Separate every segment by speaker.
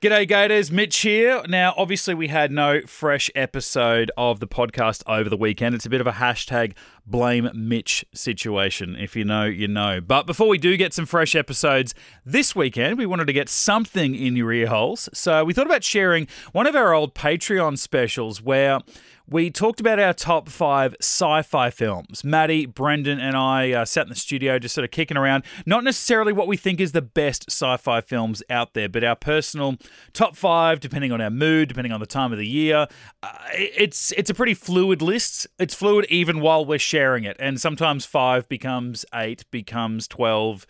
Speaker 1: G'day, Gators. Mitch here. Now, obviously, we had no fresh episode of the podcast over the weekend. It's a bit of a hashtag blame Mitch situation. If you know, you know. But before we do get some fresh episodes this weekend, we wanted to get something in your ear holes. So we thought about sharing one of our old Patreon specials where we talked about our top five sci fi films. Maddie, Brendan, and I uh, sat in the studio just sort of kicking around. Not necessarily what we think is the best sci fi films out there, but our personal top five, depending on our mood, depending on the time of the year. Uh, it- it's, it's a pretty fluid list. It's fluid even while we're sharing it. And sometimes five becomes eight, becomes 12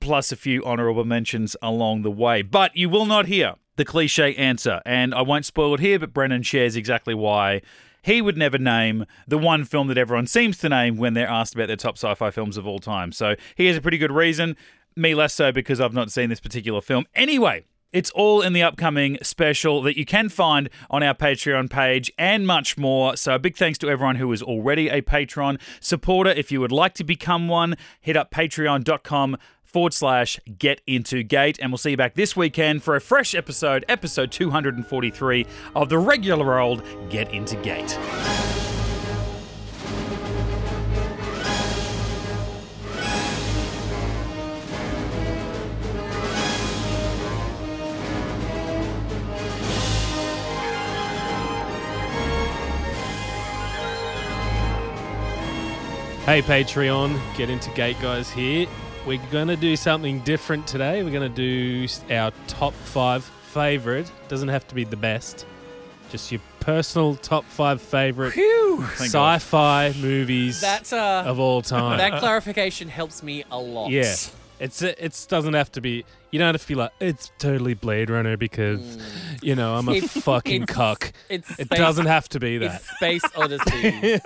Speaker 1: plus a few honorable mentions along the way. But you will not hear the cliche answer, and I won't spoil it here, but Brennan shares exactly why he would never name the one film that everyone seems to name when they're asked about their top sci fi films of all time. So he has a pretty good reason, me less so because I've not seen this particular film. Anyway. It's all in the upcoming special that you can find on our Patreon page and much more. So, a big thanks to everyone who is already a Patreon supporter. If you would like to become one, hit up patreon.com forward slash get into gate. And we'll see you back this weekend for a fresh episode, episode 243 of the regular old Get Into Gate.
Speaker 2: Hey Patreon, get into gate guys here. We're going to do something different today. We're going to do s- our top 5 favorite. Doesn't have to be the best. Just your personal top 5 favorite
Speaker 1: Thank God.
Speaker 2: sci-fi movies
Speaker 3: That's uh,
Speaker 2: of all time.
Speaker 3: that clarification helps me a lot.
Speaker 2: yeah. It's it doesn't have to be you don't have to be like it's totally Blade Runner because you know I'm a
Speaker 3: It-
Speaker 2: fucking
Speaker 3: Mm. it's-
Speaker 2: cuck.
Speaker 3: It's space,
Speaker 2: It doesn't have to be that.
Speaker 3: It's Space Odyssey. yeah.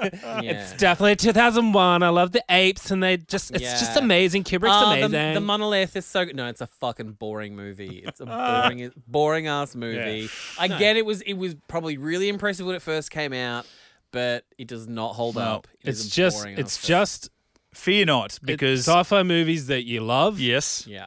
Speaker 2: It's definitely 2001. I love the apes, and they just—it's just
Speaker 3: Yeah.
Speaker 2: amazing. Kubrick's
Speaker 3: Oh, the,
Speaker 2: amazing.
Speaker 3: the monolith is so no. It's a fucking boring movie. It's a
Speaker 2: Ah.
Speaker 3: boring, boring ass movie. I get it was it was probably really impressive when it first came out, but it does not hold up. It is
Speaker 2: it's
Speaker 3: a
Speaker 2: just
Speaker 3: boring
Speaker 2: it's
Speaker 3: ass film.
Speaker 2: just
Speaker 1: Fear not, because.
Speaker 2: sci-fi movies that you love
Speaker 1: yes.
Speaker 3: yeah.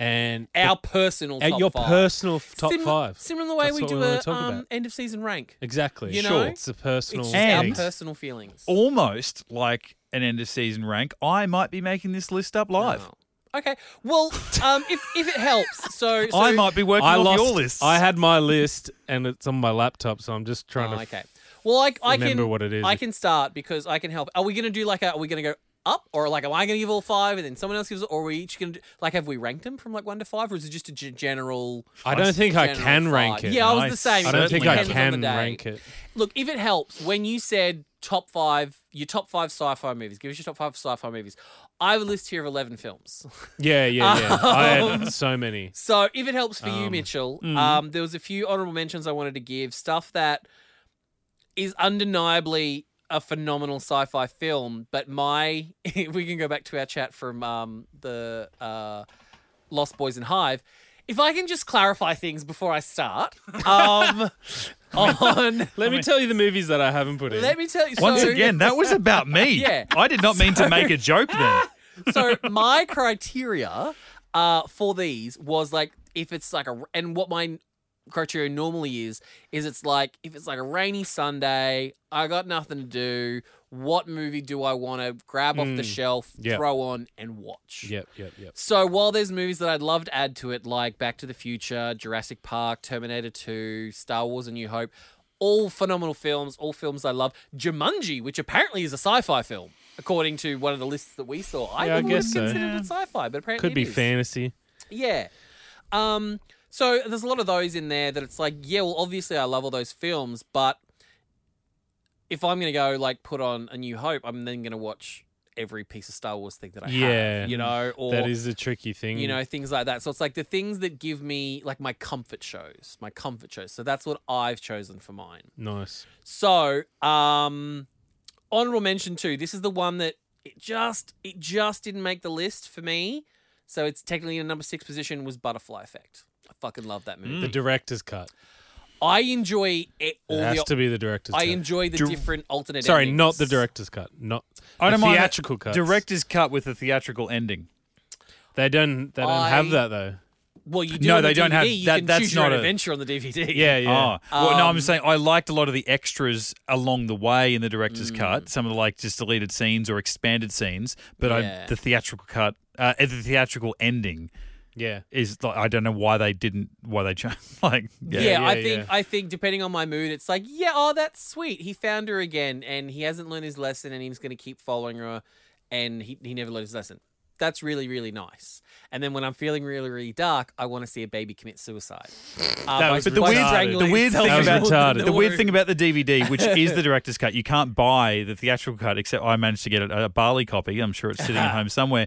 Speaker 2: and
Speaker 3: Our personal
Speaker 2: and
Speaker 3: top
Speaker 2: your
Speaker 3: five.
Speaker 2: personal f- top
Speaker 3: Similar-
Speaker 2: five.
Speaker 3: Similar the way
Speaker 2: That's
Speaker 3: we
Speaker 2: what
Speaker 3: do
Speaker 2: we wanna
Speaker 3: a
Speaker 2: talk
Speaker 3: um,
Speaker 2: about.
Speaker 3: end of season rank.
Speaker 2: exactly.
Speaker 3: you
Speaker 2: sure.
Speaker 3: know,
Speaker 2: It's a personal.
Speaker 3: It's just
Speaker 1: And-
Speaker 3: our personal feelings.
Speaker 1: Almost like an end of season rank, I might be making this list up live.
Speaker 3: Oh. Okay. Well, um, if, if it helps, so, so
Speaker 1: I might be working
Speaker 2: I
Speaker 1: on
Speaker 2: lost.
Speaker 1: your list.
Speaker 2: I had my list, and it's on my laptop, so I'm just trying
Speaker 3: Oh,
Speaker 2: to.
Speaker 3: okay. Well, I, I
Speaker 2: remember
Speaker 3: can
Speaker 2: what it is.
Speaker 3: I can start because I can help. Are we gonna do like a? Are we gonna go up or like am I gonna give all five and then someone else gives? Or are we each gonna do, like have we ranked them from like one to five or is it just a g- general?
Speaker 2: I don't think I
Speaker 3: general
Speaker 2: can
Speaker 3: five?
Speaker 2: rank it.
Speaker 3: Yeah, I was
Speaker 1: I
Speaker 3: the same.
Speaker 2: I don't think I
Speaker 3: Depends on the
Speaker 2: can
Speaker 3: day.
Speaker 2: rank it.
Speaker 3: Look, if it helps, when you said top five, your top five sci-fi movies, give us your top five sci-fi movies. I have a list here of eleven films.
Speaker 2: Yeah, yeah, yeah. I had so many.
Speaker 3: So if it helps for you, Mitchell,
Speaker 1: hmm.
Speaker 3: um, there was a few honorable mentions I wanted to give. Stuff that is undeniably a phenomenal sci-fi film, but my if we can go back to our chat from um, the uh, Lost Boys and Hive. If I can just clarify things before I start, um, on
Speaker 2: Let me tell you the movies that I haven't put in.
Speaker 3: let me tell you
Speaker 1: Once
Speaker 3: so-
Speaker 1: again, that was about me.
Speaker 3: Yeah.
Speaker 1: I did not mean to make a joke then.
Speaker 3: so my criteria uh, for these was like if it's like a and what my criteria normally is is it's like if it's like a rainy sunday i got nothing to do what movie do i want to grab off the shelf
Speaker 2: yeah.
Speaker 3: throw on and watch
Speaker 2: Yep, yep, yep.
Speaker 3: so while there's movies that I'd love to add to it, like Back to the Future, Jurassic Park, Terminator 2, Star Wars: A New Hope, all phenomenal films, all films I love. Jumanji, which apparently is a sci-fi film, according to one of the lists that we saw. I
Speaker 2: Yeah, I
Speaker 3: never would have
Speaker 2: guess so.
Speaker 3: considered it sci-fi, but apparently
Speaker 2: Could
Speaker 3: it
Speaker 2: be
Speaker 3: is.
Speaker 2: fantasy.
Speaker 3: Yeah. Um, so there's a lot of those in there that it's like, yeah, well, obviously I love all those films, but if I'm gonna go like put on A New Hope, I'm then gonna watch every piece of Star Wars thing that I
Speaker 2: Yeah.
Speaker 3: have, you know, or
Speaker 2: That is a tricky thing.
Speaker 1: Mm.
Speaker 3: you know things like that so it's like the things that give me like my comfort shows my comfort shows so that's what i've chosen for mine
Speaker 2: Nice.
Speaker 3: so um honorable mention too this is the one that it just it just didn't make the list for me so it's technically in a number six position was butterfly effect i fucking love that movie
Speaker 1: Mm.
Speaker 2: The director's cut.
Speaker 3: i enjoy it, mm. all
Speaker 2: It has
Speaker 3: the
Speaker 2: to be the director's
Speaker 3: i
Speaker 2: cut.
Speaker 3: enjoy the
Speaker 1: Dir-
Speaker 3: different alternate
Speaker 2: Sorry, not the
Speaker 3: endings.
Speaker 2: director's cut. Not
Speaker 1: I
Speaker 2: the
Speaker 1: don't mind that
Speaker 2: theatrical cut.
Speaker 1: Director's cut with a theatrical ending.
Speaker 2: They don't. They don't
Speaker 3: I-
Speaker 2: have that though.
Speaker 3: Well, you do.
Speaker 1: No,
Speaker 3: on the
Speaker 1: they don't have-
Speaker 3: DVD, you
Speaker 1: that-
Speaker 3: can
Speaker 1: that's
Speaker 3: choose your
Speaker 1: not
Speaker 3: own
Speaker 1: a-
Speaker 3: adventure on the DVD.
Speaker 2: Yeah, yeah.
Speaker 1: Oh, well, no, I'm
Speaker 3: Um,
Speaker 1: saying I liked a lot of the extras along the way in the director's
Speaker 3: Hmm.
Speaker 1: cut, some of the like just deleted scenes or expanded scenes, but I
Speaker 3: Yeah.
Speaker 1: the theatrical cut, uh, the theatrical ending
Speaker 2: Yeah.
Speaker 1: is like I don't know why they didn't why they changed like yeah.
Speaker 3: Yeah,
Speaker 2: yeah,
Speaker 3: I think
Speaker 2: yeah.
Speaker 3: I think depending on my mood, it's like, yeah, oh, that's sweet. He found her again, and he hasn't learned his lesson, and he's going to keep following her, and he he never learned his lesson. That's really really nice. And then when I'm feeling really really dark, I want to see a baby commit suicide. Uh,
Speaker 2: That
Speaker 3: by-
Speaker 2: was
Speaker 1: But the
Speaker 3: by
Speaker 1: weird,
Speaker 3: strangling
Speaker 1: the weird thing
Speaker 3: itself
Speaker 2: That
Speaker 1: about
Speaker 2: was
Speaker 3: with a
Speaker 2: retarded.
Speaker 1: the weird
Speaker 3: door.
Speaker 1: thing about the DVD, which is the director's cut, you can't buy the theatrical cut. Except I managed to get a, a Bali copy. I'm sure it's sitting at home somewhere.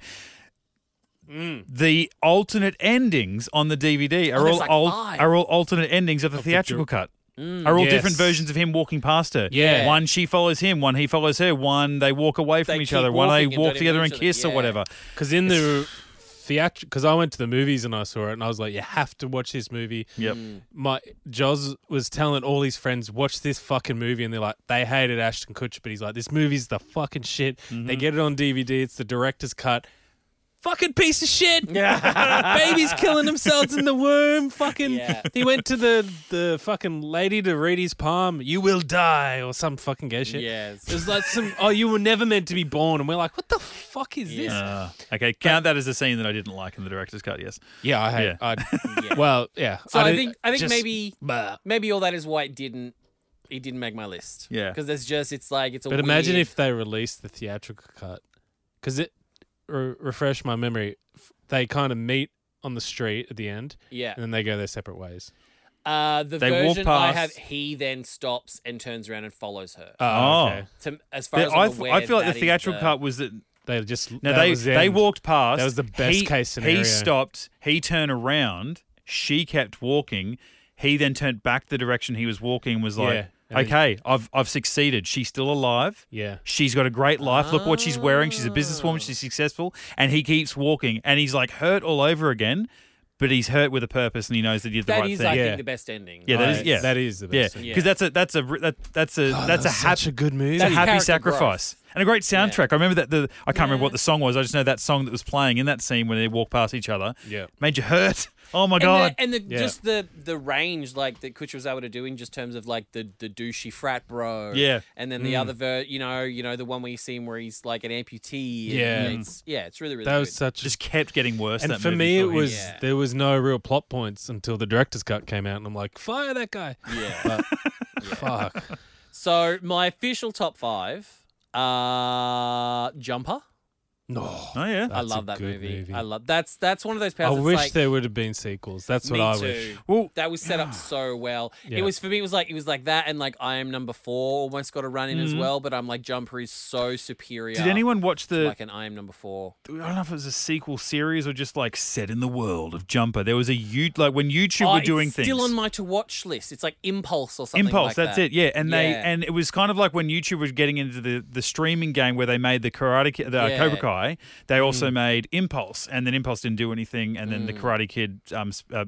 Speaker 1: The alternate endings on the DVD are
Speaker 3: Mm. Oh, there's
Speaker 1: all
Speaker 3: like
Speaker 1: al-
Speaker 3: five.
Speaker 1: are all alternate endings of the theatrical cut. Are all
Speaker 2: Mm. Yes.
Speaker 1: different versions of him walking past her.
Speaker 2: Yeah.
Speaker 1: one she follows him, one he follows her, one they walk away from
Speaker 3: They
Speaker 1: each
Speaker 3: keep
Speaker 1: other, one they
Speaker 3: walking and
Speaker 1: walk
Speaker 3: don't even
Speaker 1: together and
Speaker 3: look at each
Speaker 1: kiss
Speaker 3: other.
Speaker 1: or
Speaker 3: Yeah.
Speaker 1: whatever.
Speaker 2: Because in the theatrical, because I went to the movies and I saw it, and I was like, "You have to watch this movie."
Speaker 1: Yep.
Speaker 3: Mm.
Speaker 2: My Joz was telling all his friends, "Watch this fucking movie," and they're like, "They hated Ashton Kutcher," but he's like, "This movie's the fucking shit."
Speaker 3: Mm-hmm.
Speaker 2: They get it on DVD. It's the director's cut. Fucking piece of shit. Babies killing themselves in the womb. Fucking.
Speaker 3: Yeah.
Speaker 2: He went to the the fucking lady to read his palm. You will die, or some fucking gay shit. It
Speaker 3: Yes.
Speaker 2: was like some. Oh, you were never meant to be born, and we're like, what the fuck is this?
Speaker 3: Yeah.
Speaker 1: Uh, okay, count that as a scene that I didn't like in the director's cut. Yes.
Speaker 2: Yeah, I hate.
Speaker 1: Yeah.
Speaker 2: I,
Speaker 3: Yeah.
Speaker 2: Well, yeah.
Speaker 3: So I
Speaker 2: don't-
Speaker 3: think I think
Speaker 2: just-
Speaker 3: maybe
Speaker 2: But
Speaker 3: maybe all that is why it didn't it didn't make my list.
Speaker 1: Yeah.
Speaker 3: Because there's just it's like it's a.
Speaker 2: but imagine
Speaker 3: weird-
Speaker 2: if they released the theatrical cut, because it re- refresh my memory. f- They kind of meet on the street at the end,
Speaker 3: yeah
Speaker 2: and then they go their separate ways.
Speaker 3: uh, the
Speaker 1: They walk
Speaker 3: version I have
Speaker 1: past-
Speaker 3: he then stops and turns around and follows her.
Speaker 1: Oh.
Speaker 2: okay.
Speaker 3: to, as far
Speaker 1: I
Speaker 3: as I'm
Speaker 1: f-
Speaker 3: aware,
Speaker 1: I feel like the
Speaker 3: that is
Speaker 1: theatrical
Speaker 3: the-
Speaker 1: cut was that
Speaker 2: They just
Speaker 1: No,
Speaker 2: that
Speaker 1: they
Speaker 2: was the
Speaker 1: they
Speaker 2: end.
Speaker 1: walked past.
Speaker 2: That was the best
Speaker 1: he,
Speaker 2: case scenario.
Speaker 1: He stopped. He turned around. She kept walking. He then turned back the direction he was walking. And was like,
Speaker 2: Yeah, and then-
Speaker 1: okay, I've I've succeeded. She's still alive.
Speaker 2: Yeah.
Speaker 1: She's got a great life. Look what she's wearing. She's a businesswoman. She's
Speaker 3: Oh.
Speaker 1: successful. And he keeps walking. And he's like hurt all over again, but he's hurt with a purpose, and he knows that he did the
Speaker 3: That
Speaker 1: right
Speaker 3: is,
Speaker 1: thing.
Speaker 3: I
Speaker 2: Yeah.
Speaker 3: think, the best ending.
Speaker 1: Yeah, that is-
Speaker 2: Right,
Speaker 1: yeah.
Speaker 2: that is the
Speaker 1: yeah,
Speaker 2: best.
Speaker 1: because
Speaker 2: thing.
Speaker 3: Yeah.
Speaker 1: that's a that's a re- that, that's a that's
Speaker 2: Oh, that
Speaker 1: a
Speaker 2: was
Speaker 1: happy
Speaker 2: such a good movie.
Speaker 1: it's a happy
Speaker 3: character
Speaker 1: sacrifice and a great soundtrack. I remember that the I can't remember what the song was. I just know that song that was playing in that scene when they walked past each other.
Speaker 2: Yeah.
Speaker 1: made you hurt. Oh my
Speaker 3: And
Speaker 1: god!
Speaker 3: the, and the
Speaker 2: Yeah.
Speaker 3: just the the range like that Kutcher was able to do in just terms of like the the douchey frat bro.
Speaker 1: Yeah. Mm.
Speaker 3: and then the other ver, you know, you know the one where you see him where he's like an amputee. and
Speaker 2: Yeah.
Speaker 3: it's, yeah, it's really really.
Speaker 2: that was
Speaker 3: good.
Speaker 2: such. a
Speaker 1: just kept getting worse.
Speaker 2: and
Speaker 1: that
Speaker 2: for
Speaker 1: movie
Speaker 2: me, it
Speaker 1: him.
Speaker 2: was
Speaker 3: Yeah.
Speaker 2: there was no real plot points until the director's cut came out, and I'm like, fire that guy.
Speaker 3: Yeah.
Speaker 2: Fuck.
Speaker 3: So my official top five. Uh, Jumper.
Speaker 2: No.
Speaker 1: Oh yeah.
Speaker 3: I
Speaker 2: That's a
Speaker 3: love that
Speaker 2: good
Speaker 3: movie.
Speaker 2: movie.
Speaker 3: I love that's that's one of those.
Speaker 2: I
Speaker 3: Powers
Speaker 2: wish
Speaker 3: like,
Speaker 2: there would have been sequels. That's what
Speaker 3: Me
Speaker 2: I
Speaker 3: too.
Speaker 2: wish.
Speaker 1: Well-
Speaker 3: that was set up so well.
Speaker 2: Yeah.
Speaker 3: It was for me. It was like it was like that, and like I am number four almost got a run in as well. But I'm like Jumper is so superior.
Speaker 1: Mm-hmm. Did anyone watch the?
Speaker 3: like an I am number four?
Speaker 1: I don't know if it was a sequel series or just like set in the world of Jumper. There was a you like when YouTube
Speaker 3: Oh,
Speaker 1: were doing
Speaker 3: it's
Speaker 1: things.
Speaker 3: Still on my to watch list. It's like Impulse or something.
Speaker 1: Impulse,
Speaker 3: like
Speaker 1: that's
Speaker 3: that.
Speaker 1: it. Yeah, and they
Speaker 3: Yeah.
Speaker 1: and it was kind of like when YouTube was getting into the, the streaming game where they made the Karate Kid, the uh,
Speaker 3: Yeah. Mm.
Speaker 1: Cobra Kai. They also made Impulse, and then Impulse didn't do anything, and then the Karate Kid, um, s- uh,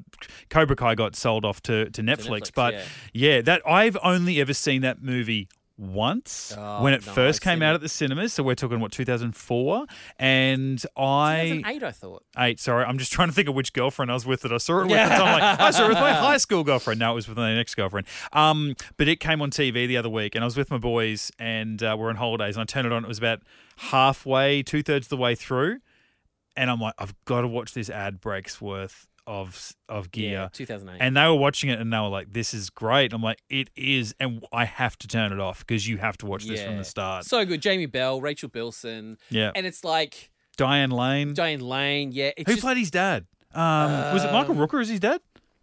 Speaker 1: Cobra Kai got sold off to to Netflix.
Speaker 3: Netflix,
Speaker 1: but
Speaker 3: yeah.
Speaker 1: yeah. that I've only ever seen that movie once
Speaker 3: Oh,
Speaker 1: when it
Speaker 3: no,
Speaker 1: first
Speaker 3: I've
Speaker 1: came
Speaker 3: seen
Speaker 1: out
Speaker 3: it.
Speaker 1: at the cinemas. So we're talking what 2004, and I.
Speaker 3: 2008, I thought.
Speaker 1: Eight, sorry, I'm just trying to think of which girlfriend I was with that I saw it with. at the time. Like, I saw it with my high school girlfriend. No, it was with my next girlfriend. Um, but it came on TV the other week, and I was with my boys, and uh, we're on holidays, and I turned it on. It was about halfway, two thirds of the way through, and I'm like, I've got to watch this ad breaks worth of of gear.
Speaker 3: Yeah, 2008.
Speaker 1: And they were watching it and they were like, this is great. I'm like, it is. And I have to turn it off because you have to watch this from
Speaker 3: Yeah.
Speaker 1: the start.
Speaker 3: so good. Jamie Bell, Rachel Bilson,
Speaker 1: yeah.
Speaker 3: and it's like
Speaker 1: Diane Lane.
Speaker 3: Diane Lane. Yeah, it's
Speaker 1: Who
Speaker 3: just, Uh,
Speaker 1: played his dad? Um, was it Michael Rooker as his dad?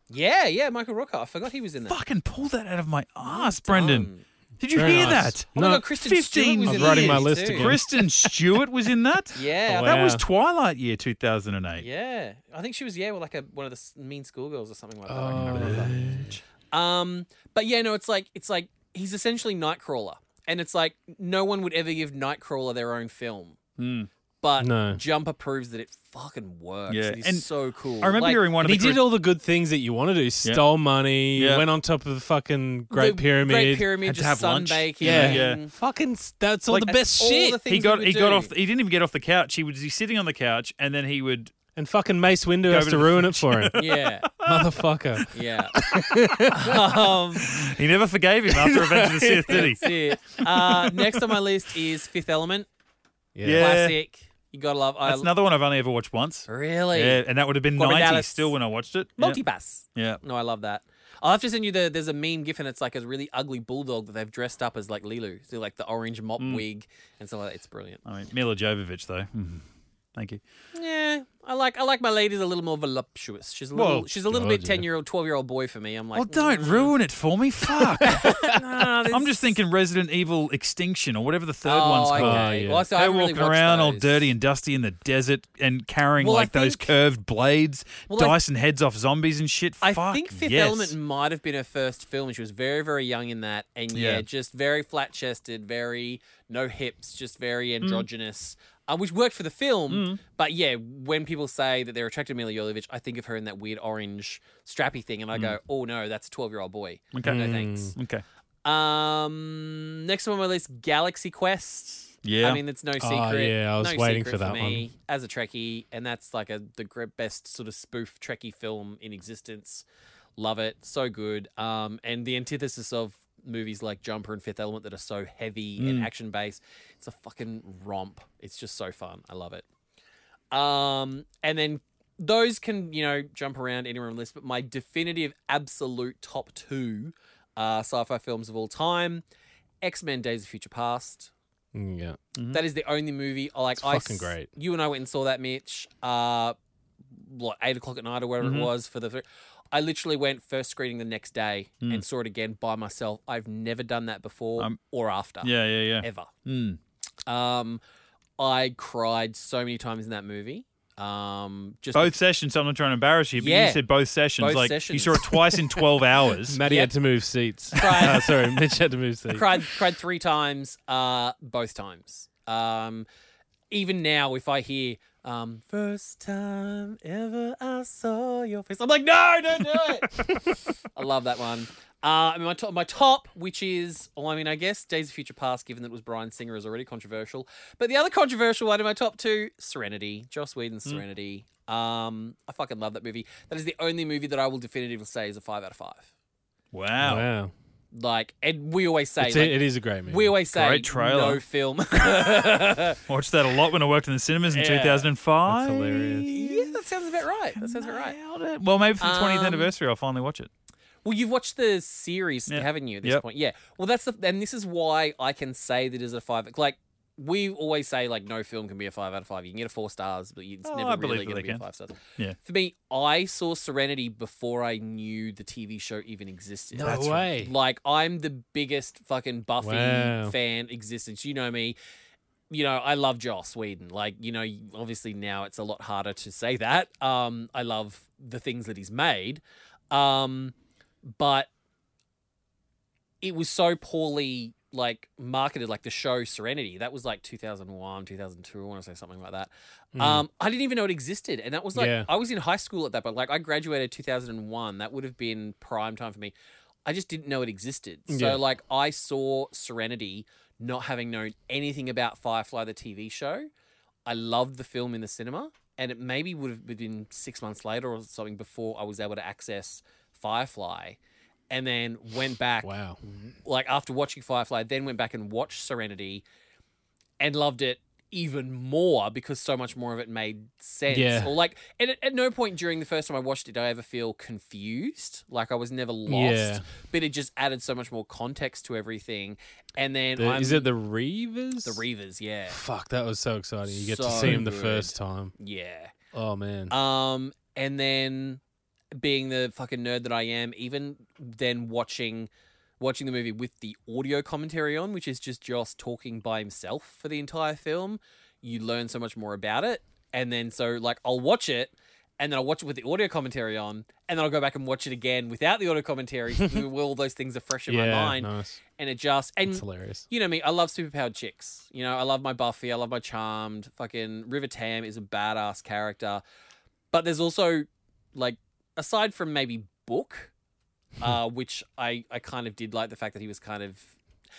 Speaker 3: Yeah, yeah. Michael Rooker. I forgot he was in that. Um,
Speaker 1: fucking pull that out of my ass, Brendan. Did you
Speaker 2: Very
Speaker 1: hear
Speaker 2: nice.
Speaker 1: that?
Speaker 3: Oh my
Speaker 2: No,
Speaker 3: god, Kristen
Speaker 1: 15
Speaker 3: Stewart was
Speaker 1: I'm
Speaker 3: in
Speaker 2: writing my
Speaker 3: that movie
Speaker 2: list
Speaker 3: too.
Speaker 2: again.
Speaker 1: Kristen Stewart was in that?
Speaker 3: Yeah,
Speaker 2: Oh,
Speaker 1: That was
Speaker 2: Wow.
Speaker 1: Twilight year 2008.
Speaker 3: Yeah, I think she was yeah, well, like a one of the s- mean schoolgirls or something like that. I
Speaker 2: Oh,
Speaker 3: can't remember. Um, but yeah, no, it's like it's like he's essentially Nightcrawler, and it's like no one would ever give Nightcrawler their own film,
Speaker 1: Hmm.
Speaker 3: but
Speaker 2: No.
Speaker 3: Jumper proves that it fucking works.
Speaker 1: Yeah,
Speaker 3: It is
Speaker 1: and
Speaker 3: so cool.
Speaker 1: I remember
Speaker 3: like,
Speaker 1: hearing one of
Speaker 2: he
Speaker 1: the
Speaker 2: did all the good things that you want to do. He Stole money.
Speaker 1: Yeah.
Speaker 2: Went on top of the fucking Great
Speaker 3: the
Speaker 2: Pyramid.
Speaker 3: Great Pyramid,
Speaker 1: had to have
Speaker 3: just
Speaker 1: lunch.
Speaker 3: sunbaking.
Speaker 2: Yeah.
Speaker 1: Yeah.
Speaker 2: Fucking. s- That's all
Speaker 1: Like,
Speaker 2: the
Speaker 3: That's
Speaker 2: best
Speaker 3: all
Speaker 2: shit.
Speaker 3: the things
Speaker 1: He
Speaker 3: we
Speaker 1: got
Speaker 3: would
Speaker 1: he got
Speaker 3: do.
Speaker 1: off he didn't even get off the couch. He was he's sitting on the couch and then he would
Speaker 2: And fucking Mace Windu
Speaker 1: Go
Speaker 2: has
Speaker 1: over
Speaker 2: to,
Speaker 1: to the
Speaker 2: ruin it for him.
Speaker 3: Yeah,
Speaker 2: Motherfucker.
Speaker 3: yeah. um,
Speaker 1: He never forgave him after Revenge of the Sith, did he?
Speaker 3: that's it. Uh, next on my list is Fifth Element.
Speaker 1: Yeah.
Speaker 3: Classic. You gotta love. I
Speaker 1: That's another one I've only ever watched once.
Speaker 3: really
Speaker 1: Yeah, and that would have been
Speaker 3: Corbin
Speaker 1: 90
Speaker 3: Dallas.
Speaker 1: still when I watched it. Yeah.
Speaker 3: multipass.
Speaker 1: yeah.
Speaker 3: No, I love that. I'll have to send you the. There's a meme gif and it's like a really ugly bulldog that they've dressed up as like Lilu, so like the orange mop
Speaker 1: Mm.
Speaker 3: wig and stuff like that. It's brilliant.
Speaker 1: I mean, Mila Jovovich, though. Mhm. Thank you.
Speaker 3: Yeah, I like I like my ladies a little more voluptuous. She's a little
Speaker 1: Well,
Speaker 3: she's a little bit
Speaker 2: God, yeah.
Speaker 3: ten year old, twelve year old boy for me. I'm like,
Speaker 1: Well, Oh, don't
Speaker 3: mm,
Speaker 1: ruin it for me. Fuck.
Speaker 3: nah, this-
Speaker 1: I'm just thinking Resident Evil Extinction or whatever the third
Speaker 3: oh,
Speaker 1: one's
Speaker 3: okay.
Speaker 1: called.
Speaker 2: Oh, yeah.
Speaker 3: Well, so
Speaker 1: They're
Speaker 3: I haven't really
Speaker 1: walking
Speaker 3: watched
Speaker 1: around all
Speaker 3: those.
Speaker 1: dirty and dusty in the desert and carrying
Speaker 3: Well, I
Speaker 1: like those
Speaker 3: think-
Speaker 1: curved blades,
Speaker 3: Well, I-
Speaker 1: dicing heads off zombies and shit.
Speaker 3: I
Speaker 1: Fuck,
Speaker 3: think Fifth
Speaker 1: yes.
Speaker 3: Element might have been her first film. She was very, very young in that, and yeah,
Speaker 1: Yeah.
Speaker 3: just very flat chested, very no hips, just very
Speaker 1: Mm.
Speaker 3: androgynous, uh, which worked for the film. But yeah, when people say that they're attracted to Mila Jovovich, I think of her in that weird orange strappy thing, and I go, "Oh no, that's a twelve-year-old boy."
Speaker 1: Mm. Okay. Mm.
Speaker 3: no thanks.
Speaker 1: Okay.
Speaker 3: Um, next one on my list, Galaxy Quest.
Speaker 1: Yeah.
Speaker 3: I mean, it's no secret.
Speaker 2: Oh, yeah, I was
Speaker 3: no
Speaker 2: waiting
Speaker 3: secret
Speaker 2: for that
Speaker 3: me As a Trekkie, and that's like a the gr- best sort of spoof Trekkie film in existence. Love it, so good. Um, and the antithesis of movies like Jumper and Fifth Element that are so heavy and
Speaker 2: Mm.
Speaker 3: action based. It's a fucking romp. It's just so fun. I love it. Um, and then those can, you know, jump around anywhere on the list, but my definitive absolute top two uh, sci fi films of all time X Men Days of Future Past.
Speaker 2: Mm, Yeah.
Speaker 3: That is the only movie I like.
Speaker 2: It's
Speaker 3: I
Speaker 2: fucking
Speaker 3: s-
Speaker 2: great.
Speaker 3: You and I went and saw that, Mitch. Uh, what eight o'clock at night or whatever it was for the. I literally went first screening the next day and saw it again by myself. I've never done that before or after
Speaker 1: Yeah, yeah, yeah.
Speaker 3: ever.
Speaker 1: Mm.
Speaker 3: Um, I cried so many times in that movie. Um, just
Speaker 1: Both sessions. I'm not trying to embarrass you, but
Speaker 3: Yeah.
Speaker 1: you said both sessions.
Speaker 3: Both
Speaker 1: like you
Speaker 3: sessions.
Speaker 1: saw it twice in 12 hours.
Speaker 2: Maddie had to move seats.
Speaker 3: Cried.
Speaker 2: Uh, sorry, Mitch had to move seats.
Speaker 3: cried cried three times, uh, both times. Um, even now, if I hear um, first time ever I saw your face, I'm like, no, don't do it. I love that one. Uh, and my top, my top, which is, well, I mean, I guess Days of Future Past, given that it was Brian Singer, is already controversial. But the other controversial one in my top two, Serenity, Joss
Speaker 2: Mm.
Speaker 3: Whedon's Serenity. Um, I fucking love that movie. That is the only movie that I will definitively say is a five out of five.
Speaker 1: Wow.
Speaker 2: Wow.
Speaker 3: Like, and we always say,
Speaker 2: It's
Speaker 3: like,
Speaker 2: a, it is a great movie.
Speaker 3: we always say
Speaker 1: Great trailer.
Speaker 3: no film.
Speaker 1: Watched that a lot when I worked in the cinemas in
Speaker 3: Yeah.
Speaker 1: 2005.
Speaker 2: That's hilarious.
Speaker 3: yeah, that sounds about right. That sounds about right.
Speaker 1: Nailed it. Well, maybe for the 20th
Speaker 3: Um,
Speaker 1: anniversary, I'll finally watch it.
Speaker 3: Well, you've watched the series,
Speaker 1: Yeah.
Speaker 3: haven't you? At this
Speaker 1: Yep.
Speaker 3: point, yeah. Well, that's the and this is why I can say that it is a five. Like we always say, like no film can be a five out of five. You can get a four stars, but it's
Speaker 1: Oh,
Speaker 3: never
Speaker 1: I believe
Speaker 3: really
Speaker 1: that
Speaker 3: going
Speaker 1: they
Speaker 3: to be a
Speaker 1: can.
Speaker 3: five stars.
Speaker 1: Yeah.
Speaker 3: For me, I saw Serenity before I knew the TV show even existed.
Speaker 2: No way.
Speaker 3: Like I'm the biggest fucking Buffy
Speaker 2: Wow.
Speaker 3: fan existence. You know me. You know I love Joss Whedon. Like you know, obviously now it's a lot harder to say that. Um, I love the things that he's made, um, but it was so poorly like marketed. Like the show Serenity, that was like 2001, 2002. I want to say something like that.
Speaker 2: Hmm.
Speaker 3: Um, I didn't even know it existed, and that was like
Speaker 2: Mm. Yeah.
Speaker 3: I was in high school at that, but like I graduated 2001. That would have been prime time for me. I just didn't know it existed. So
Speaker 2: Yeah.
Speaker 3: like I saw Serenity not having known anything about Firefly the TV show. I loved the film in the cinema and it maybe would have been 6 months later or something before I was able to access Firefly and then went back
Speaker 2: Wow.
Speaker 3: like after watching Firefly, then went back and watched Serenity and loved it even more because so much more of it made sense.
Speaker 2: Yeah.
Speaker 3: Or like and at, at no point during the first time I watched it did I ever feel confused. Like I was never lost.
Speaker 2: Yeah.
Speaker 3: But it just added so much more context to everything. And then
Speaker 2: The-
Speaker 3: I'm
Speaker 2: is it the Reavers?
Speaker 3: the Reavers, yeah.
Speaker 2: Fuck, that was so exciting. You get to
Speaker 3: So
Speaker 2: see him the
Speaker 3: good.
Speaker 2: first time.
Speaker 3: Yeah.
Speaker 2: Oh man.
Speaker 3: Um, and then being the fucking nerd that I am, even then watching watching the movie with the audio commentary on, which is just Joss talking by himself for the entire film, you learn so much more about it. And then so like I'll watch it and then I'll watch it with the audio commentary on, and then I'll go back and watch it again without the audio commentary. so all those things are fresh in
Speaker 2: yeah,
Speaker 3: my mind.
Speaker 2: nice.
Speaker 3: And it just and
Speaker 2: It's hilarious.
Speaker 3: you know me, I love superpowered chicks. You know, I love my Buffy, I love my Charmed. Fucking River Tam is a badass character. But there's also, like, aside from maybe Book, uh, which I, I kind of did like the fact that he was kind of.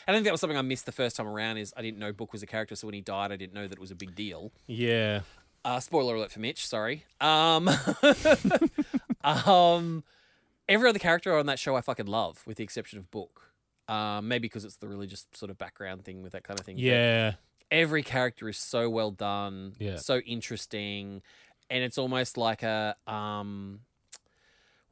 Speaker 3: I think that was something I missed the first time around is I didn't know Book was a character, so when he died, I didn't know that it was a big deal.
Speaker 2: Yeah.
Speaker 3: Uh, spoiler alert for Mitch. Sorry. Um, um, every other character on that show I fucking love, with the exception of Book. Um, maybe because it's the religious sort of background thing with that kind of thing. but
Speaker 2: Yeah.
Speaker 3: every character is so well done,
Speaker 2: Yeah.
Speaker 3: so interesting, and it's almost like a um,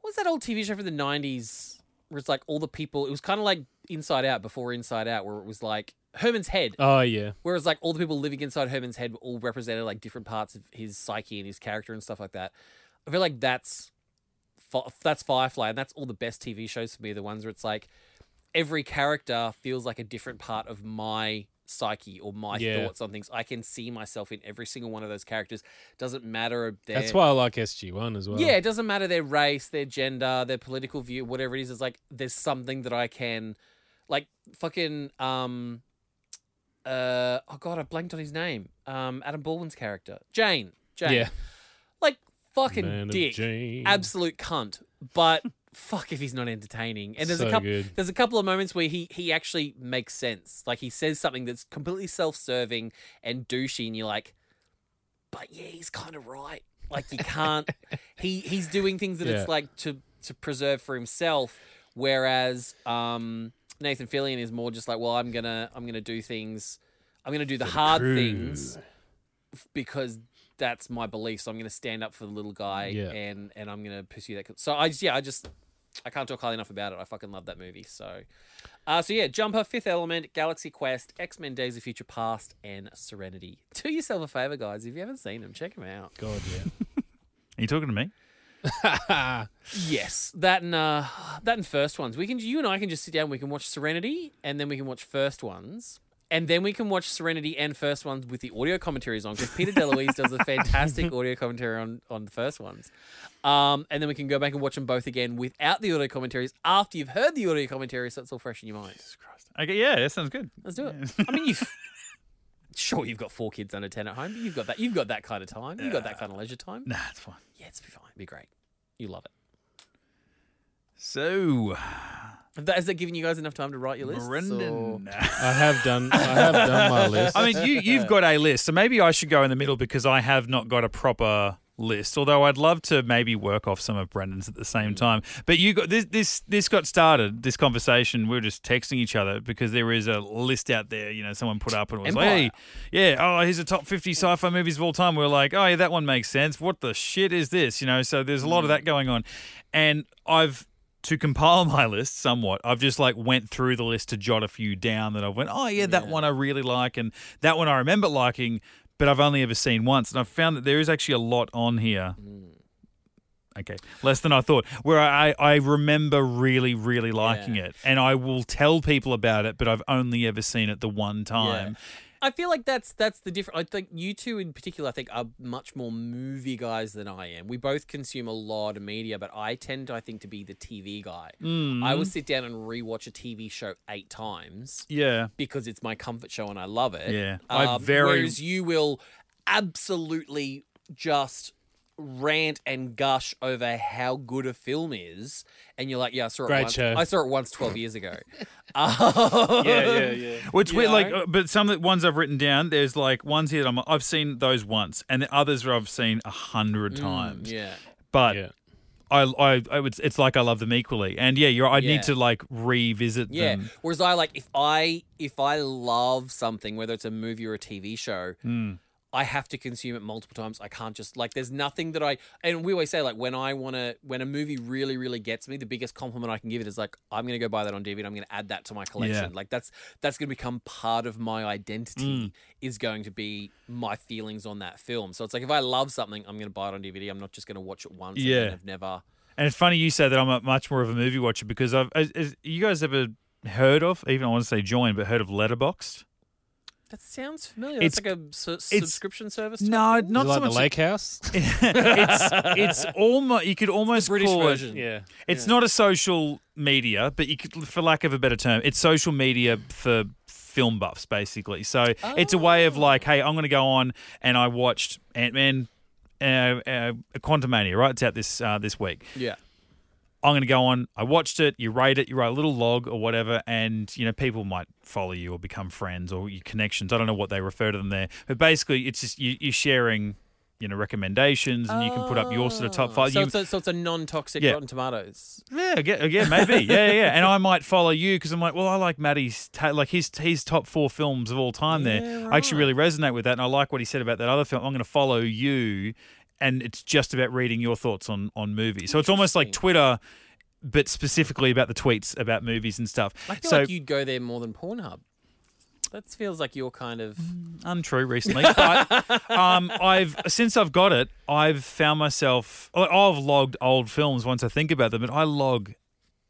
Speaker 3: what was that old TV show from the '90s where it's like all the people? It was kind of like Inside Out before Inside Out, where it was like Herman's head,
Speaker 2: Oh yeah.
Speaker 3: where it was like all the people living inside Herman's head were all represented like different parts of his psyche and his character and stuff like that. I feel like that's Fi- that's Firefly, and that's all the best TV shows for me. The ones where it's like every character feels like a different part of my psyche or my
Speaker 2: Yeah.
Speaker 3: thoughts on things. I can see myself in every single one of those characters. Doesn't matter. if they're-
Speaker 2: That's why I like SG One as well.
Speaker 3: yeah, it doesn't matter their race, their gender, their political view, whatever it is. It's like there's something that I can, like fucking um, uh oh god, I blanked on his name. Um, Adam Baldwin's character, Jane. Jane.
Speaker 2: Yeah.
Speaker 3: Like fucking
Speaker 2: Man of
Speaker 3: dick,
Speaker 2: Jane.
Speaker 3: absolute cunt. But fuck if he's not entertaining. And there's
Speaker 2: So
Speaker 3: a couple.
Speaker 2: good.
Speaker 3: There's a couple of moments where he he actually makes sense. Like he says something that's completely self-serving and douchey, and you're like, but yeah, he's kind of right. Like you can't. he he's doing things that
Speaker 2: Yeah.
Speaker 3: it's like to to preserve for himself, whereas um, Nathan Fillion is more just like, well, I'm gonna I'm gonna do things. I'm gonna do the hard
Speaker 2: crew.
Speaker 3: things f- because that's my belief. So I'm gonna stand up for the little guy
Speaker 2: Yeah.
Speaker 3: and and I'm gonna pursue that. So I just yeah, I just I can't talk highly enough about it. I fucking love that movie. So uh, so yeah, Jumper, Fifth Element, Galaxy Quest, X Men: Days of Future Past, and Serenity. Do yourself a favor, guys. If you haven't seen them, check them out.
Speaker 2: God
Speaker 1: Are you talking to me?
Speaker 2: yeah.
Speaker 3: Yes, that and uh, that and first ones. We can you and I can just sit down. We can watch Serenity, and then we can watch first ones, and then we can watch Serenity and first ones with the audio commentaries on because Peter DeLuise does a fantastic audio commentary on on the first ones. Um, and then we can go back and watch them both again without the audio commentaries after you've heard the audio commentary, so it's all fresh in your mind.
Speaker 1: Okay, yeah, that sounds good.
Speaker 3: Let's do it. I mean, you've sure you've got four kids under ten at home, but you've got that you've got that kind of time. You've got that kind of leisure time.
Speaker 1: Nah, it's fine.
Speaker 3: Yeah, it's be fine. It'd be great. You love it.
Speaker 1: So,
Speaker 3: Have that- Has that given you guys enough time to write your list?
Speaker 1: Brendan.
Speaker 2: I have done. I have done my list.
Speaker 1: I mean, you you've got a list, so maybe I should go in the middle because I have not got a proper list. Although I'd love to maybe work off some of Brendan's at the same time. But you got this this this got started. This conversation we were just texting each other because there is a list out there. You know, someone put up and it was
Speaker 3: Empire.
Speaker 1: like, hey, yeah, oh, here's the top fifty sci-fi movies of all time. We are like, oh yeah, that one makes sense. What the shit is this? You know, so there's a lot
Speaker 3: Hmm.
Speaker 1: of that going on, and I've to compile my list somewhat, I've just like went through the list to jot a few down that I went, oh yeah, that one I really like and that one I remember liking, but I've only ever seen once, and I've found that there is actually a lot on here.
Speaker 3: Hmm.
Speaker 1: Okay, less than I thought. Where I, I remember really, really liking
Speaker 3: Yeah.
Speaker 1: it, and I will tell people about it, but I've only ever seen it the one time.
Speaker 3: I feel like that's that's the different. I think you two in particular, I think, are much more movie guys than I am. We both consume a lot of media, but I tend, I think, to be the TV guy.
Speaker 1: Hmm.
Speaker 3: I will sit down and rewatch a TV show eight times
Speaker 1: Yeah,
Speaker 3: because it's my comfort show and I love it.
Speaker 1: Yeah. I
Speaker 3: um,
Speaker 1: very-
Speaker 3: Whereas you will absolutely just rant and gush over how good a film is, and you're like, yeah, I saw it
Speaker 2: Great
Speaker 3: once.
Speaker 2: show.
Speaker 3: I saw it once twelve years ago. yeah, yeah, yeah.
Speaker 1: Well, it's weird,
Speaker 3: know?
Speaker 1: like, uh, but some of the ones I've written down, there's like ones here that I'm, I've seen those once, and the others where I've seen a hundred times.
Speaker 3: Mm, Yeah.
Speaker 1: But
Speaker 2: yeah.
Speaker 1: I, I, I would, it's like I love them equally. And yeah, you're, I
Speaker 3: Yeah.
Speaker 1: need to like revisit
Speaker 3: Yeah.
Speaker 1: them.
Speaker 3: Whereas I like if I if I love something, whether it's a movie or a TV show,
Speaker 1: Mm.
Speaker 3: I have to consume it multiple times. I can't just like there's nothing that I and we always say like when I wanna when a movie really, really gets me, the biggest compliment I can give it is like, I'm gonna go buy that on DVD, I'm gonna add that to my collection. Like that's that's gonna become part of my
Speaker 1: Mm.
Speaker 3: identity is going to be my feelings on that film. So it's like if I love something, I'm gonna buy it on DVD. I'm not just gonna watch it once and
Speaker 1: Yeah.
Speaker 3: then I've never
Speaker 1: And it's funny you say that I'm a, much more of a movie watcher because I've, as, as you guys ever heard of, even I want to say join, but heard of Letterboxd?
Speaker 3: that sounds familiar.
Speaker 1: It's-
Speaker 3: It's like a su-
Speaker 1: it's-
Speaker 3: subscription service. type
Speaker 1: No,
Speaker 3: thing?
Speaker 1: not
Speaker 2: Is it like
Speaker 1: so much.
Speaker 2: the lake house.
Speaker 1: it's it's almost you could almost
Speaker 3: British
Speaker 1: call it.
Speaker 3: version.
Speaker 2: yeah.
Speaker 1: It's not a social media, but you could, for lack of a better term, it's social media for film buffs, basically. So it's a way
Speaker 3: Oh.
Speaker 1: of like, hey, I'm going to go on and I watched Ant Man, uh, uh, Quantumania, right? It's out this uh, this week.
Speaker 3: Yeah.
Speaker 1: I'm going to go on. I watched it. You rate it. You write a little log or whatever, and you know people might follow you or become friends or your connections. I don't know what they refer to them there, but basically it's just you, you're sharing you know recommendations, and you can put up your sort of top five.
Speaker 3: Oh. So,
Speaker 1: You-
Speaker 3: it's a, so it's a non-toxic
Speaker 1: Yeah.
Speaker 3: Rotten Tomatoes.
Speaker 1: yeah, yeah, yeah, maybe, yeah, yeah. And I might follow you because I'm like, well, I like Maddie's ta- like his his top four films of all time. There,
Speaker 3: Yeah,
Speaker 1: I actually
Speaker 3: right.
Speaker 1: really resonate with that, and I like what he said about that other film. I'm going to follow you, and it's just about reading your thoughts on on movies. So it's almost like Twitter, but specifically about the tweets about movies and stuff.
Speaker 3: I feel
Speaker 1: so
Speaker 3: like you'd go there more than Pornhub. That feels like your kind of.
Speaker 1: untrue recently, but um, I've since I've got it, I've found myself. I- I've logged old films once I think about them, but I log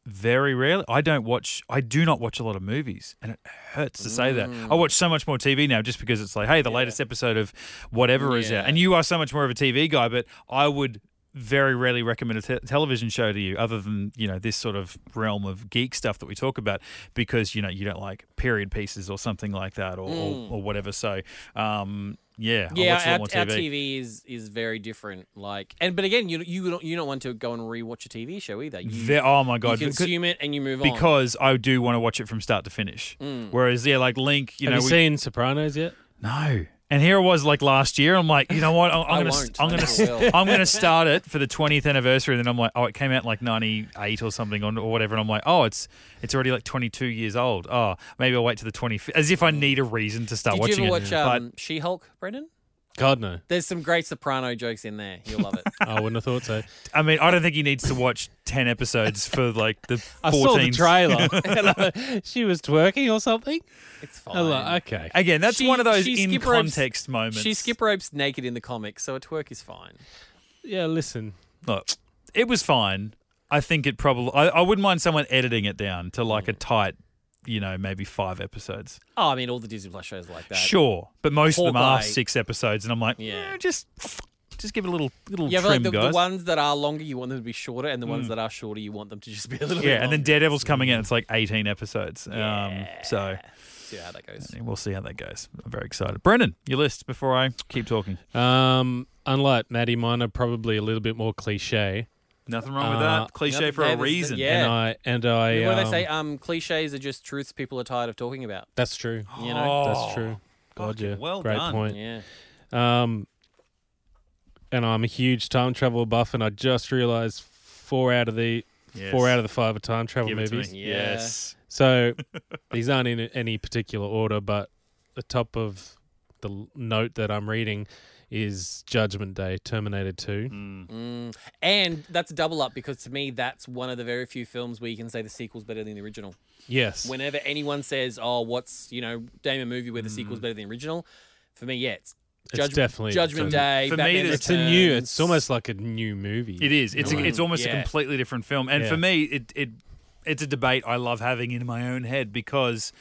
Speaker 1: very rarely. I don't watch. I do not watch a lot of movies, and it hurts to say that. I watch so much more TV now, just because it's like, hey, the latest episode of whatever is out,
Speaker 3: Yeah.
Speaker 1: and you are so much more of a TV guy. But I would very rarely recommend a te- television show to you other than you know this sort of realm of geek stuff that we talk about because you know you don't like period pieces or something like that or, or, or whatever so um yeah I
Speaker 3: Yeah,
Speaker 1: watch a
Speaker 3: our,
Speaker 1: lot more
Speaker 3: our
Speaker 1: TV.
Speaker 3: TV is is very different. Like, and but again, you you don't you don't want to go and rewatch a TV show either. You,
Speaker 1: Ve- oh my
Speaker 3: you
Speaker 1: god because,
Speaker 3: consume it and you move on. Mm.
Speaker 1: because I do want to watch it from start to finish whereas yeah like Link you
Speaker 2: Have
Speaker 1: know
Speaker 2: you
Speaker 1: we,
Speaker 2: seen Sopranos yet?
Speaker 1: No. And here I was like last year. I'm like, you know what? I'm, I'm
Speaker 3: I
Speaker 1: gonna,
Speaker 3: won't.
Speaker 1: I'm
Speaker 3: I
Speaker 1: gonna,
Speaker 3: never will.
Speaker 1: I'm gonna start it for the 20th anniversary. And then I'm like, oh, it came out in, like 98 or something on or whatever. And I'm like, oh, it's it's already like 22 years old. Oh, maybe I'll wait to the 25th. As if I need a reason to start
Speaker 3: Mm. Did you
Speaker 1: watching
Speaker 3: ever
Speaker 1: it.
Speaker 3: watch um, She Hulk, Brendan?
Speaker 2: God no,
Speaker 3: There's some great Soprano jokes in there. You'll love it.
Speaker 2: I wouldn't have thought so.
Speaker 1: but I mean, I don't think he needs to watch 10 episodes for like the 14th.
Speaker 2: I saw the trailer. and I- she was twerking or something.
Speaker 3: It's fine.
Speaker 2: I like, okay.
Speaker 1: Again, that's
Speaker 3: She-
Speaker 1: one of those
Speaker 3: she
Speaker 1: in
Speaker 3: skip ropes-
Speaker 1: context moments.
Speaker 3: She skip ropes naked in the comics, so a twerk is fine.
Speaker 2: Yeah, listen.
Speaker 1: Look, it was fine. I think it probably. I, I wouldn't mind someone editing it down to like a
Speaker 3: Mm.
Speaker 1: tight, you know, maybe five episodes.
Speaker 3: Oh, I mean, all the Disney Plus shows are like that.
Speaker 1: Sure, but most of them are
Speaker 3: Hawkeye.
Speaker 1: six episodes, and I'm like,
Speaker 3: Yeah.
Speaker 1: "Eh, just just give it a little little
Speaker 3: You have like
Speaker 1: trim,
Speaker 3: the, the
Speaker 1: guys.
Speaker 3: ones that are longer, you want them to be shorter, and the ones that are shorter, you want them to just be a little. Mm.
Speaker 1: yeah,
Speaker 3: bit
Speaker 1: and then
Speaker 3: longer.
Speaker 1: Daredevil's coming out. It's like 18 episodes. Um, so
Speaker 3: see how that goes.
Speaker 1: we'll see how that goes. I'm very excited. Brendan, your list before I keep talking.
Speaker 2: Um, unlike Maddie, mine are probably a little bit more cliche.
Speaker 1: Nothing wrong with
Speaker 2: Uh,
Speaker 1: that. Cliche
Speaker 3: nothing-
Speaker 1: for
Speaker 3: yeah,
Speaker 1: a
Speaker 3: there's-
Speaker 1: reason.
Speaker 3: yeah.
Speaker 2: And I and I.
Speaker 3: What do they
Speaker 2: um,
Speaker 3: say? Um, cliches are just truths people are tired of talking about.
Speaker 2: That's true.
Speaker 3: You know,
Speaker 1: Oh,
Speaker 2: That's true. God,
Speaker 1: fucking
Speaker 2: yeah.
Speaker 1: well
Speaker 2: Great
Speaker 1: done.
Speaker 2: point.
Speaker 3: yeah.
Speaker 2: Um, and I'm a huge time travel buff, and I just realized four out of the
Speaker 1: Yes.
Speaker 2: four out of the five are time travel
Speaker 1: Give it to
Speaker 2: movies.
Speaker 1: me.
Speaker 3: Yeah.
Speaker 1: Yes.
Speaker 2: So these aren't in any particular order, but the top of the l- note that I'm reading is Judgment Day, Terminator Two.
Speaker 3: Mm. And that's a double up because to me, that's one of the very few films where you can say the sequel's better than the original.
Speaker 2: Yes.
Speaker 3: Whenever anyone says, "Oh, what's you know, name a movie where the sequel's better than the original," for me, yeah, it's,
Speaker 2: It's definitely-
Speaker 3: Judgment
Speaker 2: for-
Speaker 3: Day.
Speaker 1: for me,
Speaker 3: Batman
Speaker 2: it's a new. It's
Speaker 3: Returns.
Speaker 2: almost like a new movie.
Speaker 1: It is. It's
Speaker 2: a
Speaker 1: a, it's almost a
Speaker 3: Yeah.
Speaker 1: completely different film, and
Speaker 2: Yeah.
Speaker 1: for me, it it it's a debate I love having in my own head because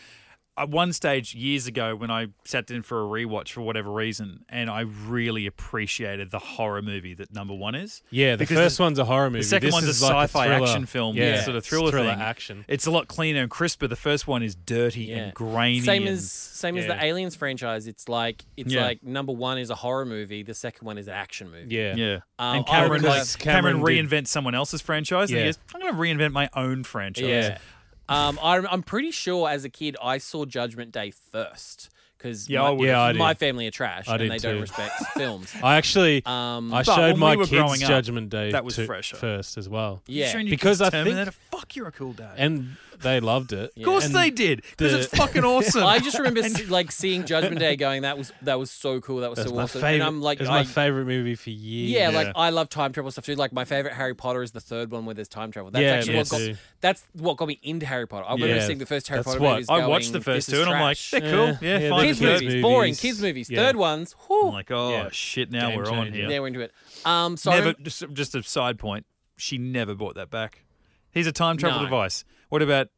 Speaker 1: at one stage years ago when I sat in for a rewatch for whatever reason, and I really appreciated the horror movie that number one is.
Speaker 2: Yeah, the
Speaker 1: Because
Speaker 2: first one's a horror movie.
Speaker 1: the second
Speaker 2: This
Speaker 1: one's a
Speaker 2: is like
Speaker 1: sci-fi
Speaker 2: thriller.
Speaker 1: action film,
Speaker 2: Yeah,
Speaker 1: yeah, sort of thriller,
Speaker 2: thriller
Speaker 1: thing.
Speaker 2: action.
Speaker 1: It's a lot cleaner and crisper. The first one is dirty
Speaker 3: Yeah.
Speaker 1: and grainy.
Speaker 3: Same
Speaker 1: and-
Speaker 3: as same as
Speaker 1: yeah.
Speaker 3: the Aliens franchise. It's like it's
Speaker 1: Yeah.
Speaker 3: like number one is a horror movie, the second one is an action movie.
Speaker 2: Yeah.
Speaker 1: Yeah.
Speaker 3: Um,
Speaker 1: and
Speaker 3: I
Speaker 1: Cameron,
Speaker 3: remember-
Speaker 1: like, Cameron,
Speaker 2: Cameron
Speaker 1: reinvents someone else's franchise. And he
Speaker 2: Yeah.
Speaker 1: goes, I'm going to reinvent my own franchise.
Speaker 2: Yeah.
Speaker 3: Um, I'm, I'm pretty sure as a kid I saw Judgment Day first because
Speaker 1: Yeah, I
Speaker 3: my,
Speaker 1: would've.
Speaker 2: Yeah, I did.
Speaker 3: my family are trash
Speaker 2: I
Speaker 3: and
Speaker 2: did
Speaker 3: they
Speaker 2: too.
Speaker 3: don't respect films.
Speaker 2: I actually,
Speaker 3: Um,
Speaker 2: I
Speaker 1: when
Speaker 2: showed
Speaker 1: we
Speaker 2: my
Speaker 1: were growing
Speaker 2: kids
Speaker 1: up,
Speaker 2: Judgment Day
Speaker 1: that was
Speaker 2: to-
Speaker 1: fresher.
Speaker 2: first as well.
Speaker 3: yeah,
Speaker 1: Showing your
Speaker 2: Because
Speaker 1: kids
Speaker 2: I think-
Speaker 1: Terminator, fuck, you're a cool dad.
Speaker 2: and they loved it. Of
Speaker 1: Of course they did, because
Speaker 2: the-
Speaker 1: it's fucking awesome.
Speaker 3: I just remember s like seeing Judgment Day, going that was that was so cool, that was
Speaker 2: That's
Speaker 3: so
Speaker 2: my
Speaker 3: awesome,
Speaker 2: favorite.
Speaker 3: and I'm like,
Speaker 2: it's
Speaker 3: I,
Speaker 2: my favorite movie for years.
Speaker 3: yeah,
Speaker 1: Yeah.
Speaker 3: like I love time travel stuff too. Like my favorite Harry Potter is the third one where there's time travel. That's
Speaker 2: Yeah,
Speaker 3: actually
Speaker 2: me
Speaker 3: what got,
Speaker 2: too.
Speaker 3: that's what got me into Harry Potter. I remember
Speaker 2: Yeah,
Speaker 3: seeing the first Harry
Speaker 2: that's
Speaker 3: Potter
Speaker 2: what-
Speaker 3: movies.
Speaker 1: I
Speaker 3: going,
Speaker 1: watched the first
Speaker 3: "This
Speaker 1: two
Speaker 3: is
Speaker 1: and I'm like,
Speaker 3: trash."
Speaker 1: they're
Speaker 2: Yeah.
Speaker 1: cool. Yeah,
Speaker 2: Yeah,
Speaker 1: fine.
Speaker 2: they're
Speaker 3: kids
Speaker 1: with that.
Speaker 3: movies,
Speaker 2: movies.
Speaker 3: boring kids movies.
Speaker 2: Yeah.
Speaker 3: Third ones, whew,
Speaker 1: I'm like, oh
Speaker 2: Yeah.
Speaker 1: shit, now
Speaker 2: Game
Speaker 1: we're on
Speaker 2: changer.
Speaker 1: here.
Speaker 3: yeah, we're into it. Um, so I
Speaker 1: Never,
Speaker 3: remember-
Speaker 1: just, just a side point. She never bought that back. He's a time travel
Speaker 3: No.
Speaker 1: device. What about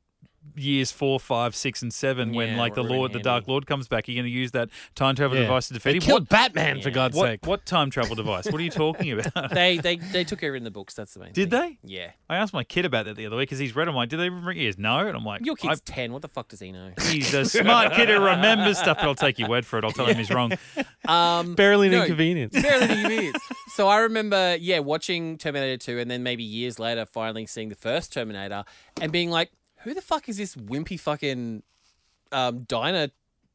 Speaker 1: years four, five, six, and seven when
Speaker 3: Yeah,
Speaker 1: like the
Speaker 3: really
Speaker 1: Lord, the Dark
Speaker 3: handy.
Speaker 1: Lord comes back? You're going to use that time travel
Speaker 2: Yeah.
Speaker 1: device to defeat
Speaker 2: They
Speaker 1: him.
Speaker 2: killed
Speaker 1: What,
Speaker 2: Batman for God's
Speaker 1: what,
Speaker 2: sake.
Speaker 1: what time travel device? What are you talking about?
Speaker 3: they they they took her in the books. That's the main.
Speaker 1: Did
Speaker 3: thing.
Speaker 1: they?
Speaker 3: Yeah.
Speaker 1: I asked my kid about that the other week because he's read. I'm like, did they even bring? He goes, no. And I'm like,
Speaker 3: Your
Speaker 1: I-
Speaker 3: kid's ten. What the fuck does he know?
Speaker 1: He's a smart kid who remembers stuff, but I'll take your word for it. I'll tell him he's wrong.
Speaker 3: Um,
Speaker 2: Barely an
Speaker 3: no,
Speaker 2: inconvenience.
Speaker 3: barely an inconvenience. So I remember, yeah, watching Terminator Two, and then maybe years later, finally seeing the first Terminator, and being like, "Who the fuck is this wimpy fucking um, diner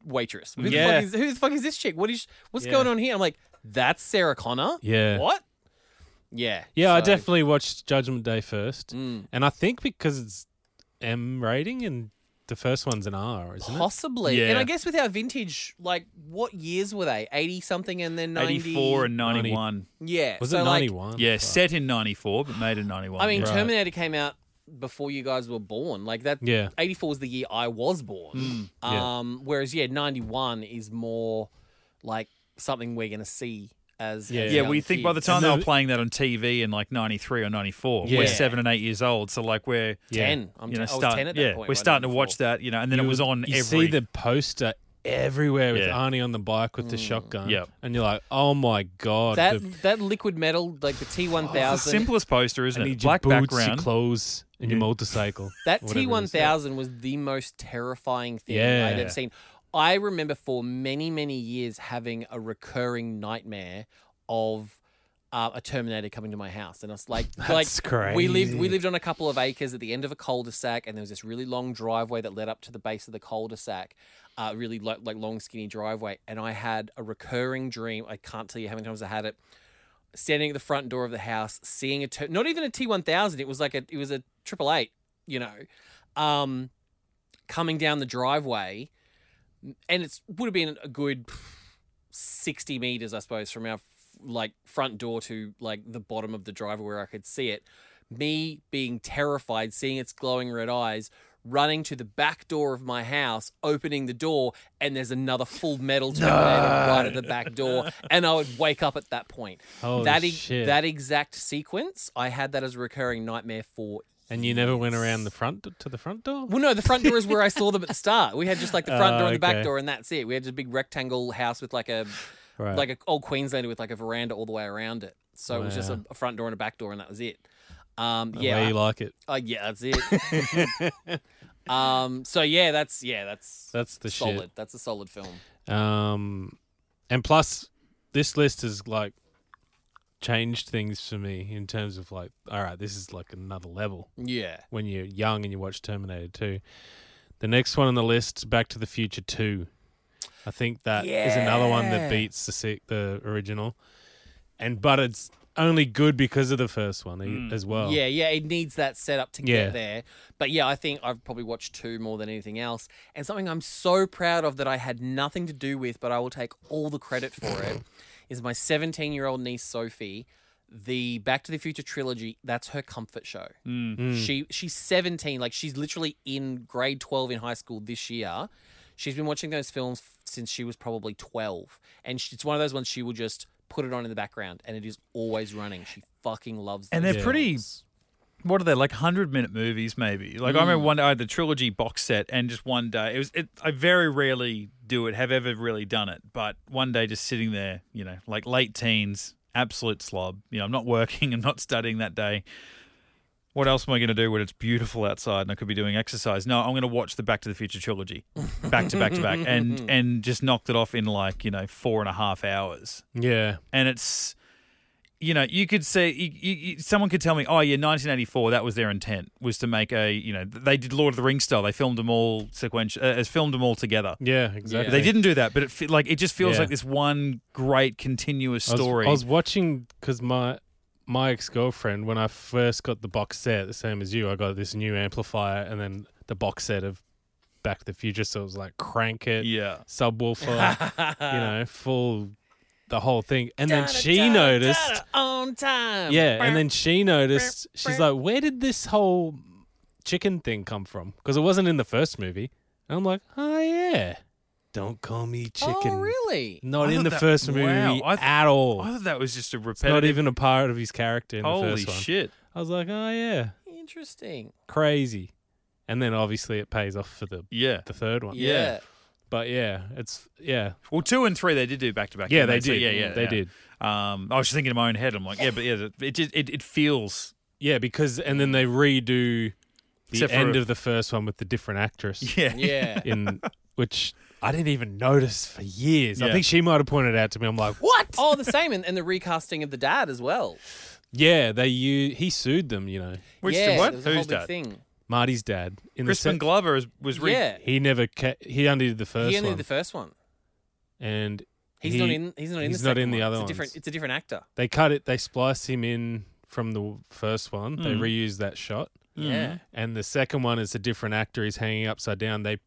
Speaker 3: waitress? Who the
Speaker 2: Yeah.
Speaker 3: fuck is who the fuck is this chick? What is what's
Speaker 2: Yeah.
Speaker 3: going on here?" I'm like, that's Sarah Connor.
Speaker 2: Yeah.
Speaker 3: What? Yeah.
Speaker 2: Yeah, I
Speaker 3: so-
Speaker 2: definitely watched Judgment Day first,
Speaker 3: Mm.
Speaker 2: and I think because it's M rating and the first one's an R, isn't it?
Speaker 3: Possibly. And
Speaker 1: Yeah.
Speaker 3: I guess with our vintage, like what years were they? 80 something and then 90.
Speaker 1: 84 and 91.
Speaker 3: Yeah.
Speaker 2: Was
Speaker 3: so
Speaker 2: it
Speaker 3: like,
Speaker 2: ninety one?
Speaker 1: Yeah, set in 94, but made in 91.
Speaker 3: I mean,
Speaker 1: yeah.
Speaker 2: Right.
Speaker 3: Terminator came out before you guys were born. Like that.
Speaker 2: Yeah. Mm.
Speaker 3: 84 was the year I was born.
Speaker 2: yeah.
Speaker 3: Um, Whereas, yeah, 91 is more like something we're going to see as.
Speaker 2: Yeah.
Speaker 3: as
Speaker 1: Yeah,
Speaker 3: young
Speaker 1: we think by the
Speaker 3: kids.
Speaker 1: time
Speaker 2: And
Speaker 1: they were
Speaker 2: the-
Speaker 1: playing that on TV in like 93 or 94,
Speaker 2: Yeah.
Speaker 1: we're seven and eight years old. So, like, we're,
Speaker 2: Yeah.
Speaker 3: 10. I'm
Speaker 1: you know,
Speaker 3: t- I was
Speaker 1: start,
Speaker 3: 10 at that
Speaker 1: yeah, we're
Speaker 3: point. right,
Speaker 1: starting to
Speaker 3: 94.
Speaker 1: watch that, you know, and then it was on
Speaker 2: You
Speaker 1: every.
Speaker 2: see the poster everywhere with
Speaker 1: Yeah.
Speaker 2: Arnie on the bike with the shotgun.
Speaker 1: Yep.
Speaker 2: And you're like, oh my god,
Speaker 3: That,
Speaker 2: the
Speaker 3: that liquid metal, like the T1000.
Speaker 1: it's the simplest poster, isn't
Speaker 2: I
Speaker 1: it?
Speaker 2: need
Speaker 1: Black
Speaker 2: your boots,
Speaker 1: background.
Speaker 2: your clothes, and your motorcycle.
Speaker 3: That
Speaker 2: whatever it
Speaker 3: T
Speaker 2: is.
Speaker 3: one thousand was the most terrifying thing I'd
Speaker 2: Yeah.
Speaker 3: ever seen. I remember for many many years having a recurring nightmare of uh, a Terminator coming to my house, and I was like, like
Speaker 2: That's
Speaker 3: we lived we
Speaker 2: crazy.
Speaker 3: lived on a couple of acres at the end of a cul-de-sac, and there was this really long driveway that led up to the base of the cul-de-sac, uh, really lo- like long skinny driveway, and I had a recurring dream. I can't tell you how many times I had it standing at the front door of the house, seeing a ter- not even a T one thousand. It was like a it was a triple eight, you know, um, coming down the driveway, and it's would have been a good sixty meters, I suppose, from our like front door to like the bottom of the driveway where I could see it. Me being terrified, seeing its glowing red eyes. Running to the back door of my house, opening the door, and there's another full metal terminator right at the back door. And I would wake up at that point
Speaker 2: Holy
Speaker 3: that e-
Speaker 2: shit.
Speaker 3: that exact sequence, I had that as a recurring nightmare for.
Speaker 2: and you never went around the front to the front door.
Speaker 3: Well, no, the front door is where I saw them at the start. We had just like the front
Speaker 2: Oh,
Speaker 3: door and the back
Speaker 2: okay.
Speaker 3: door, and that's it. We had just a big rectangle house with like a
Speaker 2: Right.
Speaker 3: like a old Queenslander with like a veranda all the way around it. So it was just a,
Speaker 2: Wow.
Speaker 3: a front door and a back door, and that was it. Um,
Speaker 2: The way
Speaker 3: yeah,
Speaker 2: you like it.
Speaker 3: I- uh, yeah, that's it. um, so yeah, that's yeah, that's
Speaker 2: That's the
Speaker 3: solid.
Speaker 2: shit.
Speaker 3: That's a solid film.
Speaker 2: Um, and plus, this list has like changed things for me in terms of like, all right, this is like another level.
Speaker 3: Yeah,
Speaker 2: When you're young and you watch Terminator 2, the next one on the list, Back to the Future 2. I think that is another one
Speaker 3: Yeah.
Speaker 2: that beats the se- the original, and but it's only good because of the first one e- as
Speaker 1: Oh.
Speaker 2: well.
Speaker 3: Mm. Yeah, yeah, it needs that setup to
Speaker 2: Yeah.
Speaker 3: get there. But yeah, I think I've probably watched two more than anything else. And something I'm so proud of that I had nothing to do with, but I will take all the credit for it, is my 17 year old niece Sophie. The Back to the Future trilogy, that's her comfort show.
Speaker 1: Mm.
Speaker 3: She she's 17, like she's literally in grade 12 in high school this year. She's been watching those films f- since she was probably 12. And she, it's one of those ones she will just put it on in the background and it is always running. She fucking loves
Speaker 1: And
Speaker 3: those
Speaker 1: they're pretty-
Speaker 3: films.
Speaker 1: what are they like 100 minute movies maybe like i remember one day i had the trilogy box set and just one day it was it, i very rarely do it have ever really done it but one day just sitting there you know like late teens absolute slob you know i'm not working i'm not studying that day what else am i going to do when it's beautiful outside and i could be doing exercise no i'm going to watch the back to the future trilogy back to back to back and and just knocked it off in like you know four and a half hours
Speaker 2: yeah,
Speaker 1: and it's you know you could say you, you, you- someone could tell me oh yeah 1984 that was their intent was to make a you know they did lord of the rings style they filmed them all sequential uh, filmed them all together
Speaker 2: yeah, exactly.
Speaker 1: they didn't do that but it fe- like it just feels
Speaker 2: Yeah.
Speaker 1: like this one great continuous
Speaker 2: I was-
Speaker 1: story
Speaker 2: I was, watching because my my ex girlfriend, when I first got the box set, the same as you, I got this new amplifier and then the box set of Back to the Future. So it was like crank it,
Speaker 1: yeah
Speaker 2: subwoofer, you know, full the whole thing. And then
Speaker 3: Da-da,
Speaker 2: she
Speaker 3: da-da,
Speaker 2: noticed,
Speaker 3: da-da, on time.
Speaker 2: yeah, and then she noticed. She's like, "Where did this whole chicken thing come from? Because it wasn't in the first movie." And I'm like, "Oh yeah, don't call me chicken."
Speaker 3: Oh, really?
Speaker 2: Not
Speaker 1: I
Speaker 2: in
Speaker 1: thought
Speaker 2: the
Speaker 1: that-
Speaker 2: first movie
Speaker 1: wow, I th-
Speaker 2: at all.
Speaker 1: i thought that was just a
Speaker 2: It's not
Speaker 1: repetitive
Speaker 2: even a part of his character in the
Speaker 1: holy
Speaker 2: first one.
Speaker 1: shit
Speaker 2: I was like, oh yeah,
Speaker 3: Interesting.
Speaker 2: crazy. And then obviously it pays off for the
Speaker 1: yeah
Speaker 2: the third one.
Speaker 3: Yeah.
Speaker 1: Yeah.
Speaker 2: But yeah, it's yeah.
Speaker 1: well two and three they did do back to back
Speaker 2: Yeah,
Speaker 1: didn't
Speaker 2: they
Speaker 1: So,
Speaker 2: did.
Speaker 1: yeah yeah
Speaker 2: They
Speaker 1: yeah.
Speaker 2: did.
Speaker 1: um i was just thinking in my own head i'm like yeah but yeah it just it, it feels
Speaker 2: Yeah, because and then they redo the
Speaker 1: Except for-
Speaker 2: end of the first one with the different actress
Speaker 1: yeah
Speaker 3: Yeah.
Speaker 2: in which I didn't even notice for years. I
Speaker 1: Yeah.
Speaker 2: think she might have pointed out to me. I'm like,
Speaker 3: what? Oh, the same, and, and the recasting of the dad as well.
Speaker 2: yeah, they you he sued them, you know.
Speaker 1: which
Speaker 3: yeah,
Speaker 1: what
Speaker 3: It was a whole
Speaker 1: who's
Speaker 3: big
Speaker 1: that
Speaker 3: thing.
Speaker 2: Marty's dad in
Speaker 1: crispin
Speaker 2: the se-
Speaker 1: glover is, was re-
Speaker 3: yeah.
Speaker 2: he never ca- he undid the first
Speaker 3: He only
Speaker 2: one
Speaker 3: did the first one.
Speaker 2: and
Speaker 3: He's
Speaker 2: He-
Speaker 3: not in. He's not in.
Speaker 2: he's
Speaker 3: the
Speaker 2: not
Speaker 3: second
Speaker 2: in the
Speaker 3: one.
Speaker 2: other
Speaker 3: it's
Speaker 2: ones.
Speaker 3: A different, it's a different actor.
Speaker 2: They cut it. They spliced him in from the first one. They
Speaker 1: Mm.
Speaker 2: reused that shot,
Speaker 3: Yeah.
Speaker 2: and the second one is a different actor. He's hanging upside down. They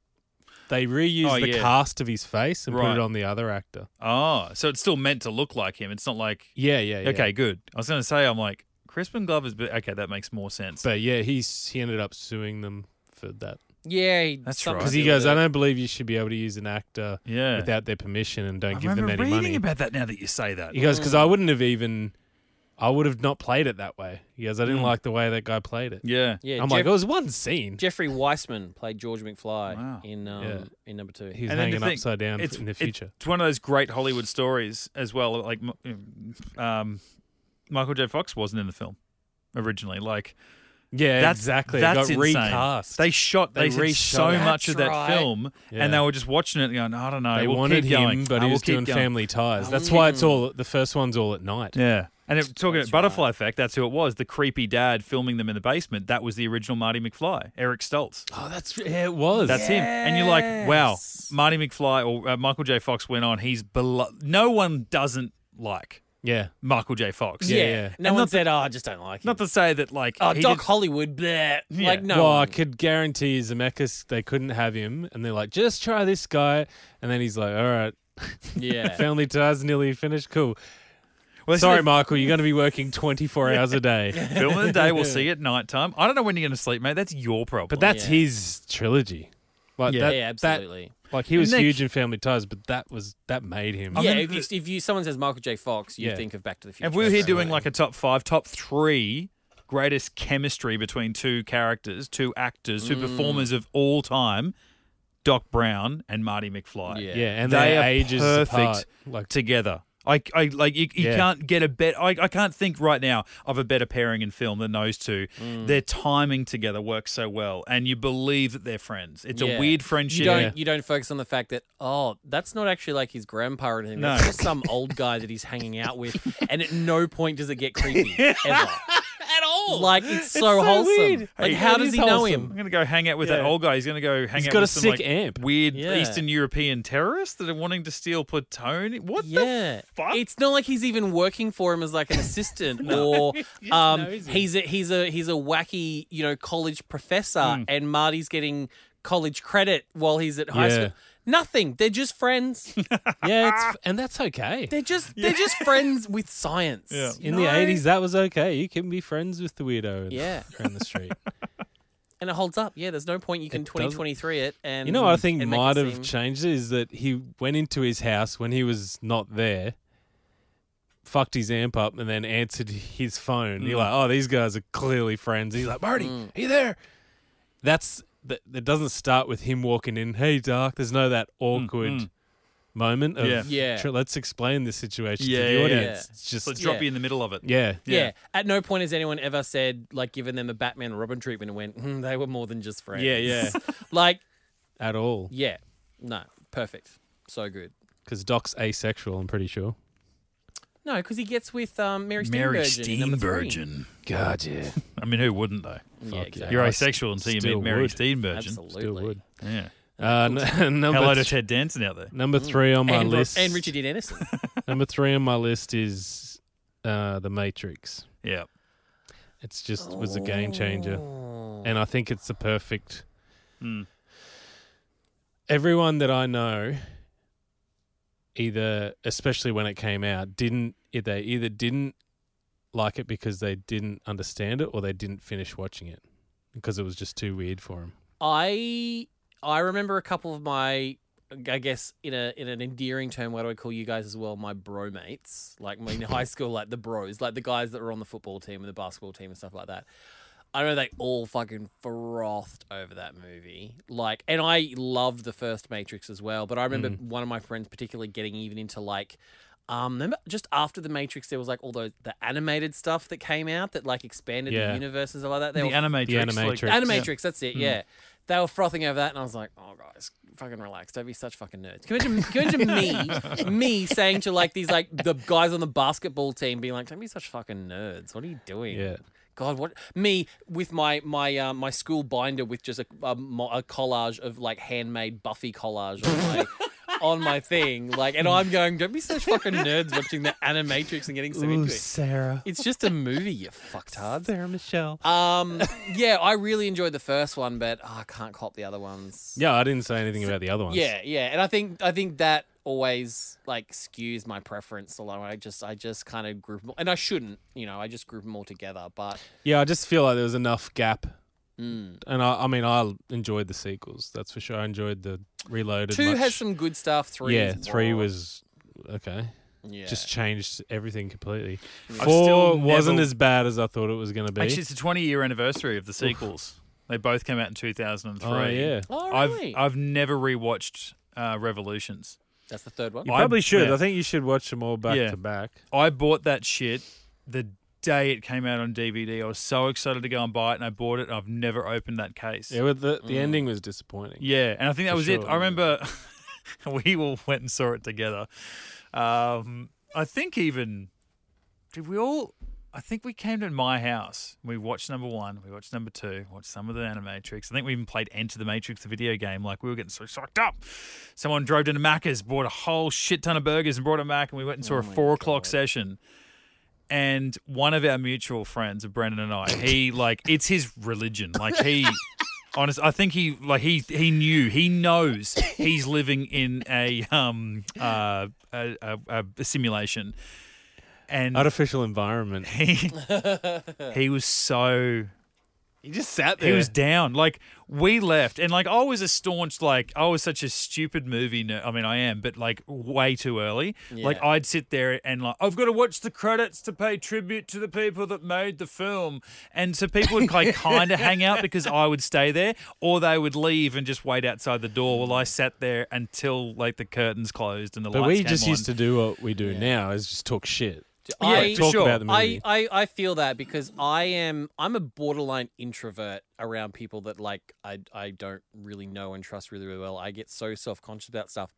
Speaker 2: they reused
Speaker 1: Oh,
Speaker 2: the
Speaker 1: yeah.
Speaker 2: cast of his face and put
Speaker 1: Right.
Speaker 2: it on the other actor.
Speaker 1: Oh, so it's still meant to look like him. It's not like
Speaker 2: Yeah, yeah, yeah.
Speaker 1: okay, good. I was going to say I'm like Crispin Glover's. But okay, that makes more sense.
Speaker 2: but yeah, he's he ended up suing them for that
Speaker 3: Yeah. he-
Speaker 1: That's
Speaker 3: something
Speaker 1: right.
Speaker 2: because
Speaker 3: to
Speaker 2: he
Speaker 3: do with
Speaker 2: goes, "I
Speaker 3: it.
Speaker 2: don't believe you should be able to use an actor
Speaker 1: yeah,
Speaker 2: without their permission and don't
Speaker 1: I
Speaker 2: give them
Speaker 1: remember
Speaker 2: any
Speaker 1: reading
Speaker 2: money."
Speaker 1: about that. Now that you say that,
Speaker 2: He goes, because I wouldn't have even, I would have not played it that way. He goes, I didn't
Speaker 1: Mm.
Speaker 2: like the way that guy played it.
Speaker 1: yeah,
Speaker 3: Yeah.
Speaker 2: I'm
Speaker 3: Jeff-
Speaker 2: like, it was one scene.
Speaker 3: Jeffrey Weissman played George McFly
Speaker 1: Wow.
Speaker 3: in um,
Speaker 2: Yeah.
Speaker 3: in number two.
Speaker 2: He
Speaker 1: And
Speaker 2: was
Speaker 1: then the
Speaker 2: hanging
Speaker 1: thing-
Speaker 2: upside down
Speaker 1: it's
Speaker 2: in the future.
Speaker 1: It's one of those great Hollywood stories as well. Like, um, Michael J. Fox wasn't in the film originally. Like,
Speaker 2: yeah,
Speaker 1: that's
Speaker 2: exactly.
Speaker 1: That's
Speaker 2: it got
Speaker 1: insane.
Speaker 2: recast.
Speaker 1: They shot. They,
Speaker 2: They
Speaker 1: said so
Speaker 2: reshot it.
Speaker 1: much of that
Speaker 3: That's right.
Speaker 1: film,
Speaker 2: Yeah.
Speaker 1: and they were just watching it, and going, "I don't know."
Speaker 2: They
Speaker 1: we'll
Speaker 2: wanted
Speaker 1: keep
Speaker 2: him,
Speaker 1: going.
Speaker 2: but
Speaker 1: I
Speaker 2: he
Speaker 1: will
Speaker 2: was
Speaker 1: keep
Speaker 2: doing
Speaker 1: going.
Speaker 2: family ties. That's why it's all the first one's all at night.
Speaker 1: Yeah. And it, talking
Speaker 3: That's
Speaker 1: about butterfly
Speaker 3: right.
Speaker 1: effect, that's who it was. The creepy dad filming them in the basement. That was the original Marty McFly, Eric Stoltz.
Speaker 2: Oh, that's yeah, it was.
Speaker 1: That's him. And you're like, wow, Marty McFly or uh, Michael J. Fox went on. He's below. No one doesn't like
Speaker 2: yeah.
Speaker 1: Michael J. Fox.
Speaker 3: Yeah.
Speaker 2: yeah.
Speaker 3: No
Speaker 1: And
Speaker 3: one
Speaker 1: not
Speaker 3: said, "Oh, I just don't like him."
Speaker 1: Not to say that like
Speaker 3: oh,
Speaker 1: he
Speaker 3: Doc
Speaker 1: did-
Speaker 3: Hollywood. Bleh.
Speaker 1: Yeah.
Speaker 3: Like no.
Speaker 2: well, I
Speaker 3: one.
Speaker 2: could guarantee Zemeckis they couldn't have him, and they're like, just try this guy, and then he's like, all right,
Speaker 3: Yeah.
Speaker 2: family ties nearly finished, cool.
Speaker 1: Well,
Speaker 2: Sorry,
Speaker 1: Marty.
Speaker 2: Michael, you're going to be working 24 hours a day.
Speaker 1: Film of the day, we'll see at night time. I don't know when you're going to sleep, mate. That's your problem.
Speaker 2: But that's
Speaker 3: Yeah.
Speaker 2: his trilogy. Like
Speaker 1: Yeah.
Speaker 2: that,
Speaker 3: yeah. Absolutely.
Speaker 2: That, like he was
Speaker 1: Nick- Oh,
Speaker 2: huge in Family Ties, but that was that made him.
Speaker 1: I
Speaker 3: yeah.
Speaker 1: mean,
Speaker 3: if, you,
Speaker 1: the-
Speaker 3: if you someone says Michael J. Fox, you
Speaker 2: Yeah.
Speaker 3: think of Back to the Future.
Speaker 1: If we were here doing like a top five, top three greatest chemistry between two characters, two actors, two performers
Speaker 3: Mm.
Speaker 1: of all time, Doc Brown and Marty McFly.
Speaker 3: Yeah.
Speaker 2: yeah. and
Speaker 1: They
Speaker 2: they're
Speaker 1: are
Speaker 2: ages
Speaker 1: perfect
Speaker 2: apart. Like
Speaker 1: Together. I, I like you, you
Speaker 2: Yeah.
Speaker 1: can't get a better I, I can't think right now of a better pairing in film than those two.
Speaker 3: Mm.
Speaker 1: Their timing together works so well and you believe that they're friends. It's
Speaker 3: Yeah.
Speaker 1: a weird friendship.
Speaker 3: You don't you don't focus on the fact that oh that's not actually like his grandpa or anything. That's
Speaker 1: No.
Speaker 3: just some old guy that he's hanging out with, and at no point does it get creepy ever.
Speaker 1: at all.
Speaker 3: Like it's so,
Speaker 2: so
Speaker 3: wholesome.
Speaker 2: weird.
Speaker 3: Like
Speaker 1: Hey,
Speaker 3: how
Speaker 1: it
Speaker 3: does
Speaker 2: is
Speaker 3: he know
Speaker 2: wholesome.
Speaker 1: I'm
Speaker 3: him?
Speaker 1: gonna go hang out with that
Speaker 2: Yeah.
Speaker 1: old guy. He's gonna go hang
Speaker 2: He's
Speaker 1: out
Speaker 2: got a
Speaker 1: with some
Speaker 2: sick
Speaker 1: like,
Speaker 2: amp.
Speaker 1: weird
Speaker 3: Yeah.
Speaker 1: Eastern European terrorists that are wanting to steal plutonium. What
Speaker 3: Yeah,
Speaker 1: the fuck?
Speaker 3: it's not like he's even working for him as like an assistant, or um,
Speaker 2: knows him.
Speaker 3: he's a, he's a he's a wacky you know college professor,
Speaker 2: Hmm.
Speaker 3: and Marty's getting college credit while he's at high
Speaker 2: Yeah.
Speaker 3: school. Nothing. They're just friends.
Speaker 2: yeah, it's, f- and that's okay.
Speaker 3: They're just they're just friends with science.
Speaker 1: Yeah.
Speaker 2: In
Speaker 3: you
Speaker 2: the
Speaker 3: know?
Speaker 2: 80s, that was okay. You can be friends with the weirdo. in-
Speaker 3: Yeah.
Speaker 2: around the street.
Speaker 3: and it holds up. Yeah, there's no point you can
Speaker 2: doesn't-
Speaker 3: 2023 it. And
Speaker 2: You know what I think
Speaker 3: and make it
Speaker 2: might have
Speaker 3: seem-
Speaker 2: changed it is that he went into his house when he was not there, fucked his amp up, and then answered his phone.
Speaker 3: Mm.
Speaker 2: You're like, oh, these guys are clearly friends. He's like, Marty, are you there? That's that, that doesn't start with him walking in, hey, Doc. There's no that awkward moment of,
Speaker 1: Yeah.
Speaker 3: Mm, Yeah.
Speaker 2: "Tr- let's explain this situation
Speaker 1: Yeah,
Speaker 2: to
Speaker 1: yeah,
Speaker 2: the
Speaker 1: yeah.
Speaker 2: audience. It's just,
Speaker 1: So drop
Speaker 3: Yeah.
Speaker 1: you in the middle of it.
Speaker 2: yeah.
Speaker 3: Yeah.
Speaker 1: Yeah.
Speaker 3: At no point has anyone ever said like given them a Batman and Robin treatment and went, hmm, they were more than just friends.
Speaker 2: Yeah, yeah.
Speaker 3: like
Speaker 2: At all.
Speaker 3: yeah, no, perfect, so good.
Speaker 2: Because Doc's asexual, I'm pretty sure.
Speaker 3: No, because he gets with um, Mary Steenburgen.
Speaker 1: Mary
Speaker 3: in number three.
Speaker 1: Steenburgen.
Speaker 2: God, yeah.
Speaker 1: I mean, who wouldn't though?
Speaker 3: Yeah,
Speaker 2: Fuck
Speaker 3: exactly.
Speaker 1: You're
Speaker 2: I
Speaker 1: asexual until you
Speaker 2: still
Speaker 1: meet Mary
Speaker 2: would.
Speaker 1: Steenburgen.
Speaker 2: Still
Speaker 3: Absolutely.
Speaker 2: would.
Speaker 1: Yeah.
Speaker 2: Uh, n- number
Speaker 1: Hello to
Speaker 2: th-
Speaker 1: Ted Danson out there.
Speaker 2: Number three on my
Speaker 3: And, Ro-
Speaker 2: list.
Speaker 3: and Richard Dean Anderson.
Speaker 2: Number three on my list is uh, The Matrix.
Speaker 1: Yeah.
Speaker 2: It's just was a game changer,
Speaker 3: Oh.
Speaker 2: and I think it's the perfect. Hmm.
Speaker 1: Mm.
Speaker 2: Everyone that I know, either especially when it came out, didn't if they either didn't like it because they didn't understand it, or they didn't finish watching it because it was just too weird for them.
Speaker 3: I I remember a couple of my I guess in a in an endearing term, why do I call you guys as well? My bromates, like my in high school, like the bros, like the guys that were on the football team and the basketball team and stuff like that. I know they all fucking frothed over that movie, like, and I loved the first Matrix as well. But I remember one of my friends particularly getting even into like. Um, remember just after the Matrix, there was like all those the animated stuff that came out that like expanded
Speaker 2: Yeah.
Speaker 3: the universe and stuff like that. They
Speaker 1: The
Speaker 3: were
Speaker 1: animatrix.
Speaker 2: Animatrix.
Speaker 1: like-
Speaker 3: Animatrix, that's it. Yeah. They were frothing over that, and I was like, "Oh, guys, fucking relax. Don't be such fucking nerds." Can you imagine, can you imagine me, me saying to like these like the guys on the basketball team, being like, "Don't be such fucking nerds. What are you doing?"
Speaker 2: Yeah.
Speaker 3: God, what me with my my uh, my school binder with just a, a, mo- a collage of like handmade Buffy collage on my on my thing. Like, and I'm going, don't be such fucking nerds watching the Animatrix and getting so into it.
Speaker 2: Sarah.
Speaker 3: It's just a movie, you fucktard.
Speaker 2: Sarah Michelle.
Speaker 3: Um, yeah, I really enjoyed the first one, but oh, I can't cop the other ones.
Speaker 2: Yeah, I didn't say anything about the other ones.
Speaker 3: Yeah, yeah, and I think I think that always like skews my preference. Although I just I just kind of group 'em- and I shouldn't, you know, I just group them all together. But
Speaker 2: Yeah, I just feel like there was enough gap.
Speaker 3: mm.
Speaker 2: And I, I mean, I enjoyed the sequels. That's for sure. I enjoyed the Reloaded.
Speaker 3: two
Speaker 2: much-
Speaker 3: has some good stuff. Three,
Speaker 2: Yeah,
Speaker 3: is
Speaker 2: three
Speaker 3: wrong.
Speaker 2: was okay.
Speaker 3: yeah.
Speaker 2: Just changed everything completely.
Speaker 1: I've
Speaker 2: 4
Speaker 1: still
Speaker 2: wasn't
Speaker 1: never-
Speaker 2: as bad as I thought it was going to be.
Speaker 1: Actually, it's the 20 year anniversary of the sequels. They both came out in 2003.
Speaker 2: oh yeah,
Speaker 3: Oh,
Speaker 1: I've
Speaker 3: really?
Speaker 1: I've never rewatched uh, Revolutions.
Speaker 3: That's the third one.
Speaker 2: you
Speaker 1: I-
Speaker 2: probably should.
Speaker 1: yeah.
Speaker 2: I think you should watch them all back
Speaker 1: Yeah.
Speaker 2: to back.
Speaker 1: I bought that shit the day it came out on DVD. I was so excited to go and buy it, and I bought it. And I've never opened that case.
Speaker 2: Yeah, but the, the
Speaker 3: Mm.
Speaker 2: ending was disappointing.
Speaker 1: Yeah, and I think that
Speaker 2: For
Speaker 1: was it.
Speaker 2: sure.
Speaker 1: I remember we all went and saw it together. Um, I think even did we all? I think we came to my house. We watched number one. We watched number two. Watched some of the Animatrix. I think we even played Enter the Matrix, the video game. Like we were getting so sucked up. Someone drove down to Macca's, bought a whole shit ton of burgers, and brought them back. And we went and saw a four o'clock session. And one of our mutual friends, Brendan and I, he like it's his religion. Like he. Honest, I think he like he he knew he knows he's living in a um uh a, a, a- a simulation, and
Speaker 2: Artificial environment.
Speaker 1: he he was so
Speaker 2: He just sat
Speaker 1: he was down. Like we left, and like I was a staunch like I was such a stupid movie. Ner- I mean, I am, but like way too early. Like
Speaker 3: Yeah.
Speaker 1: I'd sit there and like I've got to watch the credits to pay tribute to the people that made the film, and so people would like kind of hang out because I would stay there, or they would leave and just wait outside the door while I sat there until like the curtains closed and the
Speaker 2: But
Speaker 1: lights
Speaker 2: we
Speaker 1: came
Speaker 2: just
Speaker 1: on.
Speaker 2: used to do what we do now is just talk shit.
Speaker 3: I,
Speaker 2: talk
Speaker 1: sure.
Speaker 2: about the movie.
Speaker 3: I, I I feel that because I am I'm a borderline introvert around people that like I I don't really know and trust really really well. I get so self conscious about stuff.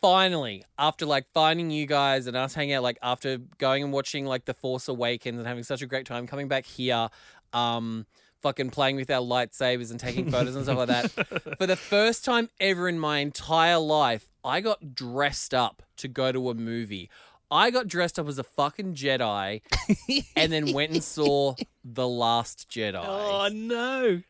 Speaker 3: Finally, after like finding you guys and us hanging out, like after going and watching like The Force Awakens and having such a great time, coming back here, um, fucking playing with our lightsabers and taking photos and stuff like that. For the first time ever in my entire life, I got dressed up to go to a movie. I got dressed up as a fucking Jedi and then went and saw The Last Jedi.
Speaker 2: Oh, no!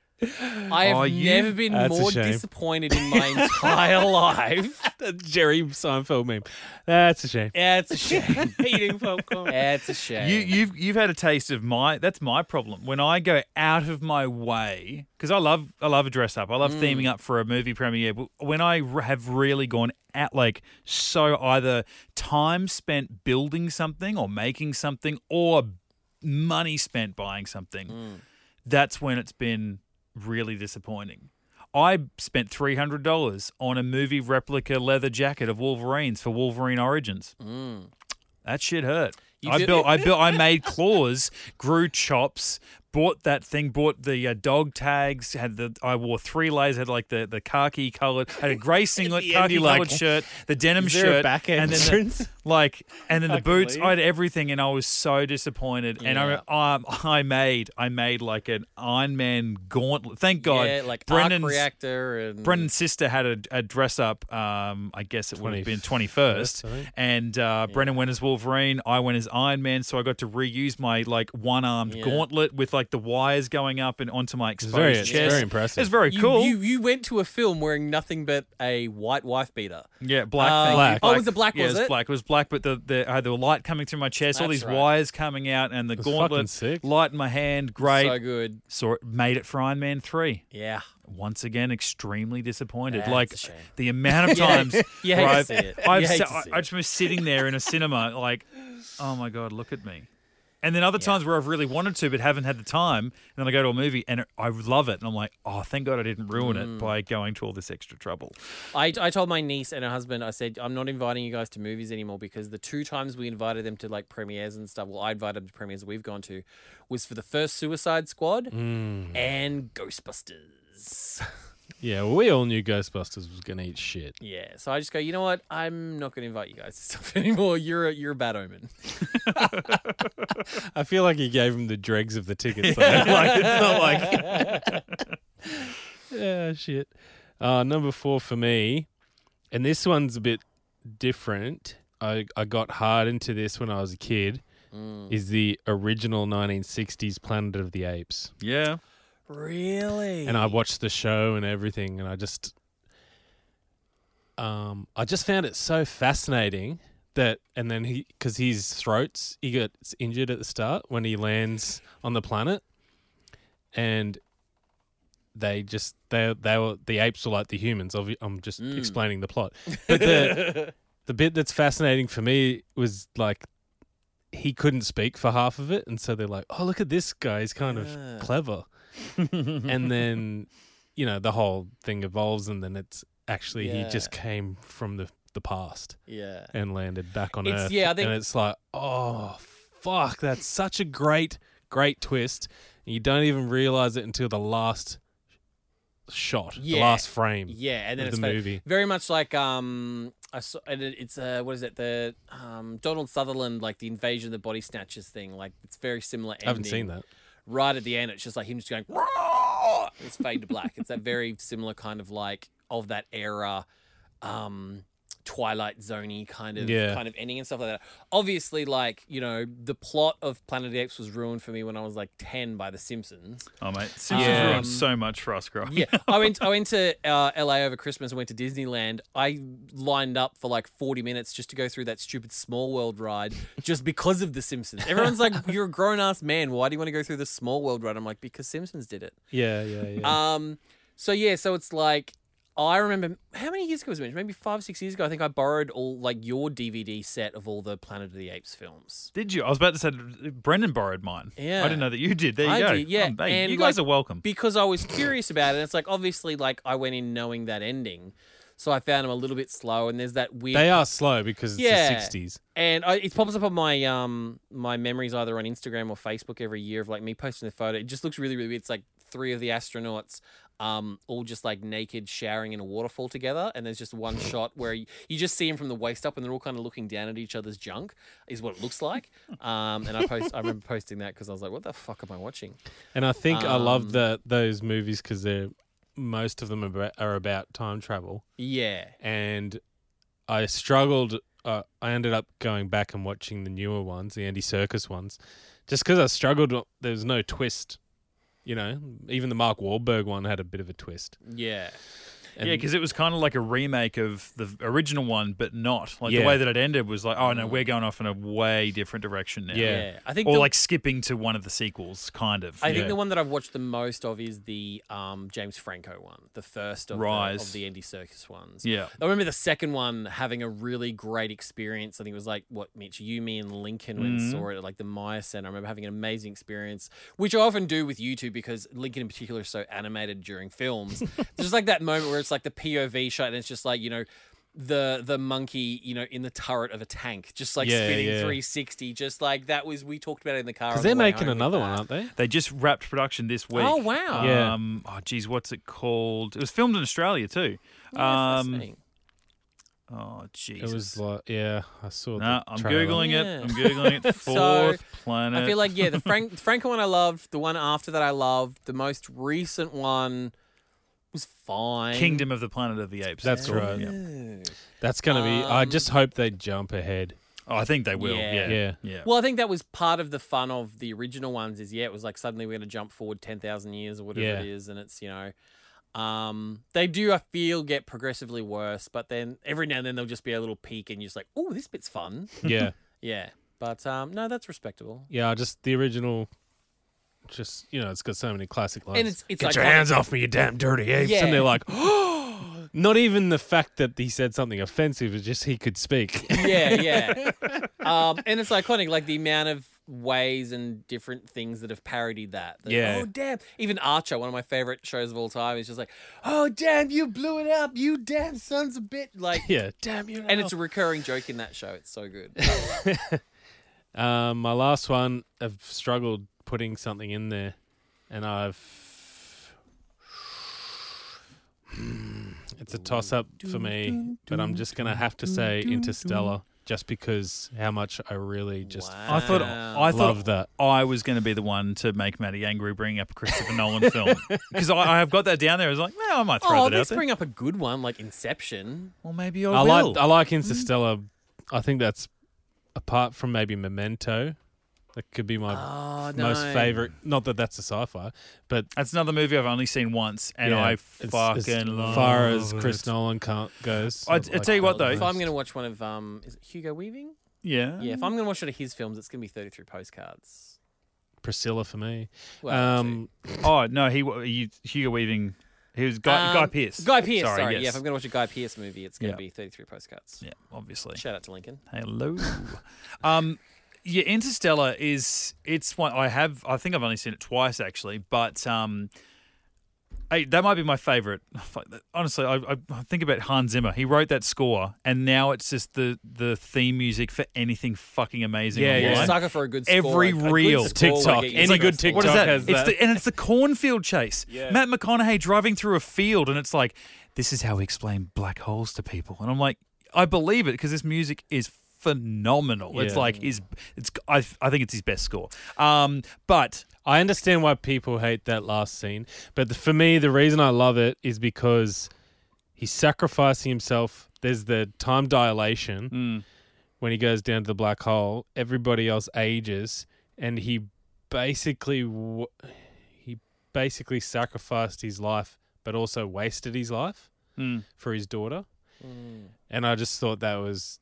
Speaker 3: I have
Speaker 1: Oh, you-
Speaker 3: never been
Speaker 2: That's a
Speaker 3: more
Speaker 2: shame.
Speaker 3: disappointed in my entire life.
Speaker 2: Jerry Seinfeld meme. That's a shame.
Speaker 3: Yeah, it's a shame.
Speaker 2: Eating popcorn.
Speaker 3: Yeah, it's a shame.
Speaker 1: You, you've you've had a taste of my. That's my problem. When I go out of my way, because I love I love a dress up. I love
Speaker 3: Mm.
Speaker 1: theming up for a movie premiere. But when I r- have really gone out, like so, either time spent building something or making something, or money spent buying something,
Speaker 3: Mm.
Speaker 1: that's when it's been really disappointing. I spent three hundred dollars on a movie replica leather jacket of Wolverine's for Wolverine Origins. That shit hurt.
Speaker 3: Mm. You
Speaker 1: I
Speaker 3: did-
Speaker 1: built, I built, I made claws, grew chops, bought that thing, bought the uh, dog tags. Had the I wore three layers. Had like the the khaki colored, had a grey singlet,
Speaker 2: the end,
Speaker 1: khaki
Speaker 2: you're
Speaker 1: colored
Speaker 2: like,
Speaker 1: shirt, the denim
Speaker 2: Is
Speaker 1: shirt,
Speaker 2: there a back
Speaker 1: and then the,
Speaker 2: entrance?
Speaker 1: like, and then the
Speaker 2: Fucking
Speaker 1: boots.
Speaker 2: leave.
Speaker 1: I had everything, and I was so disappointed. And I, re- um, I made, I made like an Iron Man gauntlet. Thank God,
Speaker 3: yeah, like
Speaker 1: Brendan's.
Speaker 3: arc reactor and
Speaker 1: Brendan's sister had a, a dress up. Um, I guess it would have been
Speaker 2: 21st,
Speaker 1: 21st.
Speaker 2: I think.
Speaker 1: And uh, Brendan went as Wolverine. I went as Iron Man. So I got to reuse my like one armed
Speaker 3: Yeah.
Speaker 1: gauntlet with like the wires going up and onto my exposed
Speaker 2: very- it's
Speaker 1: chest.
Speaker 2: very impressive.
Speaker 1: It's very
Speaker 3: You-
Speaker 1: cool.
Speaker 3: You, you went to a film wearing nothing but a white wife beater.
Speaker 1: yeah, black.
Speaker 3: Uh,
Speaker 1: thank you.
Speaker 2: Black.
Speaker 3: oh, was it black,
Speaker 1: Yeah,
Speaker 3: was
Speaker 1: it was
Speaker 3: it?
Speaker 1: black. It was black, but the, the I had the light coming through my chest, all
Speaker 3: That's
Speaker 1: these
Speaker 3: right.
Speaker 1: wires coming out, and the
Speaker 2: fucking
Speaker 1: gauntlet
Speaker 2: sick.
Speaker 1: light in my hand. Great.
Speaker 3: So good.
Speaker 1: Saw it, made it for Iron Man three.
Speaker 3: Yeah.
Speaker 1: once again extremely disappointed.
Speaker 3: That's
Speaker 1: like
Speaker 3: a shame.
Speaker 1: the amount of
Speaker 3: Yeah.
Speaker 1: times
Speaker 3: You hate
Speaker 1: where
Speaker 3: to
Speaker 1: I've,
Speaker 3: see it. You
Speaker 1: I've
Speaker 3: hate
Speaker 1: sa-
Speaker 3: to
Speaker 1: I-
Speaker 3: see
Speaker 1: I
Speaker 3: it.
Speaker 1: just was sitting there in a cinema, like, oh my god, look at me. And then other times where I've really wanted to but haven't had the time, and then I go to a movie and it, I love it, and I'm like, oh, thank God I didn't ruin it
Speaker 3: Mm.
Speaker 1: by going to all this extra trouble.
Speaker 3: I, I told my niece and her husband, I said, I'm not inviting you guys to movies anymore because the two times we invited them to like premieres and stuff, well, I invited them to premieres we've gone to, was for the first Suicide Squad
Speaker 2: Mm.
Speaker 3: and Ghostbusters.
Speaker 2: Yeah, well, we all knew Ghostbusters was gonna eat shit.
Speaker 3: Yeah. So I just go, you know what? I'm not going to invite you guys to stuff anymore. You're a, you're a bad omen.
Speaker 2: I feel like he gave him the dregs of the tickets. though. like it's not like yeah, shit. Uh, number four for me And this one's a bit different. I, I got hard into this when I was a kid. Is the original 1960s Planet of the Apes.
Speaker 1: Yeah.
Speaker 3: Really?
Speaker 2: And I watched the show and everything and I just um I just found it so fascinating that and then he cuz his throats he gets injured at the start when he lands on the planet and they just they they were the apes were like the humans. Obvi- I'm just explaining the plot. But the the bit that's fascinating for me was like he couldn't speak for half of it, and so they're like, "Oh, look at this guy; he's kind
Speaker 3: Yeah.
Speaker 2: of clever." and then you know the whole thing evolves, and then it's actually
Speaker 3: Yeah.
Speaker 2: he just came from the the past
Speaker 3: yeah.
Speaker 2: and landed back on
Speaker 3: It's-
Speaker 2: Earth.
Speaker 3: yeah, I think-
Speaker 2: and it's like, oh fuck, that's such a great, great twist. And you don't even realize it until the last shot, the
Speaker 3: Yeah.
Speaker 2: last frame.
Speaker 3: Yeah, and then
Speaker 2: of
Speaker 3: it's
Speaker 2: the
Speaker 3: fa-
Speaker 2: movie.
Speaker 3: very much like um, I saw, and it- it's uh, what is it the um Donald Sutherland like the invasion of the body snatchers thing like it's very similar. Ending.
Speaker 2: I haven't seen that.
Speaker 3: Right at the end, it's just like him just going. "Roar!" It's fade to black. it's that very similar kind of like of that era, um, Twilight Zoney kind of
Speaker 2: Yeah.
Speaker 3: kind of ending and stuff like that. Obviously, like you know, the plot of Planet of the Apes was ruined for me when I was like ten by The Simpsons.
Speaker 1: Oh mate, Simpsons
Speaker 2: Yeah.
Speaker 1: ruined so much for us growing.
Speaker 3: Yeah, I went. I went to uh, LA over Christmas and went to Disneyland. I lined up for like forty minutes just to go through that stupid Small World ride, just because of The Simpsons. Everyone's like, "You're a grown ass man. Why do you want to go through the Small World ride?" I'm like, "Because Simpsons did it."
Speaker 2: Yeah, yeah, yeah.
Speaker 3: Um, so yeah, so it's like I remember how many years ago was it? Maybe five, six years ago. I think I borrowed all like your DVD set of all the Planet of the Apes films.
Speaker 1: Did you? I was about to say Brendan borrowed mine.
Speaker 3: Yeah.
Speaker 1: I didn't know that you did. There you
Speaker 3: I
Speaker 1: go.
Speaker 3: did, yeah,
Speaker 1: Oh, hey,
Speaker 3: and
Speaker 1: you guys
Speaker 3: like-
Speaker 1: are welcome.
Speaker 3: because I was curious about it. And it's like obviously, like I went in knowing that ending, so I found him a little bit slow. And there's that weird.
Speaker 2: they are slow because it's the
Speaker 3: Yeah.
Speaker 2: 60s.
Speaker 3: and I, it pops up on my um my memories either on Instagram or Facebook every year of like me posting the photo. It just looks really really weird. It's like three of the astronauts um all just like naked showering in a waterfall together and there's just one shot where you, you just see them from the waist up and they're all kind of looking down at each other's junk is what it looks like um and i post i remember posting that because i was like what the fuck am i watching
Speaker 2: And I think I love
Speaker 3: Um,
Speaker 2: the, those movies because they're most of them are about, are about time travel.
Speaker 3: yeah
Speaker 2: and I struggled. Uh, I ended up going back and watching the newer ones, the Andy Circus ones, just because I struggled. There was no twist, you know. Even the Mark Wahlberg one had a bit of a twist.
Speaker 3: yeah
Speaker 2: And
Speaker 1: yeah, because it was kind of like a remake of the original one, but not like
Speaker 2: Yeah.
Speaker 1: the way that it ended was like, oh no, we're going off in a way different direction now.
Speaker 2: Yeah.
Speaker 3: Mm. yeah i think
Speaker 1: or
Speaker 3: the-
Speaker 1: like skipping to one of the sequels, kind of.
Speaker 3: I
Speaker 1: yeah.
Speaker 3: think the one that I've watched the most of is the um, James Franco one, the first of, The,
Speaker 1: Rise.
Speaker 3: of the Andy Circus ones.
Speaker 1: Yeah.
Speaker 3: I remember the second one having a really great experience. I think it was like what Mitch, you, me, and Lincoln when
Speaker 2: Mm-hmm.
Speaker 3: saw it at like the Maya Center. I remember having an amazing experience, which I often do with you two because Lincoln in particular is so animated during films. It's just like that moment where it's like the POV shot and it's just like, you know, the the monkey, you know, in the turret of a tank, just like
Speaker 2: Yeah,
Speaker 3: spinning
Speaker 2: yeah.
Speaker 3: 360, just like that was we talked about it in the car. on
Speaker 2: because
Speaker 3: the
Speaker 2: they're
Speaker 3: way
Speaker 2: making
Speaker 3: home with
Speaker 2: another one,
Speaker 3: that.
Speaker 2: aren't they?
Speaker 1: They just wrapped production this week.
Speaker 3: Oh, wow.
Speaker 2: Yeah.
Speaker 1: Um, oh geez, what's it called? It was filmed in Australia too.
Speaker 3: Yeah, Oh, that's
Speaker 1: um,
Speaker 3: fascinating.
Speaker 1: oh
Speaker 2: It
Speaker 1: Jesus.
Speaker 2: was like, yeah, I saw.
Speaker 1: Nah,
Speaker 2: the
Speaker 1: I'm
Speaker 2: trailer.
Speaker 1: googling
Speaker 3: Yeah.
Speaker 1: it. I'm googling it.
Speaker 3: So,
Speaker 1: Fourth planet.
Speaker 3: I feel like yeah, the Frank Franco one I loved, the one after that I loved, the most recent one was fine.
Speaker 1: Kingdom of the Planet of the Apes.
Speaker 2: That's
Speaker 1: it's called.
Speaker 2: right.
Speaker 1: Yeah.
Speaker 2: That's gonna be. I
Speaker 3: Um,
Speaker 2: just hope they jump ahead.
Speaker 1: Oh, I think they will.
Speaker 3: Yeah.
Speaker 1: Yeah.
Speaker 2: Yeah.
Speaker 3: Well, I think that was part of the fun of the original ones. Is yeah, it was like suddenly we're going to jump forward ten thousand years or whatever
Speaker 2: Yeah.
Speaker 3: it is, and it's you know, um, they do I feel get progressively worse, but then every now and then there'll just be a little peak, and you're just like, oh, this bit's fun.
Speaker 2: Yeah,
Speaker 3: yeah, but um, no, that's respectable.
Speaker 2: yeah. I Just the original. Just you know, it's got so many classic lines.
Speaker 3: And it's it's
Speaker 2: Get
Speaker 3: like
Speaker 2: your hands off me, you damn dirty apes.
Speaker 3: Yeah.
Speaker 2: And they're like, not even the fact that he said something offensive, it's just he could speak.
Speaker 3: yeah, yeah. Um, and it's iconic, like the amount of ways and different things that have parodied that. Like,
Speaker 2: Yeah.
Speaker 3: Oh damn! Even Archer, one of my favorite shows of all time, is just like, oh damn, you blew it up, you damn sons of bitch. Like,
Speaker 2: yeah, damn you.
Speaker 3: and it's a recurring joke in that show. It's so good.
Speaker 2: um, my last one, I've struggled putting something in there, and I've. Hmm, It's a toss up for me, but I'm just going to have to say Interstellar just because how much I really just
Speaker 3: Wow.
Speaker 1: I thought
Speaker 3: Uh,
Speaker 1: I thought
Speaker 2: love that.
Speaker 1: I was going to be the one to make Maddie angry bringing up a Christopher Nolan film because I, I have got that down there. I was like, well, I might throw
Speaker 3: Oh,
Speaker 1: that out
Speaker 3: let's
Speaker 1: there.
Speaker 3: bring up a good one like Inception.
Speaker 1: well, maybe I,
Speaker 2: I
Speaker 1: Oh, will. Mm.
Speaker 2: like I like Interstellar. I think that's apart from maybe Memento. That could be my
Speaker 3: Oh,
Speaker 2: most
Speaker 3: no.
Speaker 2: favorite. Not that that's a sci-fi, but
Speaker 1: That's another movie I've only seen once, and
Speaker 2: yeah,
Speaker 1: I
Speaker 2: it's- as
Speaker 1: fucking love
Speaker 2: far as
Speaker 1: it.
Speaker 2: Chris Nolan can't, goes.
Speaker 1: Oh, I- I tell you what, though.
Speaker 3: If I'm going to watch one of um, is it Hugo Weaving?
Speaker 1: Yeah,
Speaker 3: Yeah, if I'm going to watch one of his films, it's going to be 33 postcards.
Speaker 2: Priscilla for me.
Speaker 3: Well,
Speaker 2: Um,
Speaker 1: Oh no, he, wa- he Hugo Weaving. He was Guy, Guy
Speaker 3: Um,
Speaker 1: Pearce.
Speaker 3: Guy Pearce. Sorry,
Speaker 1: yes.
Speaker 3: yeah. If I'm going to watch a Guy Pearce movie, it's going
Speaker 1: Yeah.
Speaker 3: to be 33 postcards.
Speaker 1: yeah, obviously.
Speaker 3: Shout out to Lincoln.
Speaker 1: Hello. um, yeah, Interstellar is it's one I have. I think I've only seen it twice actually, but um, hey, that might be my favorite. Honestly, I, I I think about Hans Zimmer. He wrote that score, and now it's just the the theme music for anything fucking amazing.
Speaker 2: Yeah,
Speaker 1: online.
Speaker 2: yeah.
Speaker 3: Sucker for a good score.
Speaker 1: Every
Speaker 3: A good
Speaker 1: reel.
Speaker 3: score will
Speaker 2: TikTok.
Speaker 3: get you
Speaker 2: Any
Speaker 3: sucker
Speaker 2: good
Speaker 3: score.
Speaker 1: What is
Speaker 2: TikTok
Speaker 1: that?
Speaker 2: has
Speaker 1: It's
Speaker 2: that.
Speaker 1: The, and it's the cornfield chase.
Speaker 2: Yeah.
Speaker 1: Matt McConaughey driving through a field, and it's like, this is how we explain black holes to people. And I'm like, I believe it because this music is phenomenal. It's
Speaker 2: Yeah.
Speaker 1: like is it's I, I think it's his best score. Um, but
Speaker 2: I understand why people hate that last scene, but the, for me, the reason I love it is because he's sacrificing himself. There's the time dilation
Speaker 3: Hmm.
Speaker 2: when he goes down to the black hole. Everybody else ages, and he basically w- he basically sacrificed his life, but also wasted his life
Speaker 3: Hmm.
Speaker 2: for his daughter. And I just thought that was.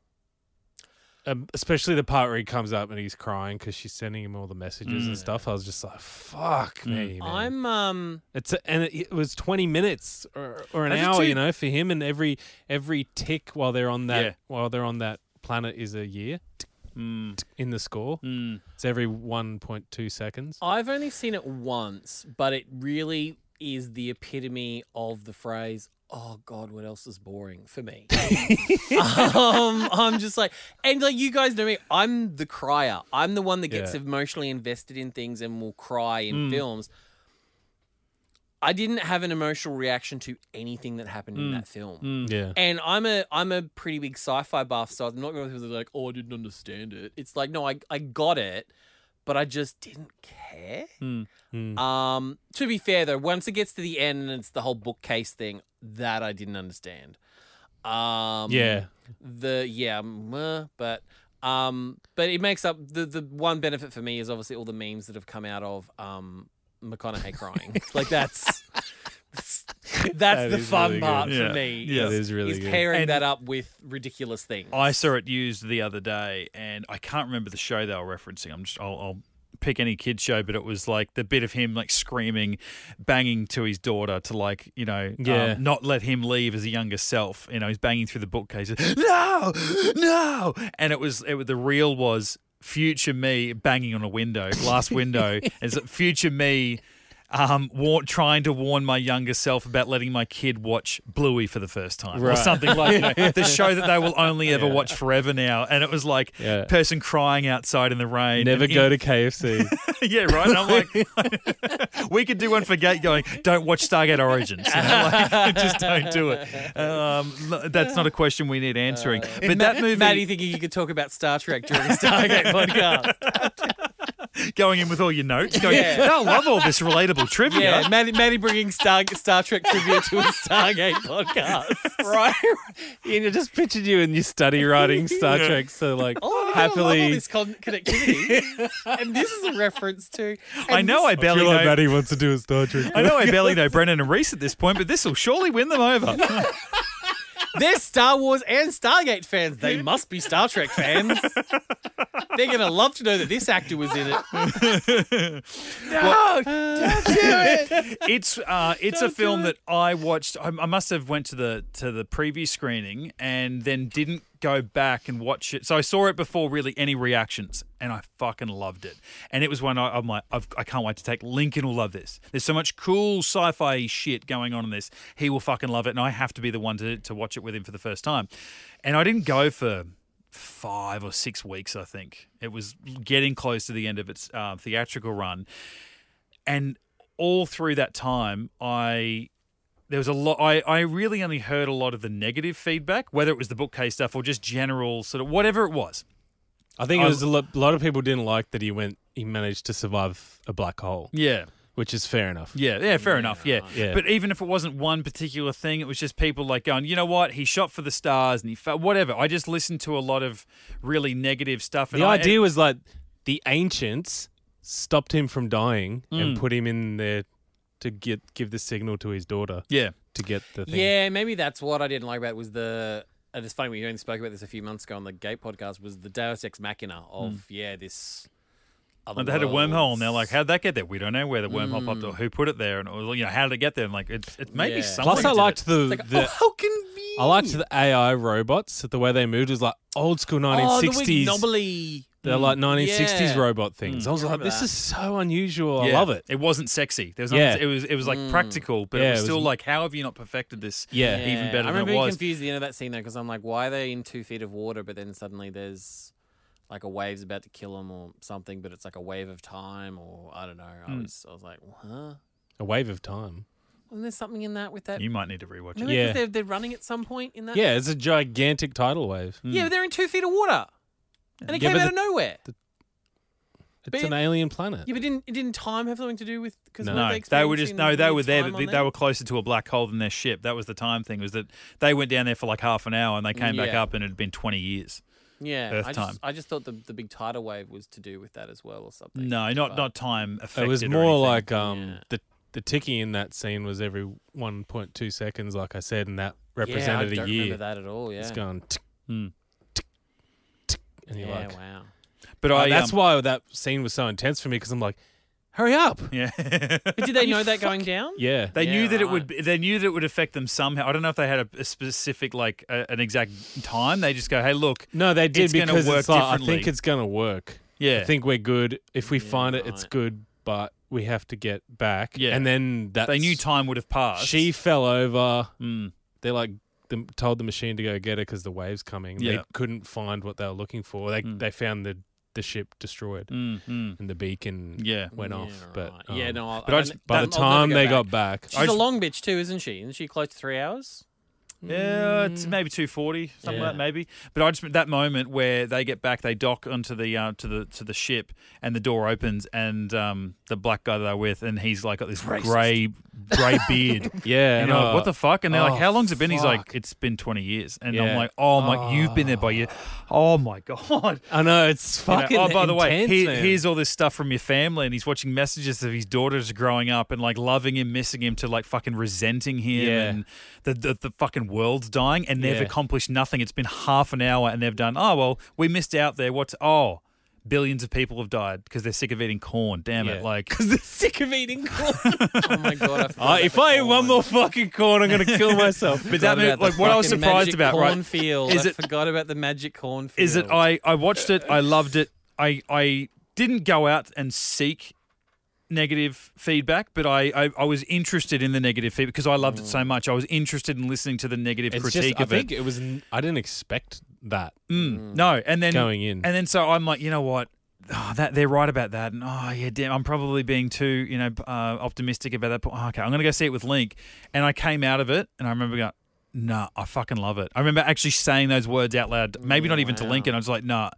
Speaker 2: Um, especially the part where he comes up and he's crying because she's sending him all the messages and stuff. I was just like, "Fuck me!" Man.
Speaker 3: I'm um.
Speaker 2: It's a, and it, it was twenty minutes or, or an
Speaker 1: I did
Speaker 2: hour,
Speaker 1: too.
Speaker 2: you know, for him. And every every tick while they're on that
Speaker 1: Yeah.
Speaker 2: while they're on that planet is a year Tick,
Speaker 3: Hmm.
Speaker 2: tick in the score. It's every one point two seconds.
Speaker 3: I've only seen it once, but it really is the epitome of the phrase, oh God, what else is boring for me? um, I'm just like, and like you guys know me, I'm the crier. I'm the one that gets
Speaker 2: Yeah.
Speaker 3: emotionally invested in things and will cry in films. I didn't have an emotional reaction to anything that happened in that film.
Speaker 2: Yeah,
Speaker 3: And I'm a I'm a pretty big sci-fi buff, so I'm not going to be like, oh, I didn't understand it. It's like, no, I, I got it, but I just didn't care.
Speaker 2: Mm.
Speaker 3: Um, to be fair though, once it gets to the end and it's the whole bookcase thing that I didn't understand. Um,
Speaker 2: yeah.
Speaker 3: the yeah, mm, uh, but um, but it makes up the the one benefit for me is obviously all the memes that have come out of um McConaughey crying. like that's. That's
Speaker 2: That
Speaker 3: the
Speaker 2: is
Speaker 3: fun
Speaker 2: really good.
Speaker 3: part
Speaker 1: Yeah.
Speaker 3: for me.
Speaker 1: Yeah,
Speaker 2: that is really
Speaker 3: is
Speaker 2: good.
Speaker 3: pairing
Speaker 1: And-
Speaker 3: that up with ridiculous things.
Speaker 1: I saw it used the other day, and I can't remember the show they were referencing. I'm just I'll. I'll pick any kid show but it was like the bit of him like screaming banging to his daughter to like you know
Speaker 2: Yeah.
Speaker 1: um, not let him leave as a younger self you know he's banging through the bookcase no no and it was it was- the real was future me banging on a window glass window is it future me um, war- trying to warn my younger self about letting my kid watch Bluey for the first time, or
Speaker 2: Right.
Speaker 1: something like you know, the show that they will only ever watch forever now. And it was like
Speaker 2: Yeah.
Speaker 1: person crying outside in the rain.
Speaker 2: Never
Speaker 1: And-
Speaker 2: go to KFC.
Speaker 1: yeah, right. And I'm like, we could do one for Gate going. Don't watch Stargate Origins. You know, like, just don't do it. Um, no, that's not a question we need answering.
Speaker 2: Uh,
Speaker 1: But that movie,
Speaker 3: Maddie thinking you could talk about Star Trek during the Stargate podcast.
Speaker 1: going in with all your notes, going,
Speaker 3: Yeah.
Speaker 1: "No, I love all this relatable trivia.
Speaker 3: Yeah, Maddie, Maddie bringing Star Star Trek trivia to a Stargate podcast.
Speaker 2: right? And I just pictured you in your study writing Star
Speaker 1: Yeah.
Speaker 2: Trek, so like
Speaker 3: Oh, I love all
Speaker 2: happily.
Speaker 3: this con- connectivity, and this is a reference to.
Speaker 1: I know I barely know.
Speaker 2: wants to do a Star Trek.
Speaker 1: I know I barely know Brennan and Reese at this point, but this will surely win them over.
Speaker 3: They're Star Wars and Stargate fans. They must be Star Trek fans. They're gonna love to know that this actor was in it.
Speaker 1: Well, it's uh, it's a film that I watched. I, I must have went to the to the preview screening and then didn't go back and watch it. So I saw it before really any reactions, and I fucking loved it. And it was when I, I'm like, I've, I can't wait to take Lincoln will love this. There's so much cool sci-fi shit going on in this. He will fucking love it, and I have to be the one to to watch it with him for the first time. And I didn't go for five or six weeks. I think it was getting close to the end of its uh, theatrical run and all through that time i there was a lot I, I really only heard a lot of the negative feedback whether it was the bookcase stuff or just general sort of whatever it was
Speaker 2: I think it
Speaker 1: I-
Speaker 2: was a lo- lot of people didn't like that he went. He managed to survive a black hole,
Speaker 1: yeah
Speaker 2: which is fair enough.
Speaker 1: yeah yeah fair enough yeah.
Speaker 2: Yeah.
Speaker 1: but even if it wasn't one particular thing it was just people like going you know what he shot for the stars and he fa- whatever I just listened to a lot of really negative stuff and
Speaker 2: The
Speaker 1: I,
Speaker 2: idea was like the ancients stopped him from dying and put him in there to get give the signal to his daughter
Speaker 1: yeah
Speaker 2: to get the thing.
Speaker 3: Yeah, maybe that's what I didn't like about it was the. And it's funny we only spoke about this a few months ago on the Gate podcast. Was the Deus Ex Machina of yeah this. Other
Speaker 1: Like they had a wormhole, Hmm. and they're like,
Speaker 3: worlds.
Speaker 1: "How'd that get there? We don't know where the wormhole popped
Speaker 2: Mm.
Speaker 1: or who put it there, and it was, you know, how did it get there?" And like, it's it's maybe
Speaker 3: Yeah.
Speaker 1: something.
Speaker 2: Plus, I
Speaker 1: to
Speaker 2: liked the,
Speaker 3: It's like,
Speaker 2: the
Speaker 3: oh, how convenient!
Speaker 2: I liked the AI robots. The way they moved was like old school
Speaker 3: Oh, the
Speaker 2: 1960s.
Speaker 3: Wignobbly.
Speaker 2: they're like 1960s
Speaker 3: Yeah. Mm,
Speaker 2: robot things. I was like,
Speaker 3: remember
Speaker 2: this
Speaker 3: that.
Speaker 2: is so unusual.
Speaker 1: Yeah.
Speaker 2: I love it.
Speaker 1: It wasn't sexy. There was
Speaker 2: Yeah.
Speaker 1: nothing, it was it was
Speaker 3: Mm.
Speaker 1: like practical, but
Speaker 2: Yeah,
Speaker 1: it was
Speaker 2: it
Speaker 1: still
Speaker 2: was-
Speaker 1: like, how have you not perfected this?
Speaker 2: Yeah.
Speaker 1: even better
Speaker 3: I
Speaker 1: than it
Speaker 3: remember being
Speaker 1: was.
Speaker 3: confused at the end of that scene though, because I'm like, why are they in two feet of water? But then suddenly there's like a wave's about to kill them or something, but it's like a wave of time or I don't know. I
Speaker 1: Hmm.
Speaker 3: was I was like, huh?
Speaker 2: A wave of time.
Speaker 3: Wasn't there something in that with that?
Speaker 1: You might need to rewatch it.
Speaker 3: Remember 'cause
Speaker 2: Yeah.
Speaker 3: they're, they're running at some point in that.
Speaker 2: Yeah, it's a gigantic tidal wave.
Speaker 1: Hmm.
Speaker 3: yeah, but they're in two feet of water, and it
Speaker 2: Yeah,
Speaker 3: came
Speaker 2: but
Speaker 3: out
Speaker 2: the-
Speaker 3: of nowhere.
Speaker 2: It's
Speaker 3: But
Speaker 2: an
Speaker 3: it-
Speaker 2: alien planet.
Speaker 3: yeah, but didn't it didn't time have something to do with? Cause
Speaker 2: No.
Speaker 3: weren't
Speaker 1: No, they were just
Speaker 3: experiencing
Speaker 1: no. They
Speaker 3: weird
Speaker 1: were there,
Speaker 3: time
Speaker 1: but
Speaker 3: on
Speaker 1: they,
Speaker 3: that?
Speaker 1: were closer to a black hole than their ship. That was the time thing. Was that they went down there for like half an hour and they came back
Speaker 3: Yeah.
Speaker 1: up and it had been twenty years.
Speaker 3: Yeah,
Speaker 1: Earth
Speaker 3: I just
Speaker 1: time.
Speaker 3: I just thought the, the big tidal wave was to do with that as well or something.
Speaker 1: No, not
Speaker 3: But-
Speaker 1: not time. Affected
Speaker 2: it was
Speaker 1: or
Speaker 2: more
Speaker 1: anything.
Speaker 2: like um
Speaker 3: Yeah.
Speaker 2: the the ticking in that scene was every 1.2 seconds, like I said, and that
Speaker 3: yeah,
Speaker 2: represented
Speaker 3: I
Speaker 2: a
Speaker 3: don't
Speaker 2: year.
Speaker 3: Remember that at all? Yeah. Hmm.
Speaker 2: It's gone. Tick,
Speaker 1: Mm.
Speaker 2: tick, tick, and you're
Speaker 3: yeah.
Speaker 2: like,
Speaker 3: wow.
Speaker 1: but I.
Speaker 2: Like, "Oh, that's
Speaker 1: um,
Speaker 2: why that scene was so intense for me because I'm like, hurry up.
Speaker 1: yeah.
Speaker 3: But did they know that going down?
Speaker 2: Yeah.
Speaker 1: They knew
Speaker 3: Yeah,
Speaker 1: that it would.
Speaker 3: right.
Speaker 1: be- They knew that it would affect them somehow. I don't know if they had a, a specific, like a, an exact time. They just go, "Hey, look,
Speaker 2: No, they did
Speaker 1: It's gonna
Speaker 2: because
Speaker 1: work
Speaker 2: it's like, I think
Speaker 1: differently.
Speaker 2: it's going to work.
Speaker 1: yeah,
Speaker 2: I think we're good. If we find it, it's
Speaker 3: right.
Speaker 2: good, but we have to get back.
Speaker 1: Yeah.
Speaker 2: And then that
Speaker 1: they knew time would have passed."
Speaker 2: She fell over.
Speaker 1: Mm.
Speaker 2: They like the, told the machine to go get her because the waves coming. They
Speaker 1: Yeah.
Speaker 2: couldn't find what they were looking for. They they found the the ship destroyed
Speaker 1: Mm, mm.
Speaker 2: and the beacon
Speaker 1: Yeah.
Speaker 2: went off.
Speaker 3: Yeah,
Speaker 2: But
Speaker 3: right. yeah,
Speaker 2: um,
Speaker 3: no. I'll,
Speaker 1: but I
Speaker 3: I'll
Speaker 1: just-
Speaker 3: ne-
Speaker 2: By
Speaker 3: I'll
Speaker 2: the
Speaker 3: never
Speaker 2: time
Speaker 3: go
Speaker 2: they
Speaker 3: back.
Speaker 2: got back,
Speaker 3: she's
Speaker 1: I
Speaker 3: a
Speaker 1: just-
Speaker 3: long bitch too, isn't she? Isn't she close to three hours?
Speaker 2: Mm.
Speaker 1: Yeah, it's maybe two forty, something like
Speaker 3: Yeah.
Speaker 1: that, maybe. But I just that moment where they get back, they dock onto the uh, to the to the ship, and the door opens, and um, the black guy that they're with, and he's like got this grey grey beard. And
Speaker 2: yeah, and
Speaker 1: you're
Speaker 2: I-
Speaker 1: like, what the fuck? And they're
Speaker 2: oh,
Speaker 1: like, how long's it been? He's like,
Speaker 2: fuck.
Speaker 1: it's been 20 years. And I'm
Speaker 2: Yeah. Ah.
Speaker 1: like, oh my, you've been there by year. Oh my God.
Speaker 2: I know it's
Speaker 1: You know,
Speaker 2: fucking.
Speaker 1: oh, by the way,
Speaker 2: intense,
Speaker 1: he-
Speaker 2: man.
Speaker 1: here's all this stuff from your family, and he's watching messages of his daughters growing up and like loving him, missing him, to like fucking resenting him,
Speaker 2: Yeah.
Speaker 1: and the, the the fucking world's dying, and they've
Speaker 2: Yeah.
Speaker 1: accomplished nothing. It's been half an hour, and they've done. Oh well, we missed out there. What's oh, billions of people have died because they're sick of eating corn. Damn
Speaker 2: Yeah.
Speaker 1: it, like.
Speaker 3: Because they're sick of eating corn. oh my god! I forgot
Speaker 2: Uh,
Speaker 3: about
Speaker 2: if
Speaker 3: the
Speaker 2: I eat
Speaker 3: corn.
Speaker 2: one more fucking corn, I'm gonna kill myself.
Speaker 1: But that
Speaker 3: Forgot
Speaker 1: movie,
Speaker 3: about the
Speaker 1: like what I was
Speaker 3: fucking
Speaker 1: surprised
Speaker 3: magic
Speaker 1: about, right?
Speaker 3: Cornfield.
Speaker 1: is
Speaker 3: I
Speaker 1: it-
Speaker 3: forgot about the magic cornfield.
Speaker 1: is that I, I watched it, I loved it. I I didn't go out and seek negative feedback, but I, I, I was interested in the negative feedback because I loved it so much. I was interested in listening to the negative
Speaker 2: Mm. it's
Speaker 1: critique
Speaker 2: just, I
Speaker 1: of it.
Speaker 2: think it was. n- I didn't expect that
Speaker 1: Mm, no, and then
Speaker 2: going in.
Speaker 1: and then so I'm like, you know what? Oh, that they're right about that, and oh yeah, damn, I'm probably being too you know uh, optimistic about that. But, oh, okay, I'm gonna go see it with Link, and I came out of it, and I remember going, nah, I fucking love it. I remember actually saying those words out loud, maybe not even to
Speaker 3: Wow.
Speaker 1: Lincoln. I was like, nah,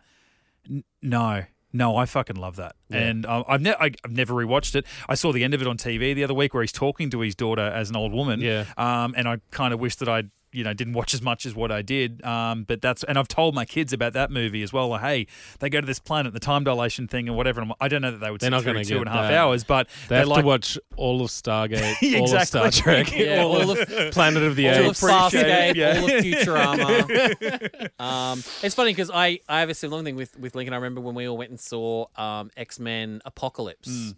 Speaker 1: n- no. No, I fucking love that, and um, I've, ne- I, I've never rewatched it. I saw the end of it on TV the other week, where he's talking to his daughter as an old woman.
Speaker 2: Yeah.
Speaker 1: Um, and I kind of wish that I, you know, didn't watch as much as what I did. Um, but that's and I've told my kids about that movie as well. Like, hey, they go to this planet, the time dilation thing, and whatever. And I'm, I don't know that they would
Speaker 2: They're
Speaker 1: sit
Speaker 2: not
Speaker 1: through
Speaker 2: gonna
Speaker 1: two
Speaker 2: get
Speaker 1: and a half
Speaker 2: that.
Speaker 1: hours, but
Speaker 2: they
Speaker 1: are
Speaker 2: have
Speaker 1: like,
Speaker 2: to watch all of Stargate, all of
Speaker 1: Exactly.
Speaker 2: Star Trek,
Speaker 3: Yeah,
Speaker 2: all,
Speaker 3: all
Speaker 2: of Planet of the
Speaker 3: all of
Speaker 2: Apes.
Speaker 1: appreciate it,
Speaker 3: Farscape,
Speaker 1: yeah.
Speaker 3: all of Futurama. um, it's funny because I, I have a similar thing with, with Lincoln. I remember when we all went and saw um, X Men Apocalypse,
Speaker 1: Mm.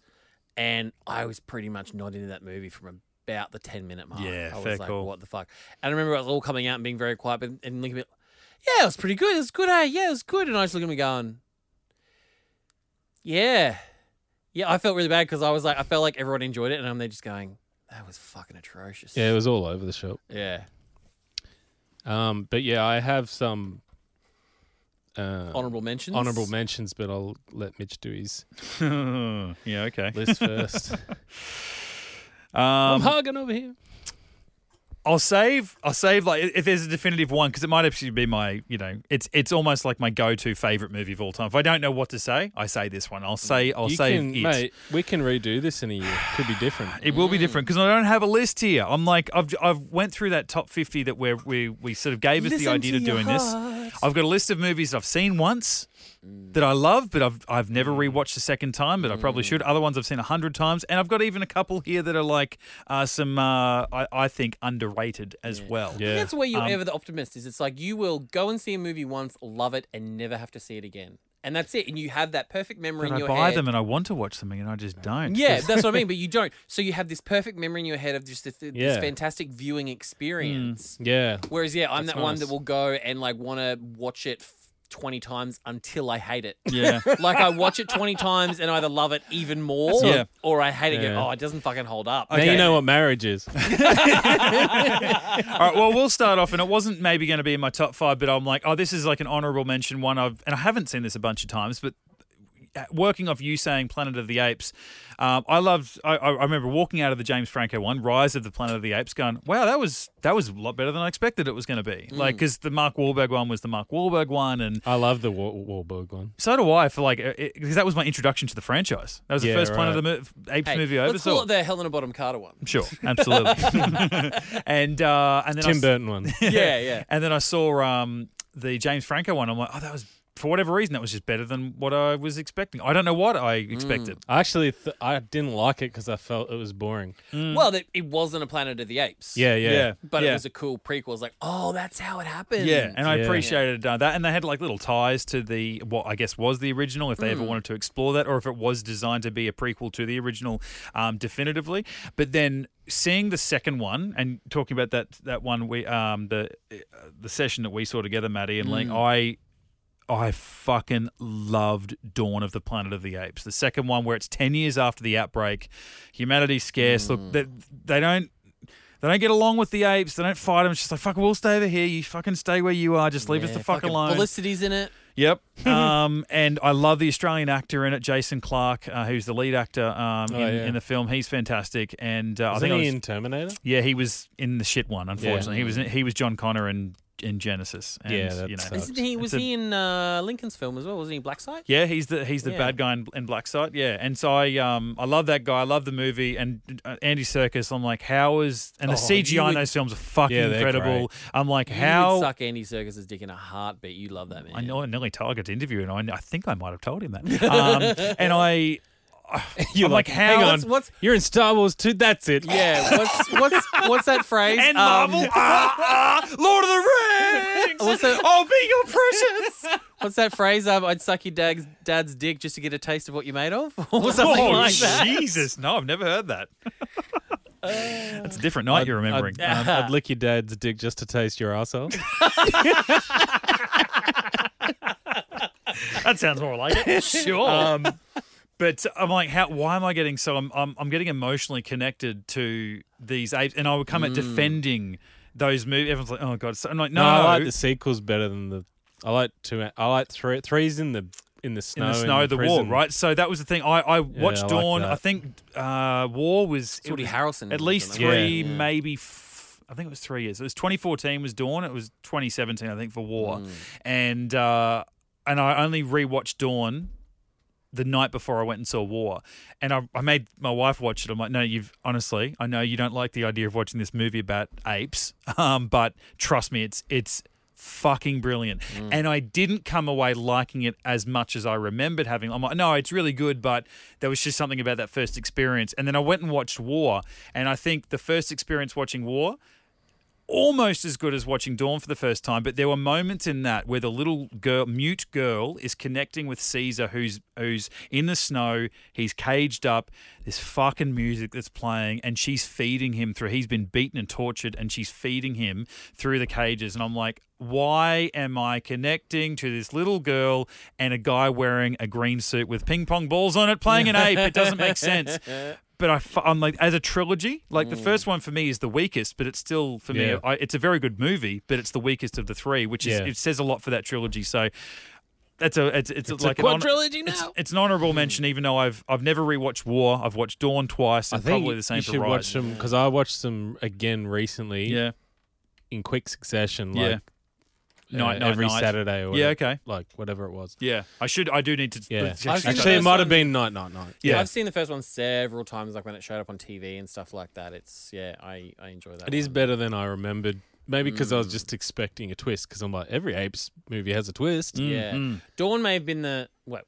Speaker 3: and I was pretty much not into that movie from about the 10 minute mark.
Speaker 1: Yeah,
Speaker 3: I was
Speaker 1: fair
Speaker 3: like,
Speaker 1: call.
Speaker 3: what the fuck? And I remember it was all coming out and being very quiet, but, and Lincoln, be like, yeah, it was pretty good. It was good, eh? Yeah, it was good. And I was looking at me going, yeah. Yeah, I felt really bad because I was like, I felt like everyone enjoyed it, and I'm there just going, that was fucking atrocious.
Speaker 2: Yeah, it was all over the shop.
Speaker 3: Yeah.
Speaker 2: Um, but yeah, I have some uh,
Speaker 3: Honorable mentions.
Speaker 2: honorable mentions, but I'll let Mitch do his
Speaker 1: yeah, okay.
Speaker 2: list first. I'm
Speaker 1: Um,
Speaker 2: hugging over here.
Speaker 1: I'll save. I'll save. Like if there's a definitive one, because it might actually be my. You know, it's it's almost like my go-to favorite movie of all time. If I don't know what to say, I say this one. I'll say. I'll
Speaker 2: you
Speaker 1: save
Speaker 2: can,
Speaker 1: it.
Speaker 2: mate. Mm. We can redo this in a year. Could be different.
Speaker 1: It will be different because I don't have a list here. I'm like I've I've went through that top fifty that where we we sort of gave us the
Speaker 2: Listen
Speaker 1: idea
Speaker 2: to
Speaker 1: of
Speaker 2: your
Speaker 1: doing this.
Speaker 2: heart. Mm.
Speaker 1: I've got a list of movies that I've seen once that I love, but I've I've never rewatched a second time, but I probably
Speaker 2: Mm.
Speaker 1: should. Other ones I've seen a hundred times, and I've got even a couple here that are like uh, some uh, I I think underrated as well.
Speaker 2: Yeah.
Speaker 3: That's where you're
Speaker 1: um,
Speaker 3: ever the optimist is. It's like you will go and see a movie once, love it, and never have to see it again. And that's it. And you have that perfect memory
Speaker 1: But
Speaker 3: in
Speaker 1: I
Speaker 3: your
Speaker 1: buy
Speaker 3: head.
Speaker 1: them and I want to watch something and I just don't.
Speaker 3: Yeah, that's what I mean. But you don't. So you have this perfect memory in your head of just this, this
Speaker 2: Yeah.
Speaker 3: fantastic viewing experience.
Speaker 1: Mm.
Speaker 2: Yeah.
Speaker 3: Whereas, yeah, I'm
Speaker 2: That's
Speaker 3: that one that
Speaker 2: nice.
Speaker 3: will go and like want to watch it f- 20 times until I hate it.
Speaker 1: Yeah.
Speaker 3: like I watch it 20 times and either love it even more
Speaker 1: That's not-
Speaker 3: or I hate it. and go,
Speaker 2: Yeah.
Speaker 3: Oh, it doesn't fucking hold up.
Speaker 1: Okay.
Speaker 2: Now you know what marriage is.
Speaker 1: All right, well, we'll start off, and it wasn't maybe going to be in my top five, but I'm like, oh, this is like an honourable mention one. I've and I haven't seen this a bunch of times, but uh, working off you saying Planet of the Apes, um, I loved. I, I I remember walking out of the James Franco one, Rise of the Planet of the Apes, going, wow, that was that was a lot better than I expected it was going to be.
Speaker 3: Mm.
Speaker 1: Like, because the Mark Wahlberg one was the Mark Wahlberg one, and
Speaker 2: I love the Wa- Wahlberg one.
Speaker 1: so do I for like because that was my introduction to the franchise. That was
Speaker 2: Yeah,
Speaker 1: the first Planet of
Speaker 2: right.
Speaker 1: the Mo- Apes
Speaker 3: Hey,
Speaker 1: movie I ever
Speaker 3: let's call
Speaker 1: saw.
Speaker 3: it the Helena Bottom Carter one.
Speaker 1: Sure, absolutely. and uh, and then I
Speaker 2: Tim
Speaker 1: s-
Speaker 2: Burton one.
Speaker 3: yeah, yeah.
Speaker 1: And then I saw um, the James Franco one. I'm like, oh, that was for whatever reason that was just better than what I was expecting. I don't know what I expected.
Speaker 2: I actually th- I didn't like it because I felt it was boring.
Speaker 3: Well, that it wasn't a Planet of the Apes.
Speaker 2: Yeah, yeah.
Speaker 3: But
Speaker 1: Mm. yeah.
Speaker 3: it was a cool prequel. It's like, oh, that's how it happened.
Speaker 1: yeah, and I
Speaker 2: Yeah.
Speaker 1: appreciated uh, that. And they had like little ties to the what I guess was the original, if they ever wanted to explore that, or if it was designed to be a prequel to the original, um, definitively. But then seeing the second one and talking about that that one we um the uh, the session that we saw together, Maddie and Ling, I I fucking loved Dawn of the Planet of the Apes, the second one where it's ten years after the outbreak, humanity's scarce.
Speaker 2: Hmm.
Speaker 1: Look, they, they don't they don't get along with the apes. They don't fight them. It's just like fuck, we'll stay over here. You fucking stay where you are. Just leave us
Speaker 3: Yeah,
Speaker 1: the fuck
Speaker 3: fucking
Speaker 1: alone.
Speaker 3: Felicity's in it.
Speaker 1: Yep. um, and I love the Australian actor in it, Jason Clark, uh, who's the lead actor um,
Speaker 2: Oh,
Speaker 1: in,
Speaker 2: yeah.
Speaker 1: in the film. He's fantastic. And uh, I
Speaker 2: Isn't
Speaker 1: think I
Speaker 2: he
Speaker 1: was-
Speaker 2: in Terminator?
Speaker 1: yeah, he was in the shit one. Unfortunately, he was in, he was John Connor in in Genesis. And,
Speaker 2: Yeah, that
Speaker 1: you know,
Speaker 2: sucks.
Speaker 1: it's-
Speaker 3: Isn't he? Was
Speaker 1: it's a-
Speaker 3: he in uh, Lincoln's film as well? Was he in Black Site?
Speaker 1: Yeah, he's the he's the
Speaker 3: Yeah.
Speaker 1: bad guy in, in Black Site. Yeah, and so I um I love that guy. I love the movie and uh, Andy Circus. I'm like, how is and the
Speaker 3: Oh, you
Speaker 1: CGI in
Speaker 3: would-
Speaker 1: those films are fucking
Speaker 2: Yeah, they're
Speaker 1: incredible.
Speaker 2: great.
Speaker 1: I'm like,
Speaker 3: You
Speaker 1: how
Speaker 3: would suck Andy Serkis's dick in a heartbeat. You love that man.
Speaker 1: I know I nearly told I got to interview, and I, I think I might have told him that. Um, and I,
Speaker 2: You're
Speaker 1: I'm like,
Speaker 2: hang
Speaker 1: how-
Speaker 2: on.
Speaker 1: What's-
Speaker 3: what's-
Speaker 2: You're in Star Wars too. That's it.
Speaker 3: Yeah. What's what's what's that phrase?
Speaker 1: and
Speaker 3: Um,
Speaker 1: Marvel, ah, ah, oh, Lord of the Rings.
Speaker 3: Also-
Speaker 1: I'll be your precious.
Speaker 3: What's that phrase? Um, I'd suck your dad's dad's dick just to get a taste of what you're made of, or something
Speaker 1: oh
Speaker 3: like that. Uh,
Speaker 1: Jesus! No, I've never heard that. It's a different night you're remembering.
Speaker 2: I'd, um, I'd lick your dad's dick just to taste your asshole.
Speaker 1: that sounds more like it. sure. Um, but I'm like, how? Why am I getting so? I'm, I'm I'm getting emotionally connected to these apes, and I would come at defending those movies. Everyone's like, oh god. So I'm like, no,
Speaker 2: Mm. No, I like the sequels better than the. I like two. I like three. Three's in the in the
Speaker 1: in
Speaker 2: snow.
Speaker 1: the snow, the war,
Speaker 2: prison.
Speaker 1: right? So that was the thing. I, I watched
Speaker 2: I like
Speaker 1: Dawn.
Speaker 2: that.
Speaker 1: I think uh, War was it
Speaker 3: Woody
Speaker 1: was
Speaker 3: Harrelson
Speaker 1: At
Speaker 3: in
Speaker 1: least
Speaker 2: wasn't
Speaker 3: it,
Speaker 2: it?
Speaker 1: three,
Speaker 3: Yeah.
Speaker 1: maybe. F- I think it was three years. It was 2014 was Dawn. It was 2017, I think, for War,
Speaker 3: Mm.
Speaker 1: and uh, and I only rewatched Dawn the night before I went and saw War, and I, I made my wife watch it. I'm like, no, you've honestly, I know you don't like the idea of watching this movie about apes, um, but trust me, it's it's fucking brilliant. And I didn't come away liking it as much as I remembered having. I'm like, no, it's really good, but there was just something about that first experience. And then I went and watched War, and I think the first experience watching War almost as good as watching Dawn for the first time, but there were moments in that where the little girl, mute girl, is connecting with Caesar, who's who's in the snow. He's caged up. There's fucking music that's playing, and she's feeding him through. He's been beaten and tortured, and she's feeding him through the cages. And I'm like, why am I connecting to this little girl and a guy wearing a green suit with ping pong balls on it playing an ape? It doesn't make sense. But I, fu- I'm like, as a trilogy, like the first one for me is the weakest, but it's still for me,
Speaker 2: Yeah.
Speaker 1: I, it's a very good movie, but it's the weakest of the three, which is
Speaker 2: Yeah.
Speaker 1: it says a lot for that trilogy. So That's a it's it's,
Speaker 2: It's a
Speaker 1: like an honor-
Speaker 3: quadrilogy
Speaker 1: it's,
Speaker 3: now.
Speaker 1: it's an honorable mention, even though I've I've never rewatched War. I've watched Dawn twice,
Speaker 2: I
Speaker 1: and
Speaker 2: think
Speaker 1: probably the same
Speaker 2: you
Speaker 1: for
Speaker 2: should
Speaker 1: Rise.
Speaker 2: watch them because I watched them again recently
Speaker 1: Yeah,
Speaker 2: in quick succession,
Speaker 1: Yeah.
Speaker 2: like uh,
Speaker 1: Night, night,
Speaker 2: every
Speaker 1: night.
Speaker 2: Saturday or
Speaker 1: yeah,
Speaker 2: whatever,
Speaker 1: okay,
Speaker 2: like whatever it was.
Speaker 1: yeah. I should I do need to
Speaker 2: Yeah,
Speaker 1: check-
Speaker 3: I've seen
Speaker 2: actually, it
Speaker 3: first
Speaker 2: might have
Speaker 3: one.
Speaker 2: been night, night, night.
Speaker 1: Yeah.
Speaker 3: I've seen the first one several times, like when it showed up on TV and stuff like that. It's yeah, I, I enjoy that.
Speaker 2: It is
Speaker 3: one.
Speaker 2: better than I remembered. Maybe because I was just expecting a twist. Because I'm like, every apes movie has a twist.
Speaker 1: Mm,
Speaker 3: Yeah.
Speaker 1: mm.
Speaker 3: Dawn may have been the what?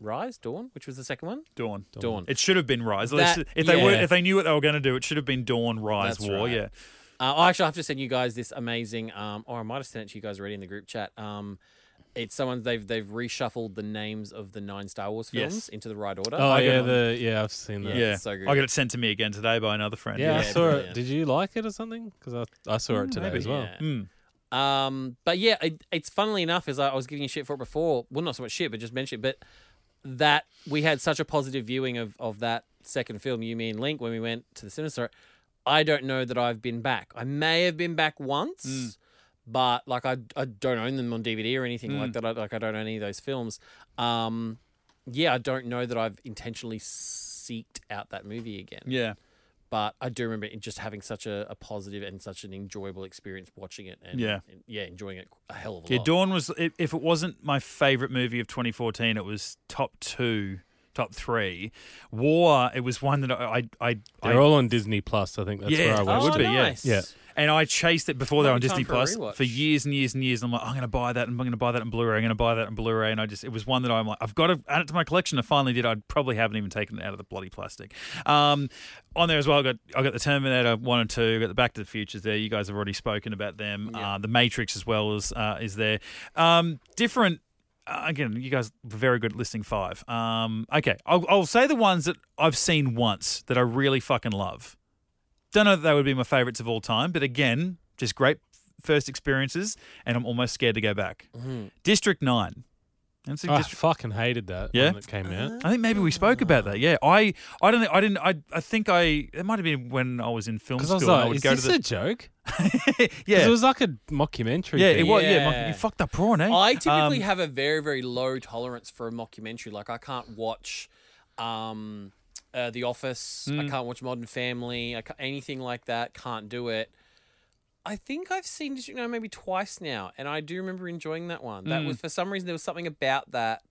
Speaker 3: Rise, Dawn, which was the second one.
Speaker 1: Dawn.
Speaker 3: Dawn.
Speaker 1: It should have been Rise.
Speaker 3: That-
Speaker 1: if they
Speaker 3: yeah.
Speaker 1: were, if they knew what they were going to do, it should have been Dawn, Rise,
Speaker 3: That's
Speaker 1: War.
Speaker 3: right.
Speaker 1: Yeah,
Speaker 3: Uh, oh, actually, I have to send you guys this amazing, um, or I might have sent it to you guys already in the group chat. Um, it's someone they've they've reshuffled the names of the nine Star Wars
Speaker 1: Yes.
Speaker 3: films into the right order.
Speaker 2: Oh
Speaker 1: I got
Speaker 2: yeah,
Speaker 1: one.
Speaker 2: the yeah, I've seen that.
Speaker 3: Yeah,
Speaker 1: yeah.
Speaker 3: it's so good.
Speaker 1: I got it sent to me again today by another friend.
Speaker 2: Yeah, I
Speaker 3: Yeah,
Speaker 2: saw
Speaker 3: brilliant.
Speaker 2: it. Did you like it or something? Because I, I saw it today
Speaker 1: maybe,
Speaker 2: as well. Hmm.
Speaker 3: Yeah.
Speaker 1: Mm.
Speaker 3: Um, but yeah, it, it's funnily enough, as I, I was giving you shit for it before. Well, not so much shit, but just mention it. But that we had such a positive viewing of of that second film, you, me, and Link, when we went to the cinema. store, I don't know that I've been back. I may have been back once,
Speaker 2: Hmm.
Speaker 3: but like I, I don't own them on DVD or anything like that. I, like I don't own any of those films. Um, yeah, I don't know that I've intentionally seeked out that movie again
Speaker 1: Yeah.
Speaker 3: but I do remember it just having such a, a positive and such an enjoyable experience watching it and
Speaker 1: Yeah.
Speaker 3: and- yeah, enjoying it a hell of a
Speaker 1: Yeah,
Speaker 3: lot.
Speaker 1: Dawn was. i- If it wasn't my favorite movie of 2014, it was top two, top three. War. It was one that I, I, I, I
Speaker 2: They're all on Disney Plus. I think that's
Speaker 1: Yeah,
Speaker 2: where
Speaker 1: it
Speaker 2: I
Speaker 3: oh,
Speaker 2: watched
Speaker 1: would be,
Speaker 2: it.
Speaker 1: yeah.
Speaker 3: nice.
Speaker 2: Yeah.
Speaker 1: and I chased it before they were on
Speaker 3: Might
Speaker 1: Disney
Speaker 3: be time for a
Speaker 1: Plus
Speaker 3: rewatch.
Speaker 1: for years and years and years. And I'm like, I'm going to buy that, and I'm going to buy that in Blu-ray. I'm going to buy that in Blu-ray. And I just, it was one that I'm like, I've got to add it to my collection. I finally did. I probably haven't even taken it out of the bloody plastic. Um, on there as well, I got I got the Terminator one and two. I got the Back to the Futures there. You guys have already spoken about them. Uh, the Matrix as well is uh, is there. Um, different. Uh, again, you guys were very good at listing five. Um, okay, I'll, I'll say the ones that I've seen once that I really fucking love. Don't know that they would be my favorites of all time, but again, just great first experiences, and I'm almost scared to go back.
Speaker 3: Mm-hmm.
Speaker 1: District Nine. And so
Speaker 2: I
Speaker 1: District-
Speaker 2: fucking hated that
Speaker 1: Yeah? Uh,
Speaker 2: when it came out.
Speaker 1: I think maybe we spoke about that. Yeah, I, I don't, think, I didn't, I, I think I. It might have been when I was in film
Speaker 2: Because
Speaker 1: school.
Speaker 2: I was
Speaker 1: and I
Speaker 2: like,
Speaker 1: would
Speaker 2: is
Speaker 1: go
Speaker 2: this
Speaker 1: to the.
Speaker 2: a joke?
Speaker 1: yeah,
Speaker 2: It was like a mockumentary.
Speaker 1: yeah, it
Speaker 2: thing.
Speaker 1: was. Yeah,
Speaker 3: Yeah.
Speaker 1: Monkey, you fucked up prawn, eh?
Speaker 3: I typically
Speaker 1: Um,
Speaker 3: have a very very low tolerance for a mockumentary. Like I can't watch, um, uh, The Office.
Speaker 1: Hmm.
Speaker 3: I can't watch Modern Family. I ca anything like that. Can't do it. I think I've seen District Nine maybe twice now, and I do remember enjoying that one.
Speaker 1: Hmm.
Speaker 3: That was for some reason there was something about that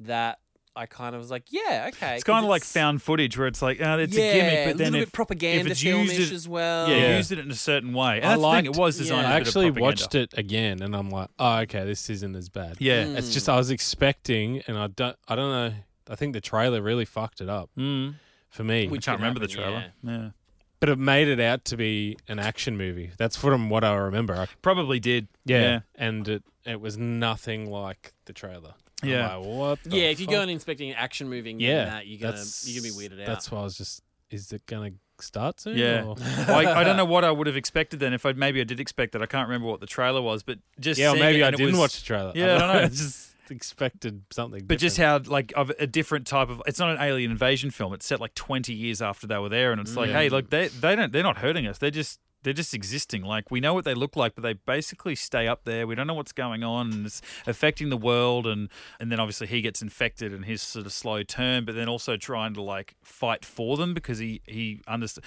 Speaker 3: that I kind of was like, yeah, okay.
Speaker 1: it's kind of like found footage where it's like, uh, it's a gimmick, but then
Speaker 3: little
Speaker 1: if,
Speaker 3: bit propaganda
Speaker 1: if it's
Speaker 3: filmish
Speaker 1: used it,
Speaker 3: as well.
Speaker 1: yeah,
Speaker 2: Yeah.
Speaker 1: used it in a certain way. And
Speaker 2: I
Speaker 1: that's the
Speaker 2: liked-
Speaker 1: thing; it was designed.
Speaker 3: yeah.
Speaker 1: as
Speaker 2: I
Speaker 1: a bit of
Speaker 2: actually
Speaker 1: propaganda.
Speaker 2: watched it again, and I'm like, oh, okay, this isn't as bad.
Speaker 1: Yeah, Hmm.
Speaker 2: It's just I was expecting, and I don't, I don't know. I think the trailer really fucked it up
Speaker 1: Mm.
Speaker 2: for me.
Speaker 1: I
Speaker 3: Which-
Speaker 1: can't
Speaker 3: could
Speaker 1: remember the
Speaker 3: happen,
Speaker 1: trailer. yeah.
Speaker 2: but it made it out to be an action movie. That's from what I remember. I,
Speaker 1: Probably did. yeah.
Speaker 2: and it it was nothing like the trailer. I'm
Speaker 1: Yeah.
Speaker 2: like, what? the
Speaker 3: Yeah, if you
Speaker 2: fuck?
Speaker 3: go and inspecting an action movie and
Speaker 2: yeah,
Speaker 3: yeah, that, you're gonna
Speaker 2: that's-
Speaker 3: you're gonna be weirded out.
Speaker 2: That's why I was just, is it gonna start soon?
Speaker 1: Yeah.
Speaker 2: or-
Speaker 1: I, I don't know what I would have expected then. If I maybe I did expect that, I can't remember what the trailer was, but just
Speaker 2: yeah, or
Speaker 1: seeing
Speaker 2: maybe
Speaker 1: it
Speaker 2: I
Speaker 1: and it
Speaker 2: didn't
Speaker 1: was-
Speaker 2: watch the trailer.
Speaker 1: Yeah, I don't know.
Speaker 2: just expected something.
Speaker 1: But just
Speaker 2: different.
Speaker 1: how like of a different type of it's not an alien invasion film. It's set like twenty years after they were there, and it's like, hey, look, they they don't they're not hurting us. They're just they're just existing. Like we know what they look like, but they basically stay up there. We don't know what's going on, and it's affecting the world. And and then obviously he gets infected, and his sort of slow turn. But then also trying to like fight for them because he he understands.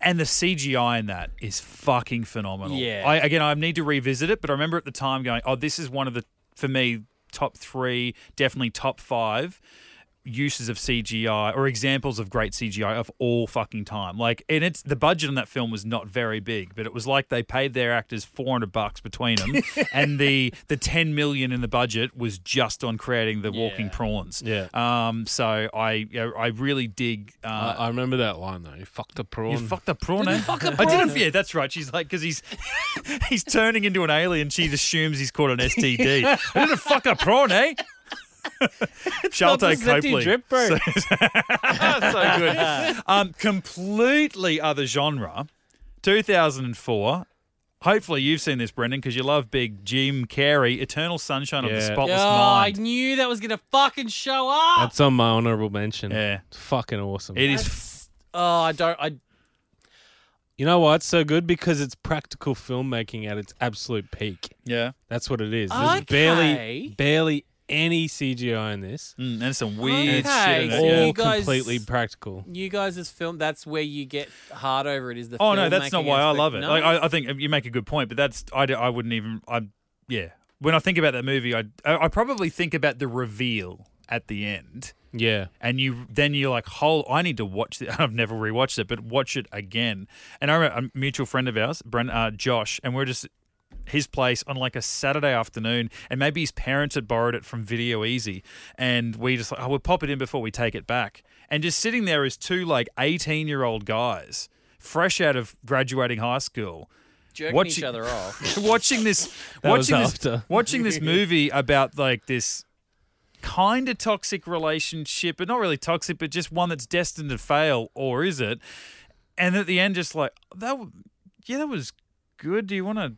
Speaker 1: And the CGI in that is fucking phenomenal.
Speaker 3: Yeah.
Speaker 1: I again I need to revisit it, but I remember at the time going, "Oh, this is one of the for me top three, definitely top five uses of CGI or examples of great CGI of all fucking time." Like, and it's the budget on that film was not very big, but it was like they paid their actors four hundred bucks between them, and the the ten million in the budget was just on creating the walking
Speaker 3: Yeah.
Speaker 1: prawns.
Speaker 2: Yeah.
Speaker 1: Um. So I yeah, I really dig. Uh,
Speaker 2: I, I remember that line though. You fucked a prawn.
Speaker 1: you fucked a prawn. eh? I didn't. Yeah, that's right. She's like, because he's he's turning into an alien. She assumes he's caught an STD. I didn't fuck a prawn, eh? Charlton Copley.
Speaker 2: Drip, bro.
Speaker 1: so good. Um, completely other genre. 2004. Hopefully you've seen this, Brendan, because you love big Jim Carrey, Eternal Sunshine of the
Speaker 2: Yeah.
Speaker 1: Spotless
Speaker 3: oh, I
Speaker 1: Mind.
Speaker 3: knew that was gonna fucking show up.
Speaker 2: That's on my honorable mention.
Speaker 1: Yeah.
Speaker 2: It's fucking awesome.
Speaker 1: It is. f-
Speaker 3: That's- oh, I don't. I
Speaker 2: You know why it's so good? Because it's practical filmmaking at its absolute peak.
Speaker 1: Yeah.
Speaker 2: That's what it is. There's
Speaker 3: Okay.
Speaker 2: barely barely any CGI in this.
Speaker 1: Mm, and some weird
Speaker 3: Okay,
Speaker 1: shit. In
Speaker 3: so
Speaker 1: it, yeah.
Speaker 2: All
Speaker 3: you guys-
Speaker 2: completely practical.
Speaker 3: You guys as film, that's where you get hard over it. Is the
Speaker 1: Oh no, that's not
Speaker 3: filmmaking
Speaker 1: why I
Speaker 3: aspect.
Speaker 1: love it.
Speaker 3: No.
Speaker 1: Like I, I think you make a good point, but that's I, d- I wouldn't even I yeah. When I think about that movie, I I I probably think about the reveal at the end,
Speaker 2: Yeah.
Speaker 1: and you then you're like, "Whole, I need to watch it." I've never rewatched it, but watch it again. And I remember a mutual friend of ours, Bren, uh, Josh, and we we're just his place on like a Saturday afternoon, and maybe his parents had borrowed it from Video Easy, and we just like, oh, we'll pop it in before we take it back. And just sitting there is two like eighteen year old guys, fresh out of graduating high school,
Speaker 3: jerking
Speaker 1: watch
Speaker 3: each
Speaker 1: it-
Speaker 3: other off.
Speaker 1: watching this,
Speaker 2: That was
Speaker 1: watching this,
Speaker 2: after.
Speaker 1: watching this movie about like this kind of toxic relationship, but not really toxic, but just one that's destined to fail, or is it? And at the end, just like that. w- Yeah, that was good. Do you want to?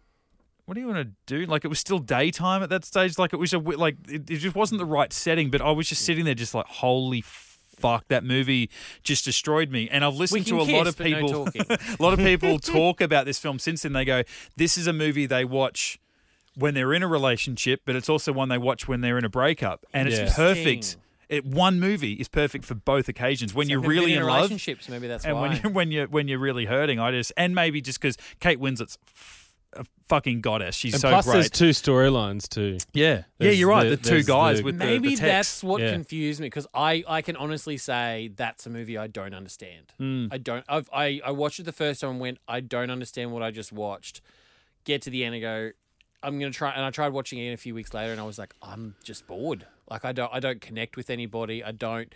Speaker 1: What do you want to do? Like it was still daytime at that stage. Like it was a wi- like it, it just wasn't the right setting. But I was just sitting there, just like holy. Fuck that movie just destroyed me, and I've listened to
Speaker 3: can
Speaker 1: a lot
Speaker 3: kiss,
Speaker 1: of
Speaker 3: but no
Speaker 1: people.
Speaker 3: talking.
Speaker 1: a lot of people talk about this film since then. They go, "This is a movie they watch when they're in a relationship, but it's also one they watch when they're in a breakup, and it's
Speaker 2: Yeah.
Speaker 1: perfect.
Speaker 3: Interesting.
Speaker 1: It one movie is perfect for both occasions when
Speaker 3: So
Speaker 1: you're
Speaker 3: they've been
Speaker 1: really
Speaker 3: in,
Speaker 1: in, love
Speaker 3: relationships. Maybe that's
Speaker 1: and
Speaker 3: why.
Speaker 1: when you when you when you're really hurting. I just and maybe just because Kate Winslet's f- a fucking goddess, she's
Speaker 2: And
Speaker 1: so
Speaker 2: plus, there's
Speaker 1: great.
Speaker 2: two storylines too.
Speaker 1: yeah, yeah,
Speaker 2: there's
Speaker 1: you're right.
Speaker 2: the-
Speaker 1: The, two
Speaker 2: there's
Speaker 1: guys
Speaker 2: the-
Speaker 1: with the-
Speaker 3: Maybe
Speaker 1: the,
Speaker 3: that's what
Speaker 2: Yeah.
Speaker 3: confused me because I, I can honestly say that's a movie I don't understand.
Speaker 1: Hmm.
Speaker 3: I don't. I've, I I watched it the first time and went I don't understand what I just watched. Get to the end and go. I'm gonna try and I tried watching it a few weeks later and I was like I'm just bored. Like I don't I don't connect with anybody. I don't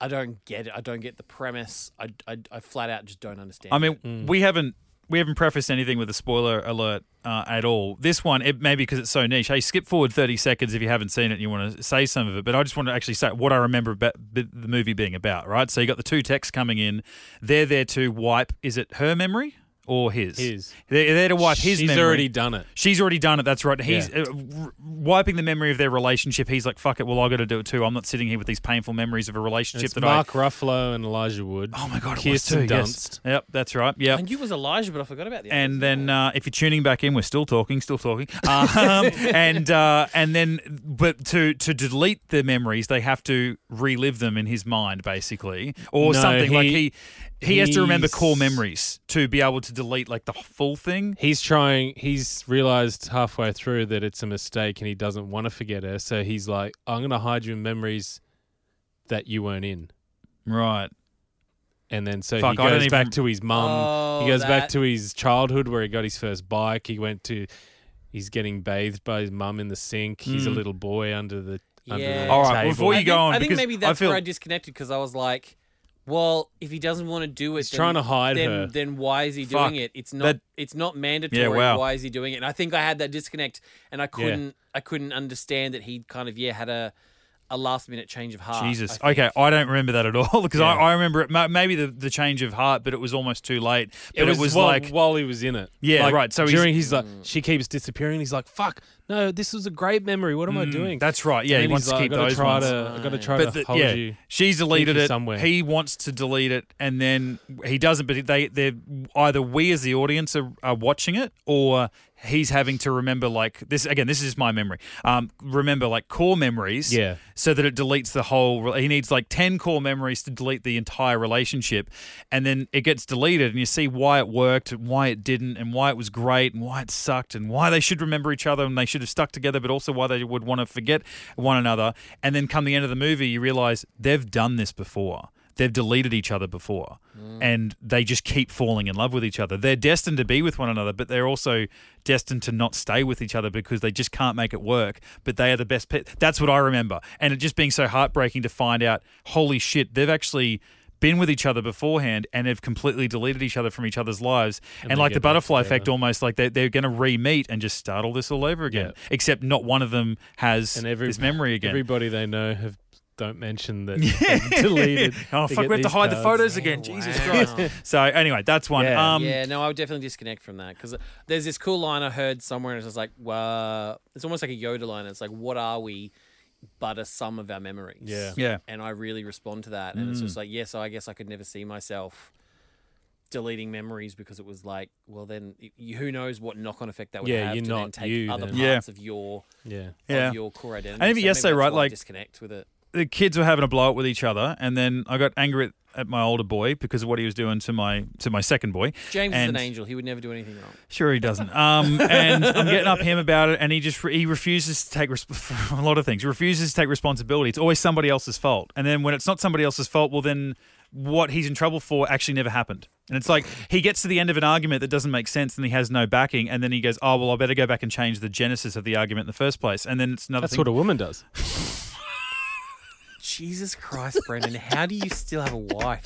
Speaker 3: I don't get it. I don't get the premise. I I, I flat out just don't understand.
Speaker 1: I mean,
Speaker 2: Mm.
Speaker 1: we haven't we haven't prefaced anything with a spoiler alert uh, at all. This one, it maybe because it's so niche. Hey, skip forward thirty seconds if you haven't seen it and you want to say some of it. But I just want to actually say what I remember about the the movie being about. Right, so you got the two texts coming in. They're there to wipe. Is it her memory or his?
Speaker 2: His.
Speaker 1: They're there to wipe his.
Speaker 2: She's
Speaker 1: memory.
Speaker 2: already done it.
Speaker 1: She's already done it. That's right. He's uh, r- wiping the memory of their relationship. He's like, "Fuck it. Well, I got to do it too. I'm not sitting here with these painful memories of a relationship
Speaker 2: It's
Speaker 1: that
Speaker 2: Mark
Speaker 1: I."
Speaker 2: Ruffalo and Elijah Wood.
Speaker 1: Oh my god, it
Speaker 2: Kissed
Speaker 1: was
Speaker 2: and
Speaker 1: too. Yes.
Speaker 2: dunced.
Speaker 1: Yep, that's right. Yep.
Speaker 3: I knew it was Elijah, but I forgot about the. others.
Speaker 1: And then uh, if you're tuning back in, we're still talking, still talking. Um, and uh, and then, but to to delete the memories, they have to relive them in his mind, basically, or
Speaker 2: No,
Speaker 1: something like he
Speaker 2: he-
Speaker 1: he has to remember core
Speaker 2: he's-
Speaker 1: memories to be able to delete like the full thing.
Speaker 2: He's trying. He's realized halfway through that it's a mistake, and he doesn't want to forget her. So he's like, "I'm gonna hide you in memories that you weren't in."
Speaker 1: Right.
Speaker 2: And then so
Speaker 1: Fuck,
Speaker 2: he
Speaker 1: I don't
Speaker 2: goes back
Speaker 1: even-
Speaker 2: to his mum.
Speaker 3: Oh,
Speaker 2: he goes back
Speaker 3: that-
Speaker 2: to his childhood where he got his first bike. He went to. He's getting bathed by his mum in the sink. He's a
Speaker 1: Mm.
Speaker 2: little boy under the. Under
Speaker 3: Yeah.
Speaker 2: the
Speaker 1: All right,
Speaker 2: table.
Speaker 1: before you
Speaker 3: I
Speaker 1: go
Speaker 3: think,
Speaker 1: on,
Speaker 3: I think
Speaker 1: because
Speaker 3: maybe
Speaker 1: I
Speaker 3: that's
Speaker 1: feel-
Speaker 3: where I disconnected because I was like, well, if he doesn't want to do it,
Speaker 2: He's
Speaker 3: then-
Speaker 2: trying to hide
Speaker 3: then,
Speaker 2: her.
Speaker 3: Then why is he
Speaker 1: Fuck.
Speaker 3: doing it? It's not.
Speaker 1: That-
Speaker 3: it's not mandatory.
Speaker 1: wow.
Speaker 3: Why is he doing it? And I think I had that disconnect, and I couldn't. I couldn't understand that he kind of yeah had a a last minute change of
Speaker 2: Ah,
Speaker 3: heart.
Speaker 1: Jesus.
Speaker 3: I think.
Speaker 1: okay, I don't remember that at all because I, I remember it, ma- maybe the, the change of heart, but it was almost too late. But it was,
Speaker 2: while,
Speaker 1: like
Speaker 2: while he was in it.
Speaker 1: Yeah,
Speaker 2: Like,
Speaker 1: right, so he's-
Speaker 2: during he's, like
Speaker 1: Mm.
Speaker 2: she keeps disappearing. He's like, "Fuck, no, this was a great memory. What am I doing?"
Speaker 1: mm, that's right. Yeah,
Speaker 2: And
Speaker 1: he
Speaker 2: then
Speaker 1: wants
Speaker 2: he's
Speaker 1: to
Speaker 2: like,
Speaker 1: keep
Speaker 2: I gotta
Speaker 1: those
Speaker 2: try
Speaker 1: ones.
Speaker 2: To, I gotta try
Speaker 1: but
Speaker 2: to
Speaker 1: the-
Speaker 2: hold
Speaker 1: yeah,
Speaker 2: you.
Speaker 1: she's deleted
Speaker 2: you
Speaker 1: it.
Speaker 2: somewhere.
Speaker 1: He wants to delete it, and then he doesn't. But they, they either we as the audience are, are watching it, or he's having to remember like this again. This is my memory. Um, remember like core memories.
Speaker 2: Yeah.
Speaker 1: So that it deletes the whole. re- He needs like ten core memories to delete the entire relationship, and then it gets deleted, and you see why it worked, and why it didn't, and why it was great, and why it sucked, and why they should remember each other, and they should have stuck together, but also why they would want to forget one another. And then come the end of the movie, you realize they've done this before. They've deleted each other before,
Speaker 2: Mm.
Speaker 1: and they just keep falling in love with each other. They're destined to be with one another, but they're also destined to not stay with each other because they just can't make it work. But they are the best. Pe- That's what I remember, and it just being so heartbreaking to find out. Holy shit, they've actually been with each other beforehand and have completely deleted each other from each other's lives. And,
Speaker 2: they
Speaker 1: like
Speaker 2: get
Speaker 1: the
Speaker 2: back
Speaker 1: butterfly effect,
Speaker 2: together.
Speaker 1: almost like they, they're going to re meet and just start all this all over again.
Speaker 2: Yeah.
Speaker 1: Except not one of them has
Speaker 2: And every
Speaker 1: this memory again.
Speaker 2: Everybody they know have don't mention that they've deleted.
Speaker 1: oh,
Speaker 2: They
Speaker 1: fuck,
Speaker 2: get
Speaker 1: we have to
Speaker 2: these
Speaker 1: hide the
Speaker 2: cards.
Speaker 1: photos again. Jesus Christ.
Speaker 3: Oh, Wow.
Speaker 1: So, anyway, that's one.
Speaker 2: Yeah.
Speaker 1: Um,
Speaker 3: yeah, no, I would definitely disconnect from that because there's this cool line I heard somewhere, and it's just like, well, it's almost like a Yoda line. It's like, what are we but a sum of our memories?
Speaker 2: Yeah.
Speaker 1: yeah.
Speaker 3: And I really respond to that. And it's just like, yes, I guess I could never see myself deleting memories because it was like, well, then y- you, who knows what knock on effect that would
Speaker 2: Yeah,
Speaker 3: have
Speaker 2: you're
Speaker 3: to then
Speaker 2: not
Speaker 3: take
Speaker 2: you
Speaker 3: other
Speaker 2: then.
Speaker 1: Yeah.
Speaker 3: parts of your
Speaker 2: Yeah.
Speaker 1: Yeah.
Speaker 3: of your core
Speaker 1: And
Speaker 3: identity.
Speaker 1: even
Speaker 3: So maybe
Speaker 1: yesterday,
Speaker 3: that's
Speaker 1: right,
Speaker 3: why I
Speaker 1: like-
Speaker 3: disconnect with it.
Speaker 1: the kids were having a blow up with each other, and then I got angry at, at my older boy because of what he was doing to my to my second boy.
Speaker 3: James is
Speaker 1: And-
Speaker 3: an angel. He would never do anything wrong.
Speaker 1: Sure, he doesn't. Um, and I'm getting up him about it, and he just he refuses to take resp- for a lot of things. He refuses to take responsibility. It's always somebody else's fault. And then when it's not somebody else's fault, well, then what he's in trouble for actually never happened. And it's like he gets to the end of an argument that doesn't make sense, and he has no backing. And then he goes, "Oh well, I better go back and change the genesis of the argument in the first place." And then it's another
Speaker 2: That's
Speaker 1: thing.
Speaker 2: what a woman does.
Speaker 3: Jesus Christ, Brendan, how do you still have a wife?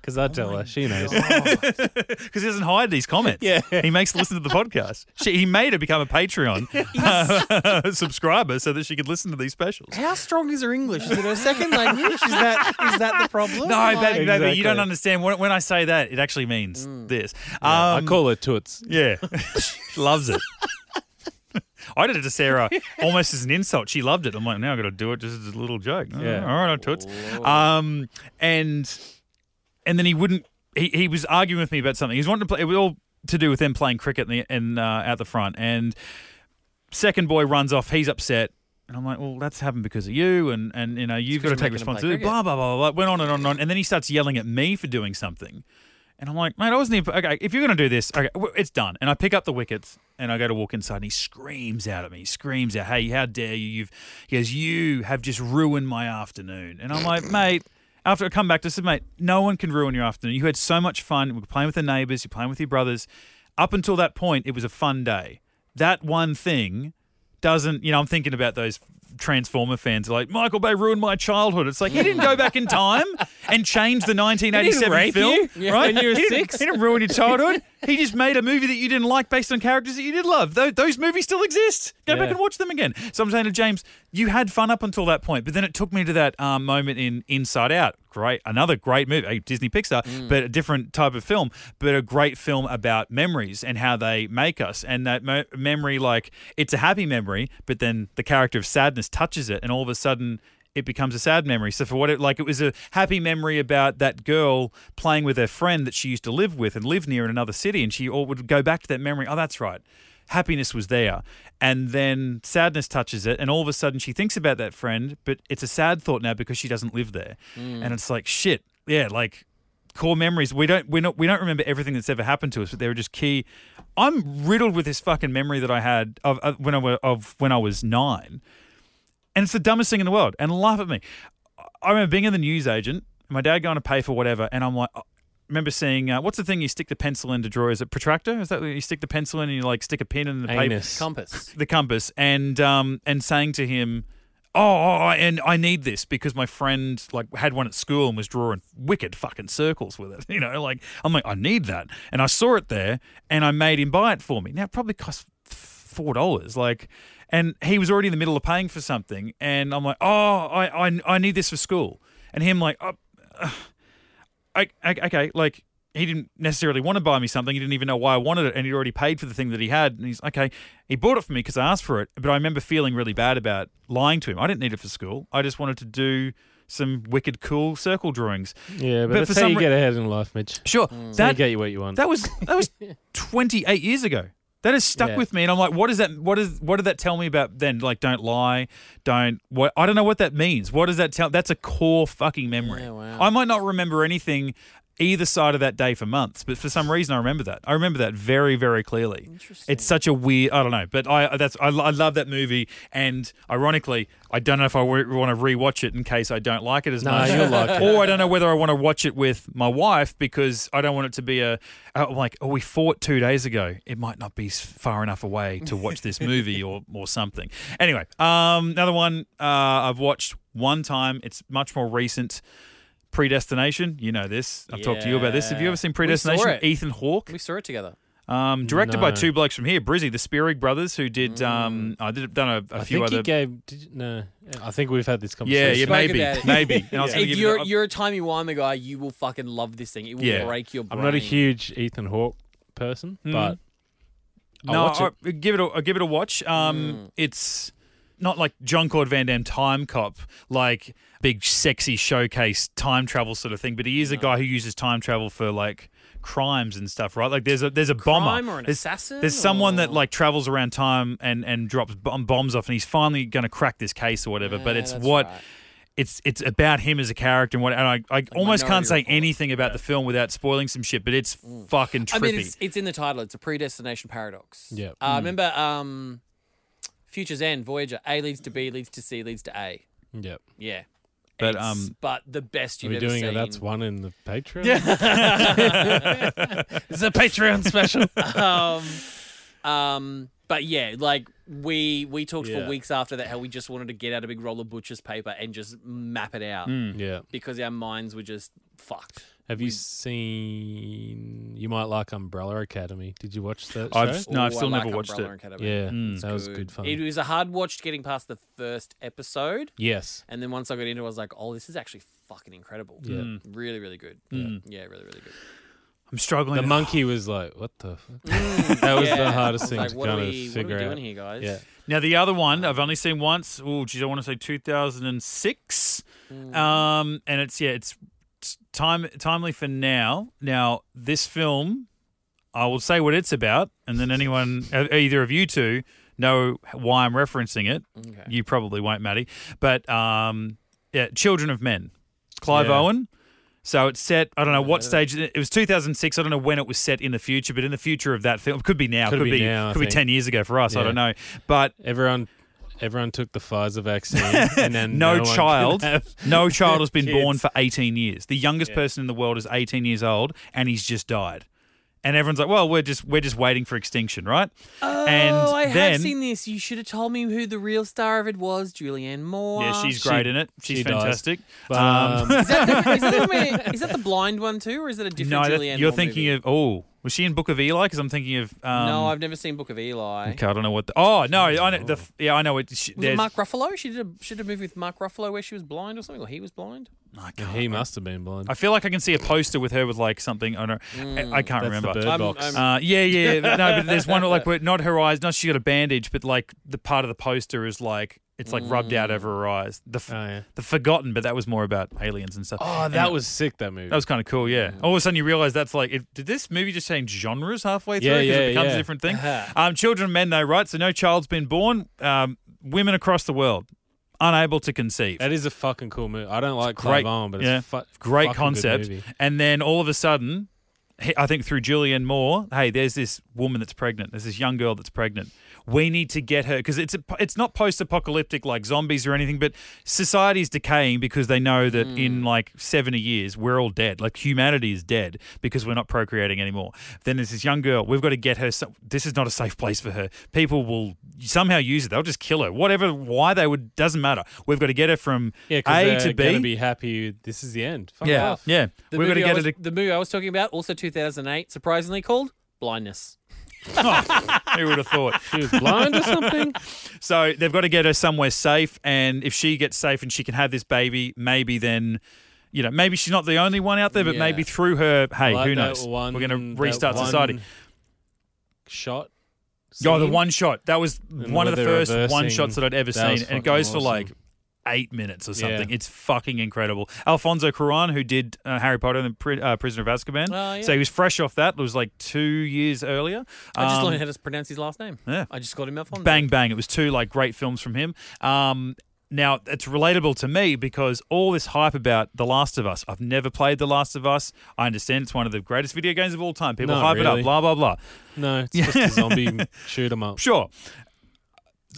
Speaker 2: Because I tell her, she knows.
Speaker 1: Um, because he doesn't hide these comments.
Speaker 2: Yeah.
Speaker 1: he makes her listen to the podcast. She, he made her become a Patreon subscriber so that she could listen to these specials.
Speaker 3: How strong is her English? Is it her second language? Is that is that the problem?
Speaker 1: No,
Speaker 3: Like-
Speaker 1: baby, baby, you don't
Speaker 2: Exactly.
Speaker 1: understand. When, when I say that, it actually means this.
Speaker 2: Yeah,
Speaker 1: Um,
Speaker 2: I call her toots.
Speaker 1: yeah, loves it. I did it to Sarah almost as an insult. She loved it. I'm like, now I've got to do it just as a little joke.
Speaker 2: Yeah.
Speaker 1: All right, I'll toots. Um, and and then he wouldn't. He, he was arguing with me about something. He's wanting to play. It was all to do with them playing cricket in the, in, uh, out the front. And second boy runs off. He's upset. And I'm like, well, that's happened because of you, and, and you know you've got to
Speaker 3: 'cause you're
Speaker 1: take
Speaker 3: making him play
Speaker 1: responsibility. Blah
Speaker 3: cricket.
Speaker 1: blah blah blah. blah. Went on and on and on. And then he starts yelling at me for doing something. And I'm like, mate, I wasn't even okay. If you're gonna do this, okay, w- it's done. And I pick up the wickets and I go to walk inside, and he screams out at me. He screams out, "Hey, how dare you? You've he goes, you have just ruined my afternoon." And I'm like, mate. After I come back to I said, mate, no one can ruin your afternoon. You had so much fun. We were playing with the neighbours. You're playing with your brothers. Up until that point, it was a fun day. That one thing doesn't, you know, I'm thinking about those Transformer fans like Michael Bay ruined my childhood. It's like he didn't go back in time and change the 1987
Speaker 2: rape
Speaker 1: film,
Speaker 2: you
Speaker 1: right?
Speaker 2: when you were
Speaker 1: he didn't-
Speaker 2: six.
Speaker 1: he didn't ruin your childhood. he just made a movie that you didn't like based on characters that you did love. Those, those movies still exist. Go back
Speaker 2: Yeah.
Speaker 1: and watch them again. So I'm saying to James, you had fun up until that point, but then it took me to that um, moment in Inside Out. Great, another great movie, a Disney Pixar,
Speaker 2: Mm.
Speaker 1: but a different type of film, but a great film about memories and how they make us. And that mo- memory, like it's a happy memory, but then the character of sadness touches it, and all of a sudden it becomes a sad memory. So for what it like it was a happy memory about that girl playing with her friend that she used to live with and live near in another city and she all would go back to that memory. Oh, that's right. Happiness was there. And then sadness touches it and all of a sudden she thinks about that friend, but it's a sad thought now because she doesn't live there. And it's like shit. Yeah, like core memories. We don't we not we don't remember everything that's ever happened to us, but they were just key. I'm riddled with this fucking memory that I had of, of when I were, of when I was 9. And it's the dumbest thing in the world. And laugh at me. I remember being in the newsagent, and my dad going to pay for whatever, and I'm like, I remember seeing uh, what's the thing you stick the pencil in to draw? Is it protractor? Is that what you stick the pencil in and you like stick a pin in the paper,
Speaker 2: Anus.
Speaker 3: Compass.
Speaker 1: the compass, and um, and saying to him, oh, oh, I- and I need this because my friend like had one at school and was drawing wicked fucking circles with it. You know, like I'm like, I need that, and I saw it there, and I made him buy it for me. Now it probably cost four dollars, like. And he was already in the middle of paying for something, and I'm like, "Oh, I, I, I need this for school," and him like, oh, I, I, okay, like he didn't necessarily want to buy me something. He didn't even know why I wanted it, and he'd already paid for the thing that he had. And he's okay. He bought it for me because I asked for it, but I remember feeling really bad about lying to him. I didn't need it for school. I just wanted to do some wicked cool circle drawings.
Speaker 2: Yeah,
Speaker 1: But
Speaker 2: but,
Speaker 1: for
Speaker 2: that's how
Speaker 1: some
Speaker 2: you
Speaker 1: re-
Speaker 2: get ahead in life, Mitch.
Speaker 1: Sure,
Speaker 2: That, you
Speaker 1: that
Speaker 2: get you what you want.
Speaker 1: that was that was twenty eight years ago. That has stuck
Speaker 2: Yeah.
Speaker 1: with me, and I'm like, what is that? What is what did that tell me about then? Like, don't lie, don't. What I don't know what that means. What does that tell? That's a core fucking memory.
Speaker 3: Yeah, wow.
Speaker 1: I might not remember anything either side of that day for months, but for some reason I remember that. I remember that very very clearly. Interesting. It's such a weird. I don't know, but I that's I, lo- I love that movie, and ironically, I don't know if I want to rewatch it in case I don't like it as
Speaker 2: No,
Speaker 1: much.
Speaker 2: you'll like it.
Speaker 1: Uh, Or I don't know whether I want to watch it with my wife because I don't want it to be a I'm like, oh, we fought two days ago. It might not be s- far enough away to watch this movie or or something. Anyway, um, another one uh, I've watched one time. It's much more recent. Predestination, you know this. I've talked to you about this. Have you
Speaker 3: Yeah.
Speaker 1: ever seen
Speaker 3: We saw
Speaker 1: Predestination?
Speaker 3: it.
Speaker 1: Ethan Hawke.
Speaker 3: We saw it together.
Speaker 1: Um, directed by
Speaker 2: No.
Speaker 1: two blokes from here, Brizzy, the Spearig brothers, who did. Um,
Speaker 3: Mm.
Speaker 1: I did done a, a
Speaker 2: I
Speaker 1: few
Speaker 2: think
Speaker 1: other.
Speaker 2: he gave. Did you, no, I think we've had this
Speaker 1: yeah,
Speaker 2: conversation.
Speaker 1: yeah,
Speaker 3: spoke
Speaker 1: maybe,
Speaker 3: about it.
Speaker 1: maybe. And I was gonna
Speaker 3: If
Speaker 1: give
Speaker 3: you're
Speaker 1: you the-
Speaker 3: you're a timey wimey guy, you will fucking love this thing. It will
Speaker 1: Yeah.
Speaker 3: break your brain. Hmm.
Speaker 2: I'm not a huge Ethan Hawke person, but I'll
Speaker 1: no,
Speaker 2: watch it.
Speaker 1: I- give it. A, I'll give it a watch.
Speaker 3: Hmm.
Speaker 1: Um, It's not like John Claude Van Damme time cop, like big sexy showcase time travel sort of thing. But he is a guy who uses time travel for like crimes and stuff, right? Like there's a there's a bomber,
Speaker 3: Crime or an
Speaker 1: there's,
Speaker 3: assassin
Speaker 1: There's someone that
Speaker 3: or-
Speaker 1: like travels around time and and drops bom- bombs off, and he's finally going to crack this case or whatever. but
Speaker 3: Yeah,
Speaker 1: it's
Speaker 3: that's
Speaker 1: what
Speaker 3: right.
Speaker 1: it's it's about him as a character and what. And I, I almost can't
Speaker 3: Minority
Speaker 1: say
Speaker 3: Report. Mm.
Speaker 1: anything about the film without spoiling some shit, but it's fucking trippy. Hmm.
Speaker 3: I mean, it's, it's in the title. It's a predestination paradox.
Speaker 2: Yeah.
Speaker 3: Uh, Remember, um, Future's End, Voyager. A leads to B, leads to C, leads to A.
Speaker 2: Yep.
Speaker 3: Yeah.
Speaker 1: But,
Speaker 3: It's-
Speaker 1: um,
Speaker 3: but the best
Speaker 2: Are
Speaker 3: you've
Speaker 2: we
Speaker 3: ever
Speaker 2: doing
Speaker 3: seen.
Speaker 2: it? That's one in the Patreon. Yeah. it's a Patreon special.
Speaker 3: um, um, but yeah, like we we talked
Speaker 2: Yeah.
Speaker 3: for weeks after that how we just wanted to get out a big roll of butcher's paper and just map it out
Speaker 1: Hmm.
Speaker 2: yeah.
Speaker 3: because our minds were just fucked.
Speaker 2: Have you seen? You might like Umbrella Academy. Did you watch that?
Speaker 1: I've-
Speaker 2: show?
Speaker 1: No, I've
Speaker 3: Ooh, I
Speaker 1: still never
Speaker 3: like
Speaker 1: watched
Speaker 3: Umbrella
Speaker 1: it.
Speaker 3: Academy.
Speaker 2: Yeah,
Speaker 1: Mm.
Speaker 2: that was good fun.
Speaker 3: It was a hard watch getting past the first episode,
Speaker 2: yes.
Speaker 3: and then once I got into, it, I was like, "Oh, this is actually fucking incredible.
Speaker 2: Yeah.
Speaker 1: Hmm.
Speaker 2: Hmm.
Speaker 3: Really, really good. Yeah, really, really good."
Speaker 1: I'm struggling.
Speaker 2: The
Speaker 1: to-
Speaker 2: monkey was like, "What the?" Fuck? that was the
Speaker 3: Yeah.
Speaker 2: hardest
Speaker 3: I was
Speaker 2: thing
Speaker 3: like,
Speaker 2: to
Speaker 3: what are
Speaker 2: kind of
Speaker 3: we, what are we
Speaker 2: figure
Speaker 3: doing
Speaker 2: out.
Speaker 3: here, guys?
Speaker 2: Yeah.
Speaker 1: Now the other one I've only seen once. Oh, geez, I want to say 2006.
Speaker 2: Hmm.
Speaker 1: Um, and it's yeah, it's t- time timely for now. Now this film, I will say what it's about, and then anyone, e- either of you two, know why I'm referencing it.
Speaker 3: Okay.
Speaker 1: You probably won't, Maddie. But um, yeah, Children of Men, Clive
Speaker 2: Yeah.
Speaker 1: Owen. So it's set. I don't know what stage it was. 2006. I don't know when it was set in the future, but in the future of that film, it could be now.
Speaker 2: Could
Speaker 1: Could,
Speaker 2: be
Speaker 1: be,
Speaker 2: now, I
Speaker 1: could be
Speaker 2: think.
Speaker 1: 10 years ago for us. I
Speaker 2: Yeah.
Speaker 1: don't know. But
Speaker 2: Everyone, everyone took the Pfizer vaccine, and then
Speaker 1: no,
Speaker 2: no one could
Speaker 1: child, Um,
Speaker 2: have-
Speaker 1: no child has been
Speaker 2: kids.
Speaker 1: born for 18 years. The youngest person in the world is 18 years old, and he's just died. And everyone's like, "Well, we're just we're just waiting for extinction, right?"
Speaker 3: Oh,
Speaker 1: and
Speaker 3: I
Speaker 1: then
Speaker 3: have seen this. You should have told me who the real star of it was, Julianne Moore.
Speaker 1: yeah, she's great
Speaker 2: She-
Speaker 1: in it. She's
Speaker 2: she dies.
Speaker 1: fantastic.
Speaker 2: But,
Speaker 1: um,
Speaker 2: um,
Speaker 3: Is that, the, is, that the one- is that the blind one too, or is it a different
Speaker 1: no, that-
Speaker 3: Julianne
Speaker 1: you're
Speaker 3: Moore
Speaker 1: thinking
Speaker 3: movie?
Speaker 1: of oh, was she in Book of Eli? Because I'm thinking of um,
Speaker 3: no, I've never seen Book of Eli.
Speaker 1: okay, I don't know what. The, oh no, I know the yeah, I know it. She,
Speaker 3: Was it
Speaker 1: there's-
Speaker 3: Mark Ruffalo? She did a she did a movie with Mark Ruffalo where she was blind or something, or he was blind.
Speaker 1: I can't-
Speaker 2: um, he must have been blind.
Speaker 1: oh, I feel like I can see a poster with her with like something. I don't.
Speaker 3: Mm.
Speaker 1: I, I can't
Speaker 2: That's
Speaker 1: remember.
Speaker 2: the bird
Speaker 3: I'm-
Speaker 2: box.
Speaker 3: I'm-
Speaker 1: Uh, yeah, yeah, but no, but there's one like where not her eyes, not she got a bandage, but like the part of the poster is like it's like rubbed
Speaker 2: Mm.
Speaker 1: out over her eyes. The f-
Speaker 2: Oh, yeah.
Speaker 1: the forgotten, but that was more about aliens and stuff.
Speaker 2: oh, that was sick. That movie.
Speaker 1: that was kind of cool, yeah. All of a sudden you realize that's like, it, did this movie just change genres halfway through?
Speaker 2: Yeah,
Speaker 1: 'Cause
Speaker 2: yeah,
Speaker 1: it becomes
Speaker 2: yeah. Uh-huh.
Speaker 1: a different thing. um, children, and men though, right? So no child's been born. Um, women across the world unable to conceive.
Speaker 2: that is a fucking cool movie. I don't like
Speaker 1: Great-
Speaker 2: Clive Owen, but
Speaker 1: yeah.
Speaker 2: it's fu-
Speaker 1: Great
Speaker 2: fucking good
Speaker 1: concept.
Speaker 2: movie.
Speaker 1: And then all of a sudden, he- I think through Julianne Moore, hey, there's this woman that's pregnant. There's this young girl that's pregnant. We need to get her because it's a, it's not post-apocalyptic like zombies or anything, but society's decaying because they know that
Speaker 2: Hmm.
Speaker 1: in like 70 years we're all dead. Like humanity is dead because we're not procreating anymore. Then there's this young girl. We've got to get her. Some, this is not a safe place for her. People will somehow use it. They'll just kill her. Whatever. Why they would doesn't matter. We've got to get her from
Speaker 2: Yeah,
Speaker 1: A
Speaker 2: because
Speaker 1: to
Speaker 2: they're gonna be happy. This is the end. Fuck
Speaker 1: yeah,
Speaker 2: off.
Speaker 1: yeah.
Speaker 3: The
Speaker 1: We're
Speaker 3: movie
Speaker 1: gonna
Speaker 3: I
Speaker 1: get
Speaker 3: was,
Speaker 1: it.
Speaker 3: The movie I was talking about, also 2008, surprisingly called Blindness.
Speaker 1: Who would have thought?
Speaker 2: She was blind or something.
Speaker 1: So they've got to get her somewhere safe, and if she gets safe and she can have this baby, maybe then, you know, maybe she's not the only one out there, but
Speaker 3: Yeah.
Speaker 1: maybe through her, hey,
Speaker 2: Like
Speaker 1: who
Speaker 2: that
Speaker 1: knows?
Speaker 2: one-
Speaker 1: We're going
Speaker 2: that
Speaker 1: to restart
Speaker 2: one
Speaker 1: society.
Speaker 2: Shot.
Speaker 1: Oh, the
Speaker 2: scene.
Speaker 1: one shot. That was
Speaker 2: And
Speaker 1: one of
Speaker 2: where
Speaker 1: the
Speaker 2: they're
Speaker 1: first one shots
Speaker 2: reversing-
Speaker 1: that I'd ever
Speaker 2: that was
Speaker 1: seen, and it
Speaker 2: fucking
Speaker 1: goes for
Speaker 2: awesome.
Speaker 1: like eight minutes or something.
Speaker 2: Yeah.
Speaker 1: It's fucking incredible. Alfonso Cuarón, who did uh, Harry Potter and the Pri- uh, Prisoner of Azkaban,
Speaker 3: Oh, yeah.
Speaker 1: so he was fresh off that. It was like two years earlier.
Speaker 3: I just
Speaker 1: Um,
Speaker 3: learned how to pronounce his last name.
Speaker 1: yeah.
Speaker 3: I just called him up on
Speaker 1: Bang Bang. It was two like great films from him. Um, now it's relatable to me because all this hype about The Last of Us. I've never played The Last of Us. I understand it's one of the greatest video games of all time. People
Speaker 2: Not
Speaker 1: hype it
Speaker 2: really.
Speaker 1: up. Blah blah blah.
Speaker 2: No, it's just a zombie shoot 'em up.
Speaker 1: Sure.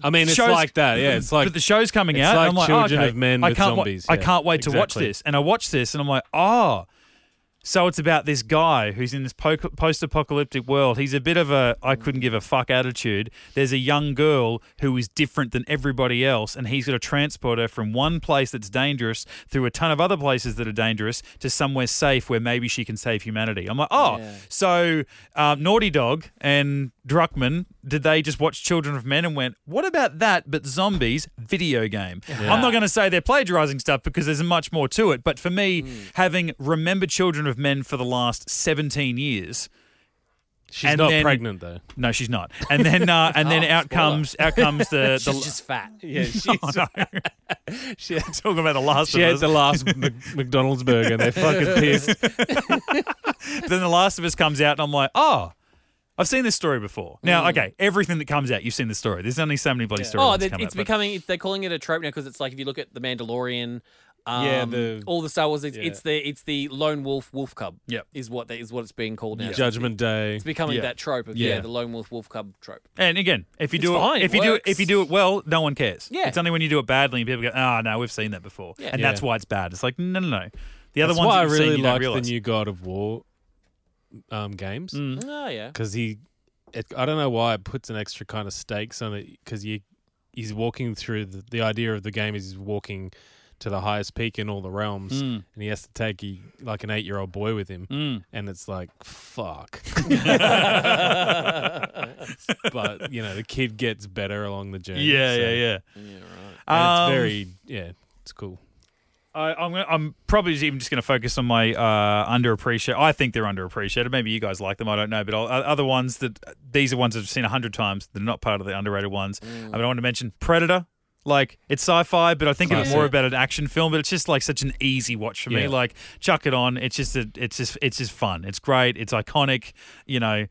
Speaker 2: I mean, it's
Speaker 1: Shows-
Speaker 2: like that. Yeah, it's like
Speaker 1: but the show's coming
Speaker 2: it's
Speaker 1: out.
Speaker 2: like
Speaker 1: and I'm like, oh,
Speaker 2: Children
Speaker 1: okay.
Speaker 2: of Men
Speaker 1: I
Speaker 2: with
Speaker 1: can't wa-
Speaker 2: zombies.
Speaker 1: I
Speaker 2: Yeah,
Speaker 1: can't wait to watch
Speaker 2: exactly.
Speaker 1: this. And I watch this, and I'm like, oh. So it's about this guy who's in this po- post-apocalyptic world. He's a bit of a I couldn't give a fuck attitude. There's a young girl who is different than everybody else, and he's got to transport her from one place that's dangerous through a ton of other places that are dangerous to somewhere safe where maybe she can save humanity. I'm like, oh,
Speaker 3: Yeah.
Speaker 1: so um, Naughty Dog and Druckmann, did they just watch Children of Men and went, what about that, but zombies video game? I'm not going to say they're plagiarizing stuff because there's much more to it. But for
Speaker 3: Hmm.
Speaker 1: me, having remembered Children of Men for the last 17 years,
Speaker 2: She's
Speaker 1: And
Speaker 2: not
Speaker 1: then-
Speaker 2: pregnant though.
Speaker 1: No, she's not. And then uh, and then
Speaker 3: Oh,
Speaker 1: out
Speaker 3: spoiler.
Speaker 1: comes out comes the, the
Speaker 3: She's just fat.
Speaker 2: Yeah, she's
Speaker 1: Oh,
Speaker 2: she had,
Speaker 1: talking about the last
Speaker 2: she
Speaker 1: of
Speaker 2: had
Speaker 1: us.
Speaker 2: the last Mc, McDonald's burger and they're fucking pissed.
Speaker 1: then the last of us comes out and I'm like, oh. I've seen this story before. Now, okay, everything that comes out, you've seen the story. There's only so many bloody stories.
Speaker 3: Hmm. Oh,
Speaker 1: that's
Speaker 3: they,
Speaker 1: come
Speaker 3: it's
Speaker 1: out, but-
Speaker 3: becoming. They're calling it a trope now because it's like if you look at the Mandalorian, um,
Speaker 2: Yeah, the-
Speaker 3: all the Star Wars. It's,
Speaker 2: yeah.
Speaker 3: it's the it's the lone wolf wolf cub.
Speaker 1: Yep.
Speaker 3: is what that is what it's being called now.
Speaker 2: Judgment Day.
Speaker 3: It's becoming
Speaker 1: Yeah.
Speaker 3: that trope of yeah.
Speaker 2: Yeah.
Speaker 3: the lone wolf wolf cub trope.
Speaker 1: And again, if you do it,
Speaker 3: fine,
Speaker 1: if you do it, if you
Speaker 3: works.
Speaker 1: do it well, no one cares.
Speaker 3: Yeah.
Speaker 1: It's only when you do it badly and people go, "Ah, no, we've seen that before,"
Speaker 3: Yeah.
Speaker 1: and
Speaker 2: Yeah.
Speaker 1: that's why it's bad. It's like, no, no, no. The other
Speaker 2: That's
Speaker 1: ones
Speaker 2: why I
Speaker 1: that you've seen,
Speaker 2: really
Speaker 1: you don't
Speaker 2: like the
Speaker 1: realize. Mm.
Speaker 2: new God of War um, games
Speaker 1: Mm-hmm.
Speaker 3: Oh yeah.
Speaker 2: because he, it, I don't know why it puts an extra kind of stakes on it because you, he's walking through the, the idea of the game is he's walking to the highest peak in all the realms
Speaker 1: Hmm. Mm.
Speaker 2: and he has to take he, like an eight year old boy with him and it's like fuck, but you know the kid gets better along the journey.
Speaker 1: yeah,
Speaker 2: so-
Speaker 1: yeah, yeah.
Speaker 2: and
Speaker 1: Um,
Speaker 2: it's very yeah, it's cool.
Speaker 1: I, I'm, gonna- I'm probably just even just going to focus on my uh, underappreciated. I think they're underappreciated. Maybe you guys like them. I don't know. But I'll, uh, other ones that these are ones I've seen a hundred times. They're not part of the underrated
Speaker 2: Mm.
Speaker 1: ones. I mean, I want to mention Predator. Like it's sci-fi, but I think of it
Speaker 2: Classic.
Speaker 1: more about an action film. But it's just like such an easy watch for me.
Speaker 2: Yeah.
Speaker 1: Like chuck it on. It's just a, it's just it's just fun. It's great. It's iconic. You know,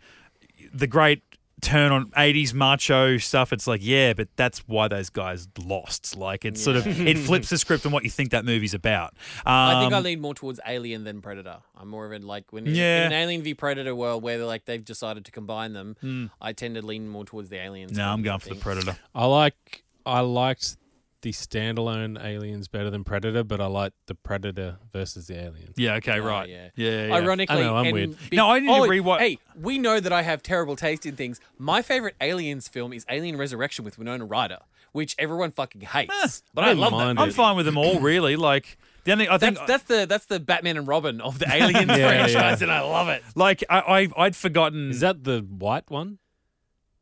Speaker 1: the great turn on 80s macho stuff it's like yeah but that's why those guys lost like it's sort of it flips the script on what you think that movie's about um,
Speaker 3: I think I lean more towards Alien than Predator. I'm more of a like when in-
Speaker 1: Yeah.
Speaker 3: in an Alien v Predator world where they're like they've decided to combine them. I tend to lean more towards the aliens.
Speaker 1: Hmm. no i'm
Speaker 3: than
Speaker 1: going for the
Speaker 3: things.
Speaker 1: predator
Speaker 2: I like I liked the standalone aliens better than Predator, but I like the Predator versus the alien.
Speaker 1: yeah okay
Speaker 3: Oh,
Speaker 1: right
Speaker 3: yeah.
Speaker 1: yeah, Uh, yeah, yeah.
Speaker 3: Ironically,
Speaker 2: I know, I'm
Speaker 3: and
Speaker 2: weird.
Speaker 1: No, I need to
Speaker 3: Oh,
Speaker 1: rewatch-
Speaker 3: Hey, we know that I have terrible taste in things. My favorite Aliens film is Alien Resurrection with Winona Ryder, which everyone fucking hates. but I,
Speaker 2: I
Speaker 3: love
Speaker 2: mind
Speaker 3: that.
Speaker 1: i'm fine with them all really like the only i think
Speaker 3: That's, that's the that's the Batman and Robin of the Alien
Speaker 2: Yeah,
Speaker 3: franchise,
Speaker 2: yeah.
Speaker 3: and I love it.
Speaker 1: like I, I i'd forgotten
Speaker 2: Is that the white one,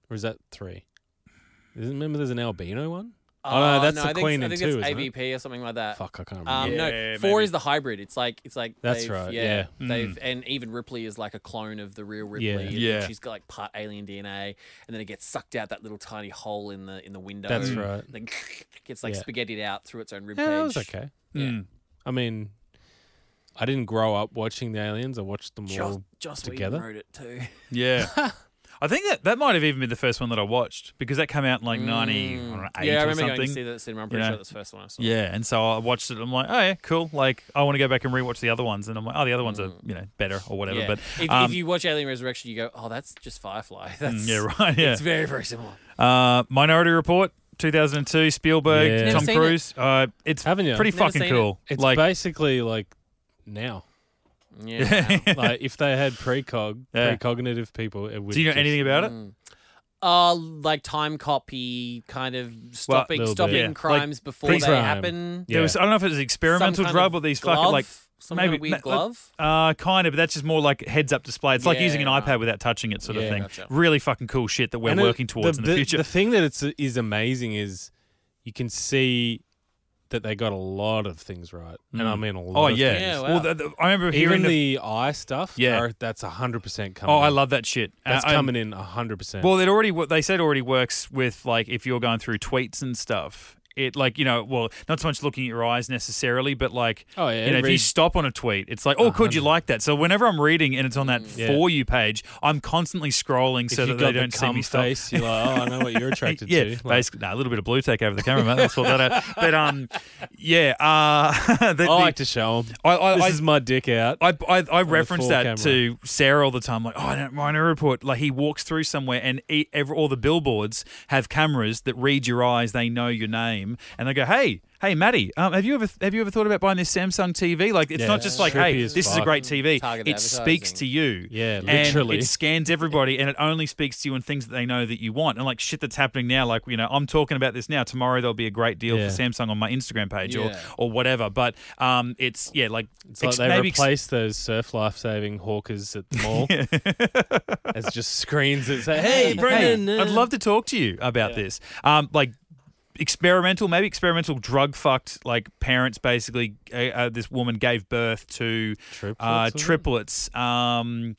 Speaker 2: or is that three? Isn't- Remember, there's an albino one. Oh, no,
Speaker 3: Uh,
Speaker 2: that's the
Speaker 3: I think,
Speaker 2: Queen
Speaker 3: I
Speaker 2: in
Speaker 3: think
Speaker 2: two,
Speaker 3: it's
Speaker 2: isn't it?
Speaker 3: AVP or something like that.
Speaker 2: Fuck, I can't remember.
Speaker 3: Um,
Speaker 1: Yeah,
Speaker 3: no, four
Speaker 1: maybe.
Speaker 3: is the hybrid. It's like it's like
Speaker 2: That's
Speaker 3: they've-
Speaker 2: right, Mm.
Speaker 3: Yeah,
Speaker 1: yeah.
Speaker 3: they've and even Ripley is like a clone of the real Ripley.
Speaker 2: Yeah.
Speaker 3: and
Speaker 1: Yeah.
Speaker 3: she's got like part alien DNA, and then it gets sucked out that little tiny hole in the in the window.
Speaker 2: That's
Speaker 3: and
Speaker 2: right.
Speaker 3: Then gets like
Speaker 2: Yeah.
Speaker 3: spaghettied out through its own rib
Speaker 2: yeah, that
Speaker 3: cage.
Speaker 2: was okay.
Speaker 1: Mm.
Speaker 2: I mean, I didn't grow up watching the aliens. I watched them
Speaker 3: Joss,
Speaker 2: all.
Speaker 3: Joss
Speaker 2: together.
Speaker 3: Whedon wrote it too.
Speaker 1: yeah I think that, that might have even been the first one that I watched because that came out in like 90 or 8
Speaker 3: yeah, I
Speaker 1: or
Speaker 3: remember
Speaker 1: something.
Speaker 3: going to see that at the cinema. I'm pretty
Speaker 1: You know.
Speaker 3: sure that's the first one I saw.
Speaker 1: Yeah, and so I watched it. I'm like, oh yeah, cool. Like, I want to go back and rewatch the other ones, and I'm like, oh, the other ones are you know better or whatever.
Speaker 3: Mm. Yeah.
Speaker 1: But
Speaker 3: if,
Speaker 1: um,
Speaker 3: if you watch Alien Resurrection, you go, "Oh, that's just Firefly." That's
Speaker 1: yeah, right, yeah.
Speaker 3: It's very very similar.
Speaker 1: Uh, Minority Report, 2002, Spielberg,
Speaker 2: Yeah. Never
Speaker 1: Tom
Speaker 3: seen
Speaker 1: Cruise. Uh, it's
Speaker 2: Haven't you?
Speaker 1: pretty
Speaker 3: Never
Speaker 1: fucking
Speaker 3: seen it.
Speaker 1: cool.
Speaker 2: It's
Speaker 1: like,
Speaker 2: basically like now.
Speaker 3: Yeah.
Speaker 2: like if they had precog,
Speaker 1: Yeah.
Speaker 2: precognitive people, it would.
Speaker 1: do you know
Speaker 2: just-
Speaker 1: anything about it?
Speaker 3: Mm. Uh, like time copy kind of stopping
Speaker 2: little bit.
Speaker 3: stopping
Speaker 1: Yeah, like
Speaker 3: crimes before they
Speaker 1: pre-
Speaker 2: crime.
Speaker 3: happen.
Speaker 2: Yeah.
Speaker 1: There was I don't know if it was
Speaker 3: Some
Speaker 1: experimental
Speaker 3: kind
Speaker 1: drug
Speaker 3: of
Speaker 1: or these fucking
Speaker 3: glove?
Speaker 1: like
Speaker 3: some kind of
Speaker 1: maybe-
Speaker 3: weird
Speaker 1: no, no,
Speaker 3: glove.
Speaker 1: Uh, kind of, but that's just more like heads up display. It's like using an
Speaker 3: Yeah.
Speaker 1: iPad without touching it, sort of
Speaker 2: Yeah.
Speaker 1: thing.
Speaker 3: Gotcha.
Speaker 1: Really fucking cool shit that we're
Speaker 2: And it-
Speaker 1: working towards in the future.
Speaker 2: The thing that it's is amazing is you can see that they got a lot of things right, and I
Speaker 1: Mm.
Speaker 2: mean a lot.
Speaker 1: oh
Speaker 2: of
Speaker 1: yeah,
Speaker 2: things.
Speaker 3: Yeah,
Speaker 1: well,
Speaker 3: wow.
Speaker 1: the, the, I remember hearing
Speaker 2: even
Speaker 1: the,
Speaker 2: the, eye stuff.
Speaker 1: Yeah.
Speaker 2: are- that's hundred percent coming.
Speaker 1: Oh, I
Speaker 2: in.
Speaker 1: love that shit.
Speaker 2: that's
Speaker 1: Uh, um,
Speaker 2: coming in hundred percent.
Speaker 1: Well, it already wo- they said already works with like if you're going through tweets and stuff. It like you know well not so much looking at your eyes necessarily, but like
Speaker 2: Oh, yeah,
Speaker 1: you know,
Speaker 2: it
Speaker 1: if you
Speaker 2: reads-
Speaker 1: stop on a tweet, it's like oh could you like that? So whenever I'm reading and it's on that
Speaker 2: Uh-huh. Yeah.
Speaker 1: for you page, I'm constantly scrolling
Speaker 2: if
Speaker 1: so
Speaker 2: you
Speaker 1: that
Speaker 2: got
Speaker 1: they don't
Speaker 2: the
Speaker 1: see me
Speaker 2: cum
Speaker 1: stop.
Speaker 2: face, you're like, oh, I know what you're attracted
Speaker 1: yeah,
Speaker 2: to. Like,
Speaker 1: basically, nah, a little bit of blue tack over the camera, mate. Let's sort that out. But um, yeah, uh, the,
Speaker 2: I like to show them.
Speaker 1: I, I,
Speaker 2: this
Speaker 1: I-
Speaker 2: is my dick out.
Speaker 1: I, I, I reference
Speaker 2: full
Speaker 1: that
Speaker 2: camera.
Speaker 1: to Sarah all the time. Like, oh, I don't mind a report. Like, he walks through somewhere and e every, all the billboards have cameras that read your eyes. They know your name, and they go, "Hey, hey, Maddie, um, have you ever have you ever thought about buying this Samsung TV? Like, it's
Speaker 2: Yeah,
Speaker 1: not just like,
Speaker 2: trippy
Speaker 1: hey,
Speaker 2: as
Speaker 1: this is a
Speaker 2: fuck.
Speaker 1: great TV.
Speaker 3: Target
Speaker 1: it speaks
Speaker 3: advertising.
Speaker 1: to you.
Speaker 2: Yeah,
Speaker 1: And
Speaker 2: literally.
Speaker 1: it scans everybody, and it only speaks to you and things that they know that you want. And like shit that's happening now. Like, you know, I'm talking about this now. Tomorrow there'll be a great deal
Speaker 2: Yeah.
Speaker 1: for Samsung on my Instagram page
Speaker 3: Yeah.
Speaker 1: or or whatever. But um, it's yeah, like
Speaker 2: It's like
Speaker 1: ex-
Speaker 2: they
Speaker 1: maybe ex-
Speaker 2: replaced those surf life saving hawkers at the mall as just screens that say,
Speaker 1: hey,
Speaker 2: "Hey, Brendan,
Speaker 1: hey,
Speaker 2: uh,
Speaker 1: I'd love to talk to you about this. Um, like experimental, maybe experimental drug fucked. Like parents, basically, uh, uh, this woman gave birth to
Speaker 2: Triplets,
Speaker 1: uh,
Speaker 2: was it?
Speaker 1: triplets. Um,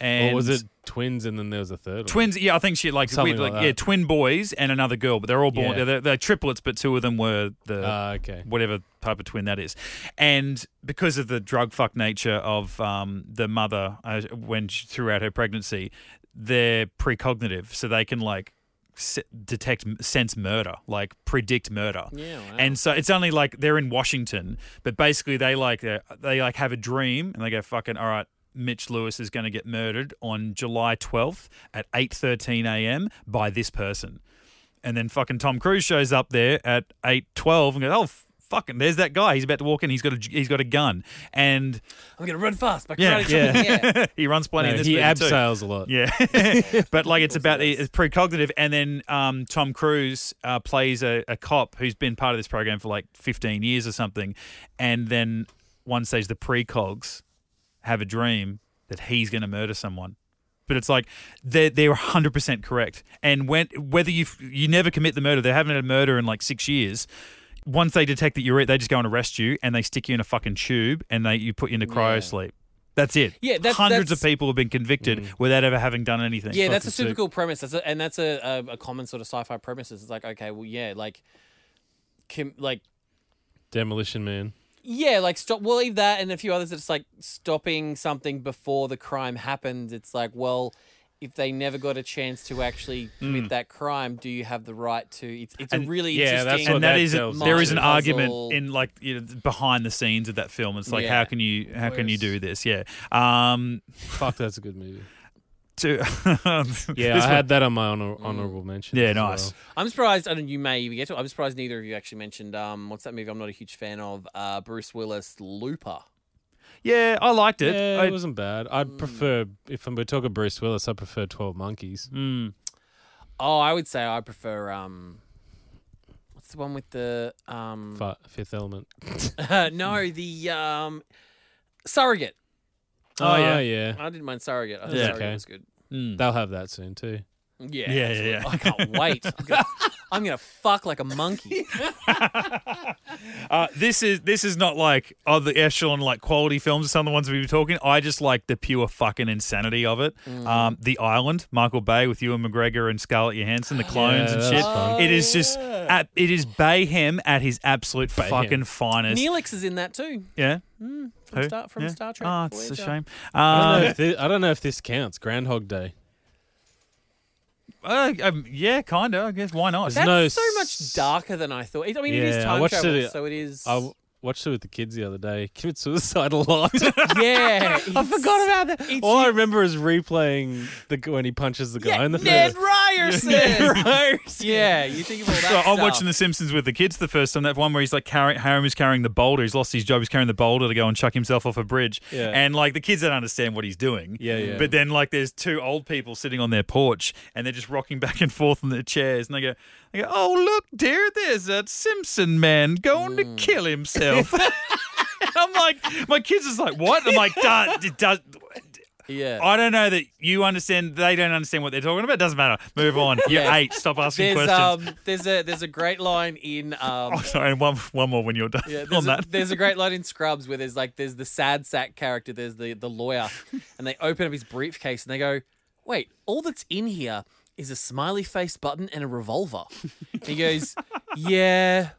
Speaker 1: And
Speaker 2: Or was it twins and then there was a third one?
Speaker 1: twins? Yeah, I think she like,
Speaker 2: Something
Speaker 1: weird,
Speaker 2: like
Speaker 1: like
Speaker 2: that.
Speaker 1: yeah, twin boys and another girl, but they're all born.
Speaker 2: Yeah.
Speaker 1: They're, they're triplets, but two of them were the
Speaker 2: Ah, okay.
Speaker 1: whatever type of twin that is. And because of the drug fuck nature of um, the mother uh, when she, throughout her pregnancy, they're precognitive, so they can like se- detect sense murder, like predict murder.
Speaker 3: Yeah, wow.
Speaker 1: And so it's only like they're in Washington, but basically they like uh, they like have a dream and they go fucking all right. Mitch Lewis is going to get murdered on July 12th at 8:13 a.m. by this person. And then fucking Tom Cruise shows up there at eight twelve and goes, "Oh, f- fucking, there's that guy. He's about to walk in. He's got a he's got a gun." And
Speaker 3: I'm gonna run fast. By
Speaker 1: Yeah,
Speaker 3: yeah, yeah. yeah.
Speaker 1: he runs plenty.
Speaker 2: No,
Speaker 1: in this
Speaker 2: he
Speaker 1: movie too.
Speaker 2: abseils a lot.
Speaker 1: Yeah, but like it's about it's precognitive, and then um, Tom Cruise uh, plays a, a cop who's been part of this program for like 15 years or something, and then one stage the precogs have a dream that he's going to murder someone. But it's like they're they're 100 percent correct, and when whether you you never commit the murder, they haven't had a murder in like six years. Once they detect that you're it, they just go and arrest you, and they stick you in a fucking tube, and they you put you into cryo sleep. That's it.
Speaker 3: Yeah, that's-
Speaker 1: hundreds of
Speaker 3: that's-
Speaker 1: people people have been convicted without ever having done anything.
Speaker 3: Yeah, that's a
Speaker 2: Mm. fucking
Speaker 3: super
Speaker 2: sick.
Speaker 3: cool premise. That's a, and that's a, a, a common sort of sci-fi premise. is It's like okay, well, yeah, like, com- like
Speaker 2: Demolition Man.
Speaker 3: yeah, like stop. We'll leave that and a few others. It's like stopping something before the crime happens. It's like well. If they never got a chance to actually commit that crime, do you have the right to? It's, it's
Speaker 1: And-
Speaker 3: a really
Speaker 2: yeah, that's
Speaker 3: interesting.
Speaker 2: what
Speaker 1: and that
Speaker 2: that
Speaker 1: is
Speaker 2: tells
Speaker 1: there
Speaker 3: you.
Speaker 1: is an
Speaker 3: Mind
Speaker 1: argument
Speaker 3: puzzle.
Speaker 1: in like you know, behind the scenes of that film. It's like
Speaker 3: Yeah.
Speaker 1: how can you how can you do
Speaker 2: Whereas-
Speaker 1: this? Yeah. Um.
Speaker 2: Fuck, that's a good movie.
Speaker 1: To
Speaker 2: Yeah, I
Speaker 1: this
Speaker 2: had that on my honor- honorable mention.
Speaker 1: Yeah,
Speaker 2: as
Speaker 1: nice.
Speaker 2: well.
Speaker 3: I'm surprised. I don't. You may even get to. it. I'm surprised neither of you actually mentioned. Um, what's that movie? I'm not a huge fan of. Uh, Bruce Willis Looper.
Speaker 1: one- yeah, I liked it.
Speaker 2: Yeah,
Speaker 1: I, Mm.
Speaker 2: it wasn't bad. I'd prefer if we're talking Bruce Willis, I prefer Twelve Monkeys.
Speaker 1: mm,
Speaker 3: Oh, I would say I prefer. Um, what's the one with the
Speaker 1: Mm.
Speaker 3: um?
Speaker 2: Fi Fifth Element.
Speaker 3: no, the um, surrogate.
Speaker 1: Oh, yeah.
Speaker 2: yeah.
Speaker 3: I didn't mind surrogate. I thought
Speaker 1: Yeah.
Speaker 3: surrogate
Speaker 2: Okay.
Speaker 3: was good.
Speaker 1: mm.
Speaker 2: They'll have that soon too.
Speaker 1: Yeah,
Speaker 3: Yeah.
Speaker 1: yeah,
Speaker 3: absolutely.
Speaker 1: yeah.
Speaker 3: I can't wait. I'm gonna, I'm gonna fuck like a monkey.
Speaker 1: Uh, this is this is not like other echelon like quality films or some of the ones we were talking. I just like the pure fucking insanity of it.
Speaker 3: Mm.
Speaker 1: Um, the Island, Michael Bay with Ewan McGregor and Scarlett Johansson,
Speaker 3: Ah,
Speaker 1: the clones
Speaker 2: Yeah,
Speaker 1: and
Speaker 2: that
Speaker 1: shit.
Speaker 2: was fun.
Speaker 1: it
Speaker 3: Oh,
Speaker 1: is just at, it is Bayhem at his absolute
Speaker 2: Bayhem.
Speaker 1: fucking finest.
Speaker 3: Neelix is in that too.
Speaker 1: yeah.
Speaker 3: From,
Speaker 1: Who?
Speaker 3: Star, from
Speaker 1: Yeah.
Speaker 3: Star Trek.
Speaker 1: Oh, it's
Speaker 3: Voyager.
Speaker 1: a shame.
Speaker 2: I don't, know
Speaker 1: Uh,
Speaker 2: if thi- I don't know if this counts. Groundhog Day.
Speaker 1: uh, um, yeah, kind of. I guess why not?
Speaker 2: That-
Speaker 3: That's
Speaker 2: No
Speaker 3: so
Speaker 2: s-
Speaker 3: much darker than I thought. I mean, it
Speaker 2: Yeah, I
Speaker 3: is time
Speaker 2: watched it
Speaker 3: travel,
Speaker 2: at-
Speaker 3: so it is.
Speaker 2: I w- watched it with the kids the other day. Commit suicide a lot.
Speaker 3: yeah, I forgot about that.
Speaker 2: All I remember is replaying the g- when he punches the guy
Speaker 3: yeah,
Speaker 2: in the
Speaker 3: Ned
Speaker 2: face.
Speaker 3: Ryerson. Yeah, you think of all that.
Speaker 1: So I'm
Speaker 3: stuff.
Speaker 1: watching The Simpsons with the kids the first time. That one where he's like carrying, Harem is carrying the boulder. He's lost his job. He's carrying the boulder to go and chuck himself off a bridge.
Speaker 2: Yeah.
Speaker 1: And like the kids don't understand what he's doing.
Speaker 2: Yeah, yeah.
Speaker 1: But then like there's two old people sitting on their porch and they're just rocking back and forth on their chairs. And they go, they go, oh look, dear, there's that Simpson man going
Speaker 3: Mm.
Speaker 1: to kill himself. and I'm like, my kids is like, what? I'm like, "Duh, it does.
Speaker 3: Yeah.
Speaker 1: I don't know that you understand. They don't understand what they're talking about. Doesn't matter. Move on. You're
Speaker 3: Yeah.
Speaker 1: eight. Stop asking
Speaker 3: there's
Speaker 1: questions.
Speaker 3: um there's a there's a great line in um
Speaker 1: Oh, sorry, and one one more when you're done
Speaker 3: yeah, there's,
Speaker 1: on
Speaker 3: a,
Speaker 1: that.
Speaker 3: there's a great line in Scrubs where there's like there's the sad sack character, there's the the lawyer, and they open up his briefcase and they go, "Wait, all that's in here is a smiley face button and a revolver." And he goes, "Yeah."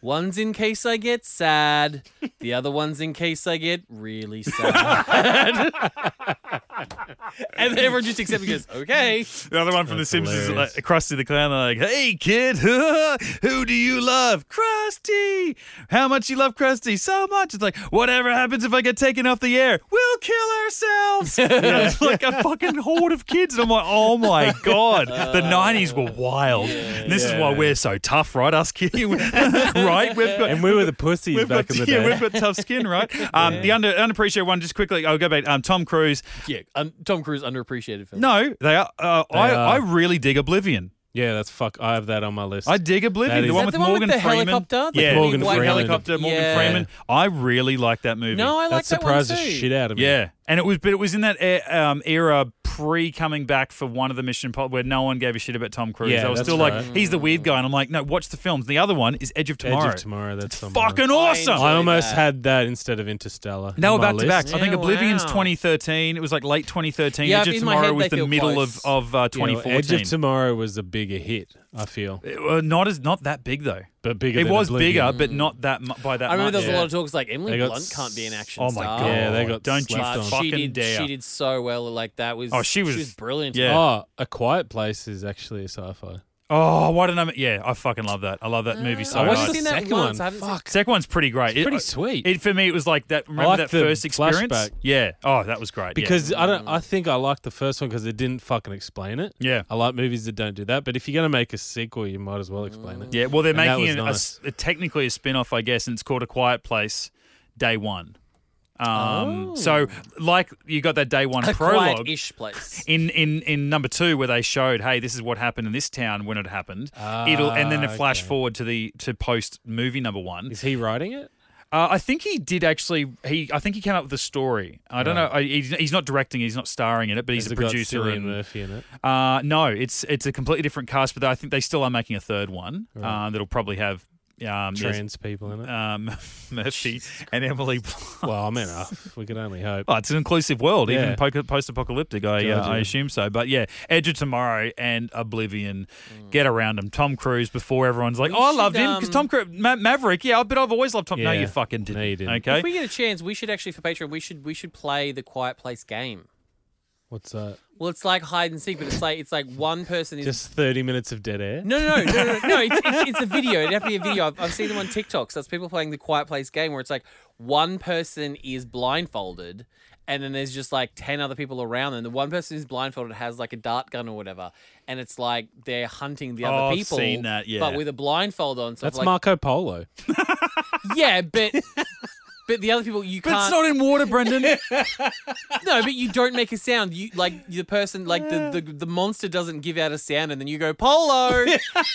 Speaker 3: One's in case I get sad. The other one's in case I get really sad. and then everyone just accepts and goes, okay.
Speaker 1: The other one from
Speaker 2: That's
Speaker 1: The Simpsons, is
Speaker 2: hilarious.
Speaker 1: like Krusty the Clown, they're like, "Hey kid, who do you love? Krusty. How much you love Krusty? So much. It's like whatever happens if I get taken off the air, we'll kill ourselves." You know, it's like a fucking horde of kids, and I'm like, "Oh my god, the
Speaker 3: Uh,
Speaker 1: '90s were wild. And this is why
Speaker 2: yeah.
Speaker 1: we're so tough, right? Us kids, right? We've got
Speaker 2: And we were the pussies
Speaker 1: We've
Speaker 2: back
Speaker 1: got,
Speaker 2: in the
Speaker 1: yeah,
Speaker 2: day.
Speaker 1: we've got tough skin, right? Um, The under, unappreciated one, just quickly. I'll go back. Um, Tom Cruise.
Speaker 3: Yeah, un- Tom Cruise underappreciated film.
Speaker 1: No, they are. Uh, I,
Speaker 2: are.
Speaker 1: I really dig Oblivion.
Speaker 2: yeah, that's fuck. I have that on my list.
Speaker 1: I dig Oblivion.
Speaker 2: That
Speaker 1: The
Speaker 2: is-
Speaker 1: one
Speaker 2: Is that
Speaker 1: with
Speaker 3: the one with
Speaker 1: Morgan
Speaker 3: the
Speaker 1: Freeman.
Speaker 3: helicopter? The
Speaker 1: yeah,
Speaker 2: big Morgan white
Speaker 1: Freeman.
Speaker 2: Freeman.
Speaker 1: helicopter. Morgan
Speaker 3: Yeah.
Speaker 1: Freeman. I really like that movie.
Speaker 3: No, I like
Speaker 2: that
Speaker 3: that one
Speaker 2: surprised the
Speaker 3: too.
Speaker 2: shit out of me.
Speaker 1: yeah, And it was, but it was in that e- um, era pre coming back for one of the Mission Impossible where no one gave a shit about Tom Cruise.
Speaker 2: Yeah,
Speaker 1: I was
Speaker 2: that's
Speaker 1: still
Speaker 2: right.
Speaker 1: like, he's the weird guy, and I'm like, no, watch the films. The other one is Edge of
Speaker 2: Edge
Speaker 1: Tomorrow.
Speaker 2: of Tomorrow. That's
Speaker 1: It's
Speaker 2: someone.
Speaker 1: fucking awesome.
Speaker 2: I almost
Speaker 3: Really bad.
Speaker 2: had that instead of Interstellar.
Speaker 1: They were
Speaker 2: on my
Speaker 1: back to back.
Speaker 2: list.
Speaker 1: I think
Speaker 3: Yeah,
Speaker 1: Oblivion's
Speaker 3: wow.
Speaker 1: 2013. It was like late 2013.
Speaker 3: Yeah,
Speaker 1: Edge of
Speaker 3: in my
Speaker 1: Tomorrow
Speaker 3: head
Speaker 1: was
Speaker 3: they
Speaker 1: the
Speaker 3: feel
Speaker 1: middle
Speaker 3: close.
Speaker 1: of of uh,
Speaker 2: Yeah, well,
Speaker 1: 2014.
Speaker 2: Edge of Tomorrow was a bigger hit. I feel,
Speaker 1: It- uh, not as not that big though.
Speaker 2: but bigger.
Speaker 1: it
Speaker 2: than
Speaker 1: was
Speaker 2: Oblivion.
Speaker 1: bigger, but not that mu- by that
Speaker 3: I remember
Speaker 1: much.
Speaker 3: there was
Speaker 2: Yeah.
Speaker 3: a lot of talks like Emily
Speaker 2: They got
Speaker 3: Blunt can't be an action
Speaker 1: Oh my
Speaker 3: star.
Speaker 1: god!
Speaker 2: Yeah, they got
Speaker 1: Don't you
Speaker 2: slapped
Speaker 3: But
Speaker 2: on.
Speaker 1: fucking
Speaker 3: she did,
Speaker 1: dare!
Speaker 3: she did so well. Like that was.
Speaker 1: Oh, she was-
Speaker 3: She was brilliant.
Speaker 1: yeah.
Speaker 2: Oh, A Quiet Place is actually a sci-fi.
Speaker 1: Oh, why didn't I? Yeah, I fucking love that. I love that movie so
Speaker 2: I
Speaker 3: I've
Speaker 2: watched
Speaker 1: much.
Speaker 2: the
Speaker 3: seen that
Speaker 2: second
Speaker 3: once. I
Speaker 2: one.
Speaker 3: haven't seen-
Speaker 2: Fuck,
Speaker 1: Second one's pretty great.
Speaker 2: it's
Speaker 1: It-
Speaker 2: pretty
Speaker 1: uh,
Speaker 2: sweet.
Speaker 1: It for me, it was like that. Remember
Speaker 2: like
Speaker 1: that
Speaker 2: the
Speaker 1: first experience?
Speaker 2: flashback.
Speaker 1: Yeah. Oh, that was great. yeah.
Speaker 2: because I don't. I think I liked the first one because it didn't fucking explain it.
Speaker 1: yeah.
Speaker 2: I like movies that don't do that. But if you're gonna make a sequel, you might as well explain it.
Speaker 1: Yeah, well, they're
Speaker 2: And that
Speaker 1: making
Speaker 2: was
Speaker 1: it a
Speaker 2: nice.
Speaker 1: s- a- technically a spin off, I guess, and it's called A Quiet Place Day One.
Speaker 2: Oh.
Speaker 1: Um, So, like, you got that Day One
Speaker 3: Oh, A
Speaker 1: prologue.
Speaker 3: quiet-ish place.
Speaker 1: in, in in number two where they showed, hey, this is what happened in this town when it happened. It'll and then
Speaker 2: Ah,
Speaker 1: it flash
Speaker 2: okay.
Speaker 1: forward to the to post movie number one.
Speaker 2: Is he writing it?
Speaker 1: Uh, I think he did actually. He I think he came up with the story. I don't know. I, he's, he's not directing. He's not starring in it, but he's
Speaker 2: Has
Speaker 1: a
Speaker 2: it got
Speaker 1: producer.
Speaker 2: Cillian
Speaker 1: And,
Speaker 2: Murphy in it.
Speaker 1: uh, no, it's it's a completely different cast, but I think they still are making a third one uh, that'll probably have um, yes,
Speaker 2: Trans people in it.
Speaker 1: um, Murphy and Emily. Blunt.
Speaker 2: well, I mean, uh, we could only hope.
Speaker 1: Well, Oh, it's an inclusive world,
Speaker 2: Yeah.
Speaker 1: even po- post-apocalyptic. I uh,
Speaker 2: Georgia.
Speaker 1: I assume so, but yeah, Edge of Tomorrow and Oblivion, get around them. Tom Cruise before everyone's like,
Speaker 3: Mm. We
Speaker 1: oh, I
Speaker 3: should,
Speaker 1: loved him because
Speaker 3: um,
Speaker 1: Tom Cruise, Ma- Maverick. Yeah, but I've always loved Tom. No,
Speaker 2: Yeah.
Speaker 1: you fucking didn't.
Speaker 2: No, you didn't.
Speaker 1: Okay.
Speaker 3: If we get a chance, we should actually for Patreon, we should we should play the Quiet Place game.
Speaker 2: What's that?
Speaker 3: Well, it's like hide and seek, but it's like it's like one person is.
Speaker 2: Just 30 minutes of dead air.
Speaker 3: no, no, no, no, no, no, no. It's, it's, it's a video. It'd have to be a video. I've, I've seen them on TikTok. So that's people playing the Quiet Place game where it's like one person is blindfolded and then there's just like 10 other people around them. The one person who's blindfolded has like a dart gun or whatever. And it's like they're hunting the
Speaker 1: Oh,
Speaker 3: other
Speaker 1: I've
Speaker 3: people.
Speaker 1: seen that, yeah.
Speaker 3: But with a blindfold on. So
Speaker 2: That's
Speaker 3: it's like,
Speaker 2: Marco Polo.
Speaker 3: Yeah, but. But the other people you
Speaker 1: But it's
Speaker 3: can't
Speaker 1: not in water, Brendan.
Speaker 3: no, but you don't make a sound. You like the person like the, the the monster doesn't give out a sound, and then you go polo.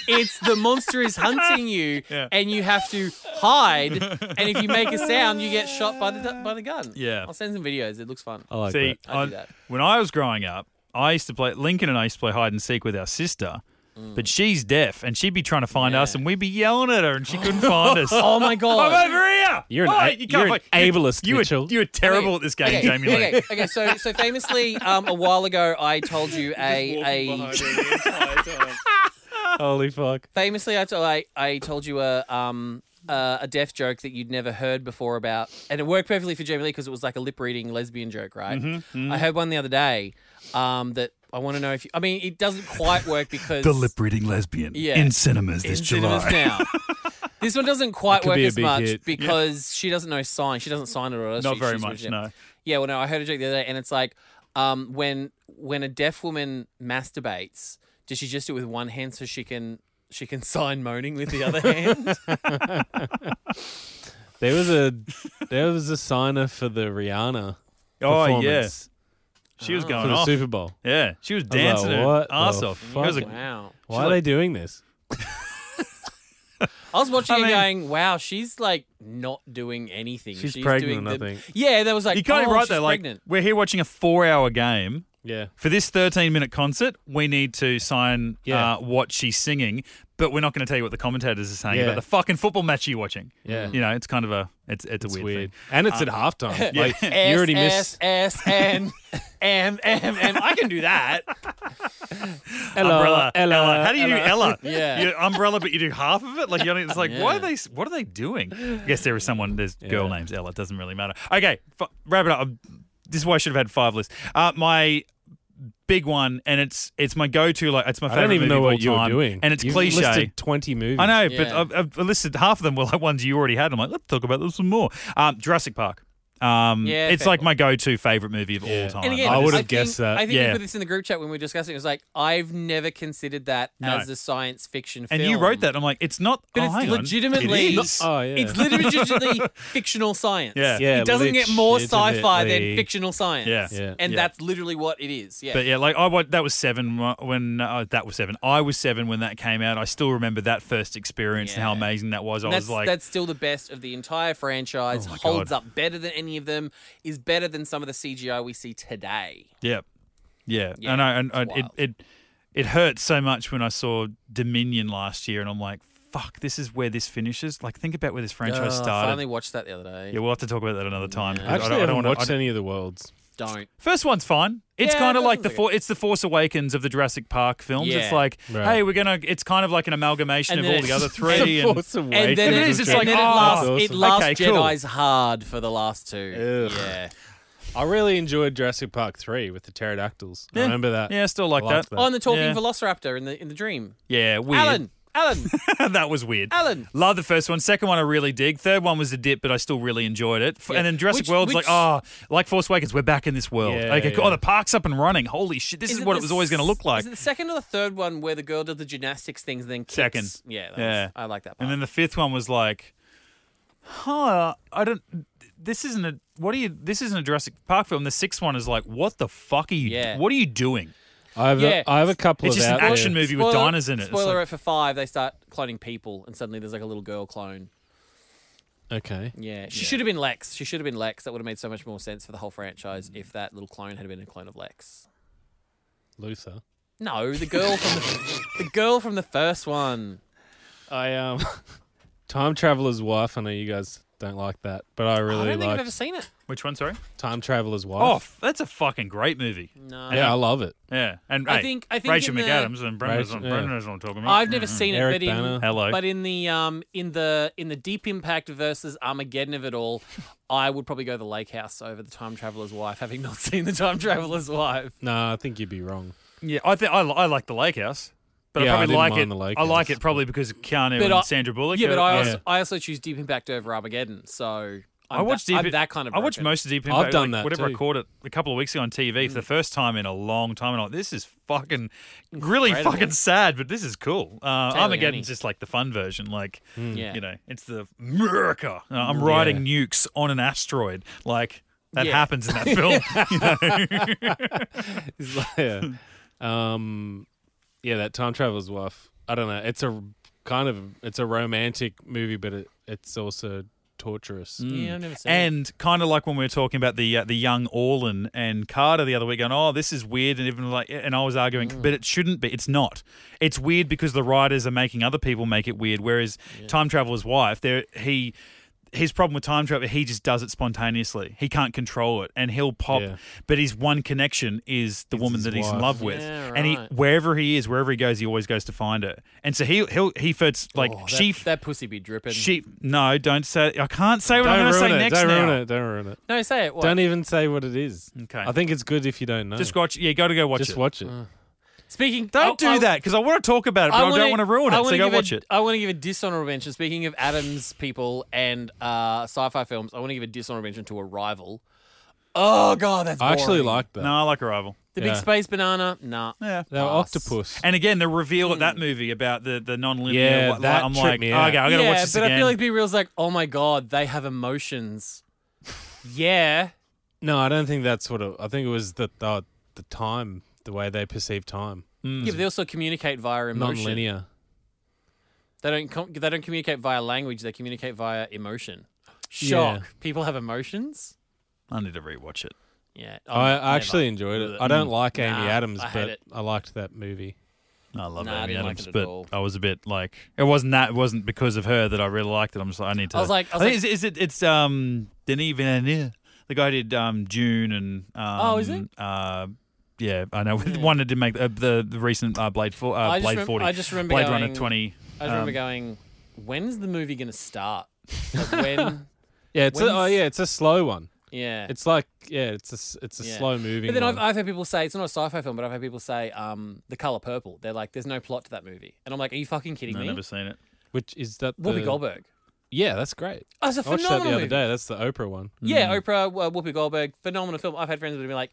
Speaker 3: it's the monster is hunting you,
Speaker 1: Yeah.
Speaker 3: and you have to hide. And if you make a sound, you get shot by the du- by the gun.
Speaker 1: Yeah.
Speaker 3: I'll send some videos. It looks fun.
Speaker 2: I like
Speaker 1: See,
Speaker 2: that.
Speaker 3: I do
Speaker 1: on-
Speaker 3: that.
Speaker 1: when I was growing up, I used to play Lincoln and I used to play hide and seek with our sister, but she's deaf and she'd be trying to find us,
Speaker 3: Mm. Yeah.
Speaker 1: and we'd be yelling at her, and she couldn't find us.
Speaker 3: Oh my god!
Speaker 1: I'm over here.
Speaker 2: You're an
Speaker 1: Oi,
Speaker 2: a-
Speaker 1: you can't
Speaker 2: you're an
Speaker 1: find- you-
Speaker 2: ableist,
Speaker 1: You,
Speaker 2: Mitchell.
Speaker 1: were, you were terrible at this game,
Speaker 3: okay,
Speaker 1: Jamie Lee.
Speaker 3: Okay, okay. So, so famously, um, a while ago, I told you a a
Speaker 2: Holy fuck.
Speaker 3: famously I, told I I told you a um uh, a deaf joke that you'd never heard before about and it worked perfectly for Jamie Lee because it was like a lip reading lesbian joke right I heard one the other day um that I want to know if you, I mean it doesn't quite work because
Speaker 1: The lip reading lesbian
Speaker 3: Yeah.
Speaker 1: in cinemas this
Speaker 3: in
Speaker 1: July.
Speaker 3: cinemas now this one doesn't quite
Speaker 2: could
Speaker 3: work
Speaker 2: be a
Speaker 3: as
Speaker 2: big
Speaker 3: much
Speaker 2: hit.
Speaker 3: because she doesn't know sign she doesn't sign it or else
Speaker 1: Not
Speaker 3: she-
Speaker 1: very
Speaker 3: she's
Speaker 1: much,
Speaker 3: rigid.
Speaker 1: no.
Speaker 3: yeah well no I heard a joke the other day and it's like um when when a deaf woman masturbates does she just do it with one hand so she can she can sign moaning with the other hand
Speaker 2: There was a there was a signer for the Rihanna
Speaker 1: Oh
Speaker 2: performance
Speaker 1: yeah, she
Speaker 3: Oh.
Speaker 1: was
Speaker 2: for
Speaker 1: going
Speaker 2: the
Speaker 1: off.
Speaker 2: Super Bowl.
Speaker 1: Yeah, she was
Speaker 2: I was like,
Speaker 1: dancing her
Speaker 2: "What
Speaker 1: ass
Speaker 2: the
Speaker 1: off. It was
Speaker 2: fuck?"
Speaker 1: a-
Speaker 3: Wow.
Speaker 2: Why are they doing this?
Speaker 3: I was watching
Speaker 1: I
Speaker 3: it
Speaker 1: mean-
Speaker 3: going, wow, she's like not doing anything.
Speaker 2: She's
Speaker 3: doing
Speaker 2: pregnant, I
Speaker 3: the-
Speaker 2: think.
Speaker 3: Yeah, that was like,
Speaker 1: you can't
Speaker 3: oh,
Speaker 1: write
Speaker 3: she's
Speaker 1: that. Like
Speaker 3: pregnant.
Speaker 1: we're here watching a four-hour game.
Speaker 2: Yeah.
Speaker 1: For this 13 minute concert, we need to sign
Speaker 2: Yeah.
Speaker 1: uh, what she's singing, but we're not going to tell you what the commentators are saying
Speaker 2: Yeah.
Speaker 1: about the fucking football match you're watching.
Speaker 2: Yeah.
Speaker 1: You know, it's kind of a it's it's a
Speaker 2: It's
Speaker 1: weird,
Speaker 2: weird.
Speaker 1: thing. Uh,
Speaker 2: And it's at halftime. Like you
Speaker 3: S,
Speaker 2: already missed
Speaker 3: S, S, N, M, M, M. I can do that.
Speaker 2: Ella,
Speaker 1: umbrella,
Speaker 2: Oh, Ella,
Speaker 1: How do you do Ella?
Speaker 3: Yeah.
Speaker 1: You do umbrella, but you do half of it. Like you only, it's like why
Speaker 3: Yeah.
Speaker 1: are they? What are they doing? I guess there is someone. There's girl names Ella. It doesn't really matter. Okay, f- wrap it up. Um, This is why I should have had five lists. Uh, my big one, and it's it's my go to. Like it's my
Speaker 2: I
Speaker 1: favorite
Speaker 2: don't even
Speaker 1: movie
Speaker 2: know
Speaker 1: of all
Speaker 2: what you were
Speaker 1: time,
Speaker 2: doing.
Speaker 1: and it's
Speaker 2: You've
Speaker 1: cliche.
Speaker 2: listed 20 movies.
Speaker 1: I know,
Speaker 3: Yeah.
Speaker 1: but I've, I've listed half of them were like ones you already had. I'm like, let's talk about those some more. Um, Jurassic Park. Um,
Speaker 3: Yeah,
Speaker 1: it's
Speaker 3: fair.
Speaker 1: like my go-to favorite movie of all time.
Speaker 3: And again,
Speaker 2: I would've
Speaker 3: think-
Speaker 2: guessed that.
Speaker 3: I think
Speaker 1: Yeah.
Speaker 3: you put this in the group chat when we were discussing it. It was like, I've never considered that
Speaker 1: No.
Speaker 3: as a science fiction film.
Speaker 1: and you wrote that. I'm like, it's not.
Speaker 3: But
Speaker 1: oh,
Speaker 3: it's
Speaker 1: hang on.
Speaker 3: legitimately-
Speaker 1: It is.
Speaker 2: Oh yeah.
Speaker 3: It's legitimately fictional science.
Speaker 1: Yeah.
Speaker 2: Yeah,
Speaker 3: It doesn't get more sci fi
Speaker 2: legitimately.
Speaker 3: than fictional science.
Speaker 1: Yeah.
Speaker 2: Yeah.
Speaker 3: And
Speaker 1: Yeah.
Speaker 3: that's literally what it is. Yeah.
Speaker 1: But yeah, like I wa- that was seven wh- when uh, that was seven. I was seven when that came out. I still remember that first experience and how
Speaker 3: Yeah.
Speaker 1: amazing that was. I
Speaker 3: And
Speaker 1: was
Speaker 3: that's,
Speaker 1: like, Oh
Speaker 3: that's still the best of the entire franchise.
Speaker 1: my
Speaker 3: holds
Speaker 1: God.
Speaker 3: up better than any many of them is better than some of the CGI we see today.
Speaker 1: Yeah, yeah.
Speaker 3: Yeah,
Speaker 1: and I, and
Speaker 3: it's
Speaker 1: I, it
Speaker 3: wild.
Speaker 1: it it hurt so much when I saw Dominion last year, and I'm like, fuck, this is where this finishes. Like, think about where this
Speaker 2: Uh,
Speaker 1: franchise
Speaker 3: Ugh,
Speaker 1: started.
Speaker 3: finally watched that the other day.
Speaker 1: yeah, we'll have to talk about that another time.
Speaker 3: Yeah.
Speaker 2: I
Speaker 1: because
Speaker 2: actually
Speaker 1: I
Speaker 2: haven't
Speaker 1: don't, I don't
Speaker 2: watched
Speaker 1: want to.
Speaker 2: any of the worlds.
Speaker 3: Don't.
Speaker 1: First one's fine. It's
Speaker 3: Yeah,
Speaker 1: kind of
Speaker 3: it
Speaker 1: like the
Speaker 3: doesn't
Speaker 1: for, it's the Force Awakens of the Jurassic Park films. It's
Speaker 3: Yeah.
Speaker 1: like,
Speaker 2: Right.
Speaker 1: hey, we're gonna. It's kind of like an amalgamation
Speaker 3: And
Speaker 1: of
Speaker 3: then
Speaker 1: all the
Speaker 3: it's-
Speaker 1: other three.
Speaker 2: The
Speaker 1: and-
Speaker 2: Force
Speaker 3: And then
Speaker 2: Awakens
Speaker 1: it
Speaker 3: it
Speaker 1: is,
Speaker 2: is
Speaker 1: it's
Speaker 2: a
Speaker 1: like,
Speaker 3: and then
Speaker 1: oh,
Speaker 2: that's
Speaker 3: it last, it
Speaker 2: awesome.
Speaker 3: last
Speaker 1: Okay, cool.
Speaker 3: Jedi's hard for the last two.
Speaker 2: Ugh.
Speaker 3: Yeah.
Speaker 2: I really enjoyed Jurassic Park 3 with the pterodactyls. I
Speaker 1: Yeah.
Speaker 2: remember that.
Speaker 1: yeah, I still like
Speaker 2: I liked
Speaker 1: that.
Speaker 2: that.
Speaker 3: Oh, and the talking
Speaker 1: Yeah.
Speaker 3: Velociraptor in the in the dream.
Speaker 1: Yeah, weird.
Speaker 3: Alan, Alan,
Speaker 1: that was weird.
Speaker 3: Alan.
Speaker 1: Love the first one. Second one, I really dig. Third one was a dip, but I still really enjoyed it. F-
Speaker 3: Yeah.
Speaker 1: And then Jurassic
Speaker 3: Which-
Speaker 1: World's
Speaker 3: which-
Speaker 1: like, oh, like Force Awakens, we're back in this world.
Speaker 2: Yeah,
Speaker 1: okay, cool.
Speaker 2: yeah.
Speaker 1: Oh, the park's up and running. Holy shit, this is,
Speaker 3: it
Speaker 1: what
Speaker 3: the
Speaker 1: it was always going to
Speaker 3: s-
Speaker 1: look like.
Speaker 3: Is it the second or the third one where the girl did the gymnastics things and then kicks?
Speaker 1: Second.
Speaker 3: Yeah, that
Speaker 1: Yeah.
Speaker 3: Was, I like that part.
Speaker 1: and then the fifth one was like, huh, I don't. This isn't a what are you? This isn't a Jurassic Park film. The sixth one is like, what the fuck are you?
Speaker 3: Yeah.
Speaker 1: What are you doing?
Speaker 2: I have,
Speaker 3: Yeah.
Speaker 2: A, I have a couple
Speaker 1: It's
Speaker 2: of
Speaker 1: just an
Speaker 2: out there.
Speaker 1: action movie with diners in it. It's
Speaker 3: Spoiler
Speaker 1: like-
Speaker 3: alert for five, they start cloning people, and suddenly there's like a little girl clone.
Speaker 2: Okay.
Speaker 3: Yeah, she
Speaker 1: Yeah.
Speaker 3: should have been Lex. She should have been Lex. That would have made so much more sense for the whole franchise if that little clone had been a clone of Lex.
Speaker 2: Luther.
Speaker 3: No, the girl from the, the girl from the first one.
Speaker 2: I um Time Traveler's Wife, I know you guys don't like that, but I
Speaker 3: I
Speaker 2: really
Speaker 3: don't think I've
Speaker 2: like
Speaker 3: ever seen it.
Speaker 1: Which one? Sorry.
Speaker 2: Time Traveler's Wife.
Speaker 1: Oh, f- that's a fucking great movie.
Speaker 3: No,
Speaker 2: yeah, I love it.
Speaker 1: Yeah, and
Speaker 3: I
Speaker 1: hey,
Speaker 3: think- I think
Speaker 1: Rachel
Speaker 3: in the-
Speaker 1: McAdams and Brendan knows
Speaker 2: Rachel-
Speaker 1: what
Speaker 2: yeah.
Speaker 1: Brendan knows what I'm talking about.
Speaker 3: I've never seen it.
Speaker 2: Eric
Speaker 3: but in,
Speaker 2: Bana.
Speaker 1: Hello.
Speaker 3: But in the um in the in the Deep Impact versus Armageddon of it all, I would probably go the Lake House over the Time Traveler's Wife, having not seen the Time Traveler's Wife.
Speaker 2: No, I think you'd be wrong.
Speaker 1: Yeah, I think I, li- I like the Lake House, but
Speaker 2: Yeah,
Speaker 1: I
Speaker 2: I
Speaker 1: probably
Speaker 2: didn't
Speaker 1: like
Speaker 2: mind
Speaker 1: it.
Speaker 2: the Lake
Speaker 1: I like
Speaker 2: House.
Speaker 1: it probably because of Keanu
Speaker 3: But
Speaker 1: and
Speaker 3: I-
Speaker 1: Sandra Bullock.
Speaker 3: yeah, but I
Speaker 1: Uh,
Speaker 3: also
Speaker 2: yeah.
Speaker 3: I also choose Deep Impact over Armageddon, so I'm
Speaker 1: I watched
Speaker 3: that,
Speaker 1: Deep
Speaker 3: I'm that kind of
Speaker 1: I watched
Speaker 3: broken.
Speaker 1: most of Deep Impact.
Speaker 2: done
Speaker 1: like,
Speaker 2: that
Speaker 1: Whatever I
Speaker 2: too. Mm.
Speaker 1: caught it a couple of weeks ago on TV for the first time in a long time, and I'm like, this is fucking really
Speaker 3: Incredible.
Speaker 1: fucking sad, but this is cool. Uh, Armageddon's
Speaker 3: Annie.
Speaker 1: just like the fun version, like
Speaker 2: Mm.
Speaker 3: Yeah.
Speaker 1: you know, it's the America. Uh, I'm riding nukes on an asteroid, like. That
Speaker 3: Yeah.
Speaker 1: happens in that film. You know?
Speaker 2: It's like, yeah. Um, yeah, that time traveler's wife. I don't know. It's a kind of it's a romantic movie, but it, it's also torturous.
Speaker 1: Mm.
Speaker 3: Yeah, I've never seen it.
Speaker 1: And kind of like when we were talking about the uh, the young Orlin and Carter the other week, going, "Oh, this is weird," and even like, and I was arguing,
Speaker 2: Mm.
Speaker 1: but it shouldn't be. It's not. It's weird because the writers are making other people make it weird. Whereas time traveler's wife, there he. His problem with time travel, he just does it spontaneously. He can't control it, and he'll pop.
Speaker 2: Yeah.
Speaker 1: But his one connection is the woman
Speaker 2: his
Speaker 1: that he's in
Speaker 2: wife.
Speaker 1: love with,
Speaker 3: Yeah,
Speaker 1: and he
Speaker 3: right.
Speaker 1: wherever he is, wherever he goes, he always goes to find her. And so he he'll, he first like
Speaker 3: Oh, that,
Speaker 1: she
Speaker 3: that pussy be dripping.
Speaker 1: she no, don't say. I can't say what I'm
Speaker 2: Don't ruin
Speaker 1: going to say
Speaker 2: it.
Speaker 1: next.
Speaker 2: don't
Speaker 1: now.
Speaker 2: ruin it. Don't ruin it.
Speaker 3: no, say it. What?
Speaker 2: Don't even say what it is.
Speaker 1: Okay.
Speaker 2: I think it's good if you don't know.
Speaker 1: Just watch. Yeah, go to go watch
Speaker 2: Just
Speaker 1: it. Uh,
Speaker 2: watch it.
Speaker 3: Speaking.
Speaker 1: e- Don't
Speaker 3: oh,
Speaker 1: do
Speaker 3: I-
Speaker 1: that because I want to talk about it, but I,
Speaker 3: wanna-
Speaker 1: don't want to ruin
Speaker 3: I
Speaker 1: it.
Speaker 3: wanna
Speaker 1: So go
Speaker 3: give a-
Speaker 1: watch it.
Speaker 3: I want to give a dishonorable mention. Speaking of Adams people and uh, sci-fi films, I want to give a dishonorable mention to Arrival. Oh god, that's
Speaker 2: I actually
Speaker 3: boring.
Speaker 2: like that.
Speaker 1: No, I like Arrival.
Speaker 3: the
Speaker 2: yeah.
Speaker 3: big space banana. Nah,
Speaker 1: Yeah.
Speaker 2: That
Speaker 3: Pass.
Speaker 2: octopus.
Speaker 1: And again, the reveal at that movie about the the non-linear.
Speaker 2: Yeah,
Speaker 1: what-
Speaker 2: that
Speaker 1: I'm
Speaker 2: tripped
Speaker 1: like,
Speaker 2: me
Speaker 1: oh,
Speaker 2: out.
Speaker 1: okay, I gotta
Speaker 3: yeah,
Speaker 1: watch this
Speaker 3: but
Speaker 1: again.
Speaker 3: I feel like B Real's like, oh my god, they have emotions. yeah,
Speaker 2: No, I don't think that's what it, I think it was the, the the time, the way they perceive time,
Speaker 1: Mm.
Speaker 3: yeah, but they also communicate via emotion.
Speaker 2: non-linear.
Speaker 3: They don't. Com- they don't communicate via language. They communicate via emotion. Shock.
Speaker 2: Yeah.
Speaker 3: People have emotions.
Speaker 1: I need to rewatch it.
Speaker 3: Yeah, oh,
Speaker 2: I
Speaker 3: never. Mm.
Speaker 2: I actually enjoyed it. I don't like Amy
Speaker 3: Nah,
Speaker 2: Adams,
Speaker 3: I hate
Speaker 2: but
Speaker 3: it.
Speaker 2: I liked that movie.
Speaker 1: I love
Speaker 3: Nah, I
Speaker 1: Amy
Speaker 3: didn't like
Speaker 1: Adams,
Speaker 3: it at
Speaker 1: but
Speaker 3: all.
Speaker 1: I was a bit like it wasn't that. It wasn't because of her that I really liked it. I'm just like, I need to.
Speaker 3: I was like- I was
Speaker 1: think
Speaker 3: like-
Speaker 1: is, is it? It's um Denis Villeneuve, the guy who did um June and um,
Speaker 3: Oh, is it?
Speaker 1: Uh, yeah, I know. One that did make uh, the, the recent uh, Blade Four, uh,
Speaker 3: I just
Speaker 1: Blade
Speaker 3: remem-
Speaker 1: Forty,
Speaker 3: I just remember
Speaker 1: Blade
Speaker 3: going,
Speaker 1: Runner Twenty.
Speaker 3: I just remember
Speaker 1: um,
Speaker 3: going, when's the movie gonna start? Like when?
Speaker 2: Yeah, it's a,
Speaker 3: When's-
Speaker 2: oh yeah, it's a slow one.
Speaker 3: yeah.
Speaker 2: It's like yeah, it's a s- it's a
Speaker 3: Yeah.
Speaker 2: slow moving.
Speaker 3: but then I've,
Speaker 2: one.
Speaker 3: I've heard people say it's not a sci-fi film, but I've heard people say um, the color purple. They're like, there's no plot to that movie, and I'm like, are you fucking kidding
Speaker 1: No,
Speaker 3: me?
Speaker 1: never seen it.
Speaker 2: which is that
Speaker 3: Whoopi
Speaker 2: the-
Speaker 3: Goldberg.
Speaker 2: Yeah, that's great.
Speaker 3: Oh, it's a
Speaker 2: I watched that
Speaker 3: phenomenal
Speaker 2: the other
Speaker 3: movie.
Speaker 2: day. That's the Oprah one.
Speaker 3: Yeah, Oprah, uh, Whoopi Goldberg, phenomenal film. I've had friends that have been like,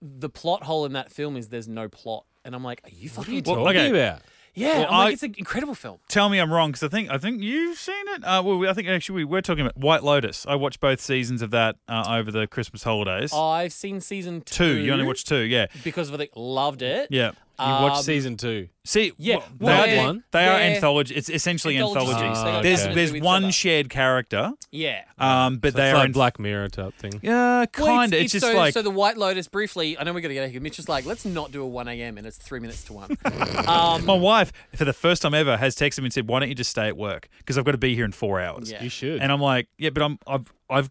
Speaker 3: the plot hole in that film is there's no plot, and I'm like, are you fucking?
Speaker 2: What are
Speaker 1: Well,
Speaker 2: you talking
Speaker 1: okay.
Speaker 2: about?
Speaker 3: yeah,
Speaker 1: Well,
Speaker 3: I'm like,
Speaker 1: I-
Speaker 3: it's an incredible film.
Speaker 1: Tell me I'm wrong because I think I think you've seen it. Uh, well, we- I think actually we were talking about White Lotus. I watched both seasons of that uh, over the Christmas holidays.
Speaker 3: I've seen season Oh, two.
Speaker 1: two, you only watched two, yeah,
Speaker 3: because of it. Loved it.
Speaker 1: yeah.
Speaker 2: You
Speaker 3: Um,
Speaker 2: watch season two.
Speaker 1: See,
Speaker 3: yeah,
Speaker 1: well,
Speaker 3: well,
Speaker 1: they,
Speaker 2: they're-
Speaker 1: are, they are
Speaker 3: they're-
Speaker 1: anthology. It's essentially
Speaker 3: Anthologies. Ah,
Speaker 1: anthologies.
Speaker 2: They go
Speaker 1: there's
Speaker 2: back
Speaker 1: there's
Speaker 3: to each
Speaker 1: one
Speaker 3: other. Ah.
Speaker 1: shared character,
Speaker 3: Yeah.
Speaker 1: um, but
Speaker 2: So
Speaker 1: they
Speaker 2: it's
Speaker 1: are
Speaker 2: like
Speaker 1: in-
Speaker 2: Black Mirror type thing.
Speaker 1: yeah,
Speaker 3: Well,
Speaker 1: kind of. It's, just
Speaker 3: so,
Speaker 1: like
Speaker 3: so the White Lotus. Briefly, I know we got to get out of here. Mitch is like, let's not do a one a.m. and it's three minutes to one. um,
Speaker 1: my wife, for the first time ever, has texted me and said, "Why don't you just stay at work? Because I've got to be here in four hours."
Speaker 3: Yeah.
Speaker 2: You should.
Speaker 1: And I'm like, "Yeah, but I'm I've I've."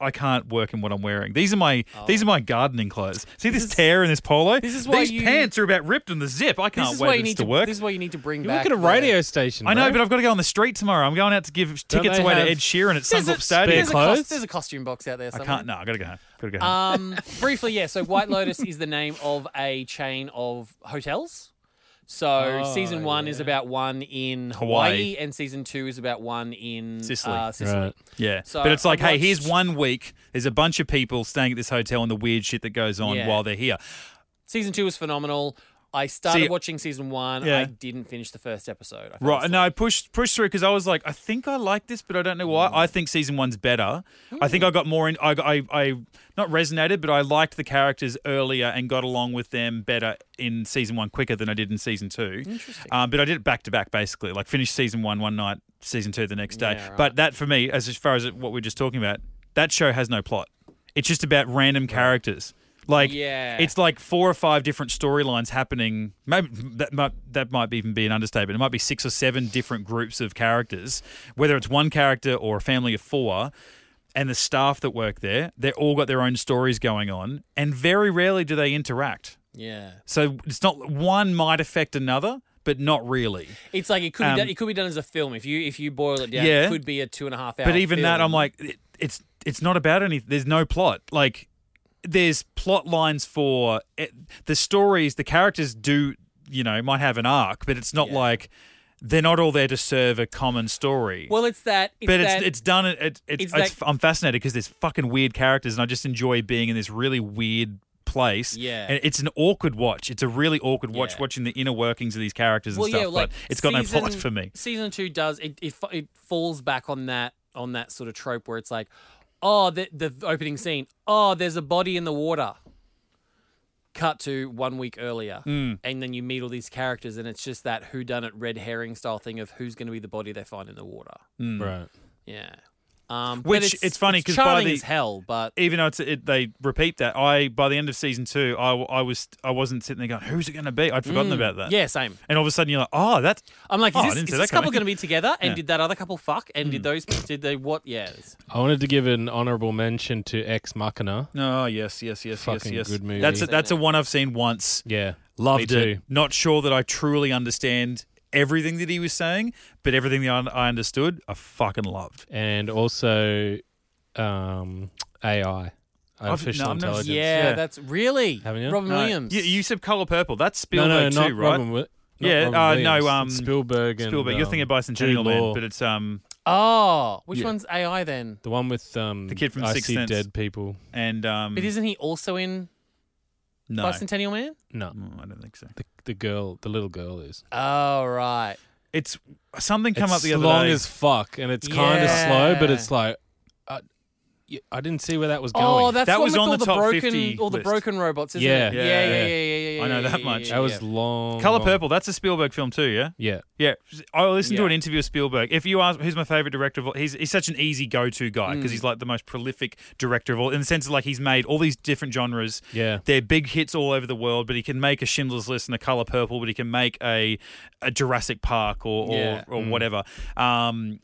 Speaker 1: I can't work in what I'm wearing. These are my these are my gardening clothes. See this, tear in this polo.
Speaker 3: Oh. this is why
Speaker 1: These
Speaker 3: you-
Speaker 1: pants are about ripped in the zip. I can't
Speaker 3: this is
Speaker 1: wear
Speaker 3: why
Speaker 1: this
Speaker 3: you need
Speaker 1: to,
Speaker 3: to
Speaker 1: work.
Speaker 3: This is why you need to bring
Speaker 2: you
Speaker 3: back
Speaker 2: work at a
Speaker 3: the-
Speaker 2: radio station.
Speaker 1: I know, but
Speaker 2: bro.
Speaker 1: I've got to go on the street tomorrow. I'm going out to give tickets
Speaker 2: they
Speaker 1: away
Speaker 2: have-
Speaker 1: to Ed Sheeran at
Speaker 3: There's
Speaker 1: Suncorp
Speaker 3: a-
Speaker 1: Stadium.
Speaker 3: There's a, cos-
Speaker 2: clothes?
Speaker 3: there's a costume box out there.
Speaker 1: I
Speaker 3: Somewhere.
Speaker 1: can't. No, I gotta go home. Gotta go home.
Speaker 3: Um, briefly, yeah. So White Lotus is the name of a chain of hotels. So
Speaker 2: Oh,
Speaker 3: season one is
Speaker 2: yeah.
Speaker 3: about one in
Speaker 1: Hawaii.
Speaker 3: Hawaii, and season two is about one in
Speaker 1: Sicily.
Speaker 3: Uh, Sicily.
Speaker 2: Right.
Speaker 1: yeah,
Speaker 3: so
Speaker 1: but it's like,
Speaker 3: I
Speaker 1: hey, here's
Speaker 3: watched-
Speaker 1: one week. There's a bunch of people staying at this hotel and the weird shit that goes on
Speaker 3: Yeah.
Speaker 1: while they're here.
Speaker 3: Season two was phenomenal. I started
Speaker 1: See-
Speaker 3: watching season one.
Speaker 1: Yeah.
Speaker 3: I didn't finish the first episode. I fell
Speaker 1: Right. No,
Speaker 3: asleep.
Speaker 1: I pushed pushed through because I was like, I think I like this, but I don't know why.
Speaker 3: Hmm.
Speaker 1: I think season one's better. I think I got more in. I, I I not resonated, but I liked the characters earlier and got along with them better in season one quicker than I did in season two. Interesting. Um, but I did it back to back basically, like finished season one one night, season two the next day.
Speaker 3: Yeah, right.
Speaker 1: But that for me, as as far as what we are just talking about, that show has no plot. It's just about random characters. Like
Speaker 3: Yeah.
Speaker 1: it's like four or five different storylines happening. Maybe that might that might even be an understatement. It might be six or seven different groups of characters, whether it's one character or a family of four, and the staff that work there. They're all got their own stories going on, and very rarely do they interact.
Speaker 3: yeah.
Speaker 1: So it's not one might affect another, but not really.
Speaker 3: It's like it could
Speaker 1: Um,
Speaker 3: be done, it could be done as a film if you if you boil it down.
Speaker 1: Yeah.
Speaker 3: It could be a two and a half hour.
Speaker 1: But even that,
Speaker 3: film.
Speaker 1: I'm like, it, it's it's not about any. There's no plot. Like, there's plot lines for it, the stories. The characters do, you know, might have an arc, but it's not
Speaker 3: Yeah.
Speaker 1: like they're not all there to serve a common story.
Speaker 3: well, it's that. It's
Speaker 1: but it's
Speaker 3: that,
Speaker 1: it's done. It, it, it's,
Speaker 3: it's
Speaker 1: it's
Speaker 3: that-
Speaker 1: I'm fascinated because there's fucking weird characters, and I just enjoy being in this really weird place.
Speaker 3: Yeah.
Speaker 1: and it's an awkward watch. It's a really awkward watch
Speaker 3: Yeah.
Speaker 1: watching the inner workings of these characters and
Speaker 3: well,
Speaker 1: stuff.
Speaker 3: yeah, like
Speaker 1: but it's got
Speaker 3: season,
Speaker 1: no plot for me.
Speaker 3: Season two does it, it. fa- It falls back on that on that sort of trope where it's like, oh, the the opening scene. Oh, there's a body in the water. Cut to one week earlier,
Speaker 1: Hmm.
Speaker 3: and then you meet all these characters, and it's just that who done it red herring style thing of who's going to be the body they find in the water.
Speaker 2: Right.
Speaker 3: Yeah. Um, but
Speaker 1: Which it's funny 'cause by
Speaker 3: charming
Speaker 1: the-
Speaker 3: as hell, but
Speaker 1: even though it's, it, they repeat that, I by the end of season two, I, I was I wasn't sitting there going, "Who's it going to be?" I'd forgotten about that.
Speaker 3: mm, yeah, same.
Speaker 1: And all of a sudden, you're like, "Oh, that's
Speaker 3: I'm like,
Speaker 1: Oh,
Speaker 3: is
Speaker 1: I
Speaker 3: this,
Speaker 1: didn't
Speaker 3: is
Speaker 1: see
Speaker 3: this
Speaker 1: that coming.
Speaker 3: couple going to be together? And
Speaker 1: Yeah. Hmm.
Speaker 3: did that other couple fuck? And did those? Did they what? Yeah. it's-
Speaker 2: I wanted to give an honourable mention to Ex Machina.
Speaker 1: no, yes, yes, yes,
Speaker 2: Fucking
Speaker 1: yes, yes."
Speaker 2: good movie.
Speaker 1: That's a, that's a one I've seen once.
Speaker 2: Yeah.
Speaker 1: Loved
Speaker 2: me
Speaker 1: it.
Speaker 2: too.
Speaker 1: Not sure that I truly understand everything that he was saying, but everything that I, I understood, I fucking loved.
Speaker 2: And also um, AI, artificial
Speaker 1: no, I'm not-
Speaker 2: intelligence.
Speaker 3: Yeah,
Speaker 1: Yeah.
Speaker 3: that's really
Speaker 2: Haven't you?
Speaker 3: Robin
Speaker 1: No,
Speaker 3: Williams.
Speaker 1: You, you said color purple. That's
Speaker 2: No,
Speaker 1: Spielberg
Speaker 2: no,
Speaker 1: too,
Speaker 2: not
Speaker 1: right?
Speaker 2: Robin. Wi- not
Speaker 1: Yeah,
Speaker 2: Robin
Speaker 1: uh, no,
Speaker 2: Williams.
Speaker 1: um,
Speaker 2: Spielberg and
Speaker 1: Spielberg. You're thinking
Speaker 2: um,
Speaker 1: of Bicentennial
Speaker 2: Jude
Speaker 1: Man,
Speaker 2: Law.
Speaker 1: but it's um
Speaker 3: Oh, which
Speaker 2: Yeah.
Speaker 3: one's AI then?
Speaker 2: the one with um,
Speaker 1: The kid from
Speaker 2: I
Speaker 1: Sixth
Speaker 2: See
Speaker 1: Sense.
Speaker 2: Dead People.
Speaker 1: and um.
Speaker 3: But isn't he also in
Speaker 1: no.
Speaker 3: Bicentennial Man?
Speaker 2: No,
Speaker 1: Mm, I don't think so.
Speaker 2: the, the girl, the little girl is.
Speaker 3: Oh right.
Speaker 1: It's something come
Speaker 2: it's
Speaker 1: up the other
Speaker 2: long
Speaker 1: day.
Speaker 2: as fuck, and it's kind of slow, but
Speaker 3: Yeah.
Speaker 2: it's like, I, y- I didn't see where that was going.
Speaker 3: Oh, that's
Speaker 1: That
Speaker 3: one
Speaker 1: was
Speaker 3: with
Speaker 1: on
Speaker 3: all
Speaker 1: the
Speaker 3: the,
Speaker 1: top
Speaker 3: broken,
Speaker 1: 50
Speaker 3: all the
Speaker 1: list.
Speaker 3: broken robots, isn't
Speaker 2: Yeah.
Speaker 3: it? Yeah,
Speaker 1: Yeah.
Speaker 3: yeah, yeah, yeah, yeah, yeah.
Speaker 1: I know
Speaker 3: yeah,
Speaker 1: that
Speaker 3: yeah,
Speaker 1: much.
Speaker 3: yeah,
Speaker 2: that was
Speaker 3: yeah.
Speaker 2: long.
Speaker 1: Color
Speaker 2: long.
Speaker 1: Purple. That's a Spielberg film too. Yeah.
Speaker 2: Yeah,
Speaker 1: Yeah, I listened to
Speaker 3: Yeah.
Speaker 1: an interview with Spielberg. If you ask who's my favorite director of all, he's, he's such an easy go-to guy because he's like the most prolific director of all, in the sense of like he's made all these different genres.
Speaker 2: Yeah.
Speaker 1: they're big hits all over the world, but he can make a Schindler's List and a Color Purple, but he can make a, a Jurassic Park or or,
Speaker 3: Yeah.
Speaker 2: Mm.
Speaker 1: or whatever. Um,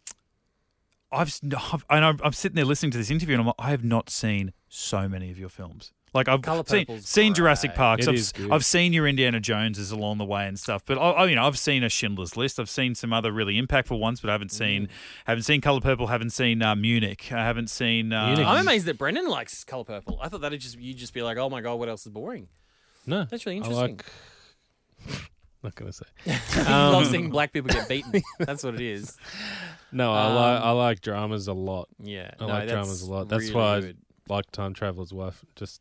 Speaker 1: I've s- I've- and I'm, I'm sitting there listening to this interview and I'm like, I have not seen so many of your films. Like I've
Speaker 3: Colour
Speaker 1: seen,
Speaker 3: Purple's
Speaker 1: seen Jurassic
Speaker 3: great.
Speaker 1: Park.
Speaker 2: It
Speaker 1: I've,
Speaker 2: is
Speaker 1: s-
Speaker 2: good.
Speaker 1: I've seen your Indiana Joneses along the way and stuff, but I, I you know I've seen a Schindler's List. I've seen some other really impactful ones, but I haven't seen
Speaker 2: Mm.
Speaker 1: haven't seen Color Purple. Haven't seen uh, Munich. I haven't seen. Uh,
Speaker 2: Munich.
Speaker 3: I'm amazed that Brendan likes Color Purple. I thought that'd just you'd just be like, oh my god, what else is boring?
Speaker 2: no,
Speaker 3: That's
Speaker 2: I
Speaker 3: really interesting.
Speaker 2: like, um, not gonna say.
Speaker 3: He loves seeing black people get beaten. That's what it is.
Speaker 2: No, I like I like dramas a lot.
Speaker 3: Yeah,
Speaker 2: I
Speaker 3: no,
Speaker 2: like
Speaker 3: that's
Speaker 2: dramas a lot. That's
Speaker 3: really
Speaker 2: why
Speaker 3: good.
Speaker 1: Hmm.
Speaker 2: I like Time Traveler's Wife. Just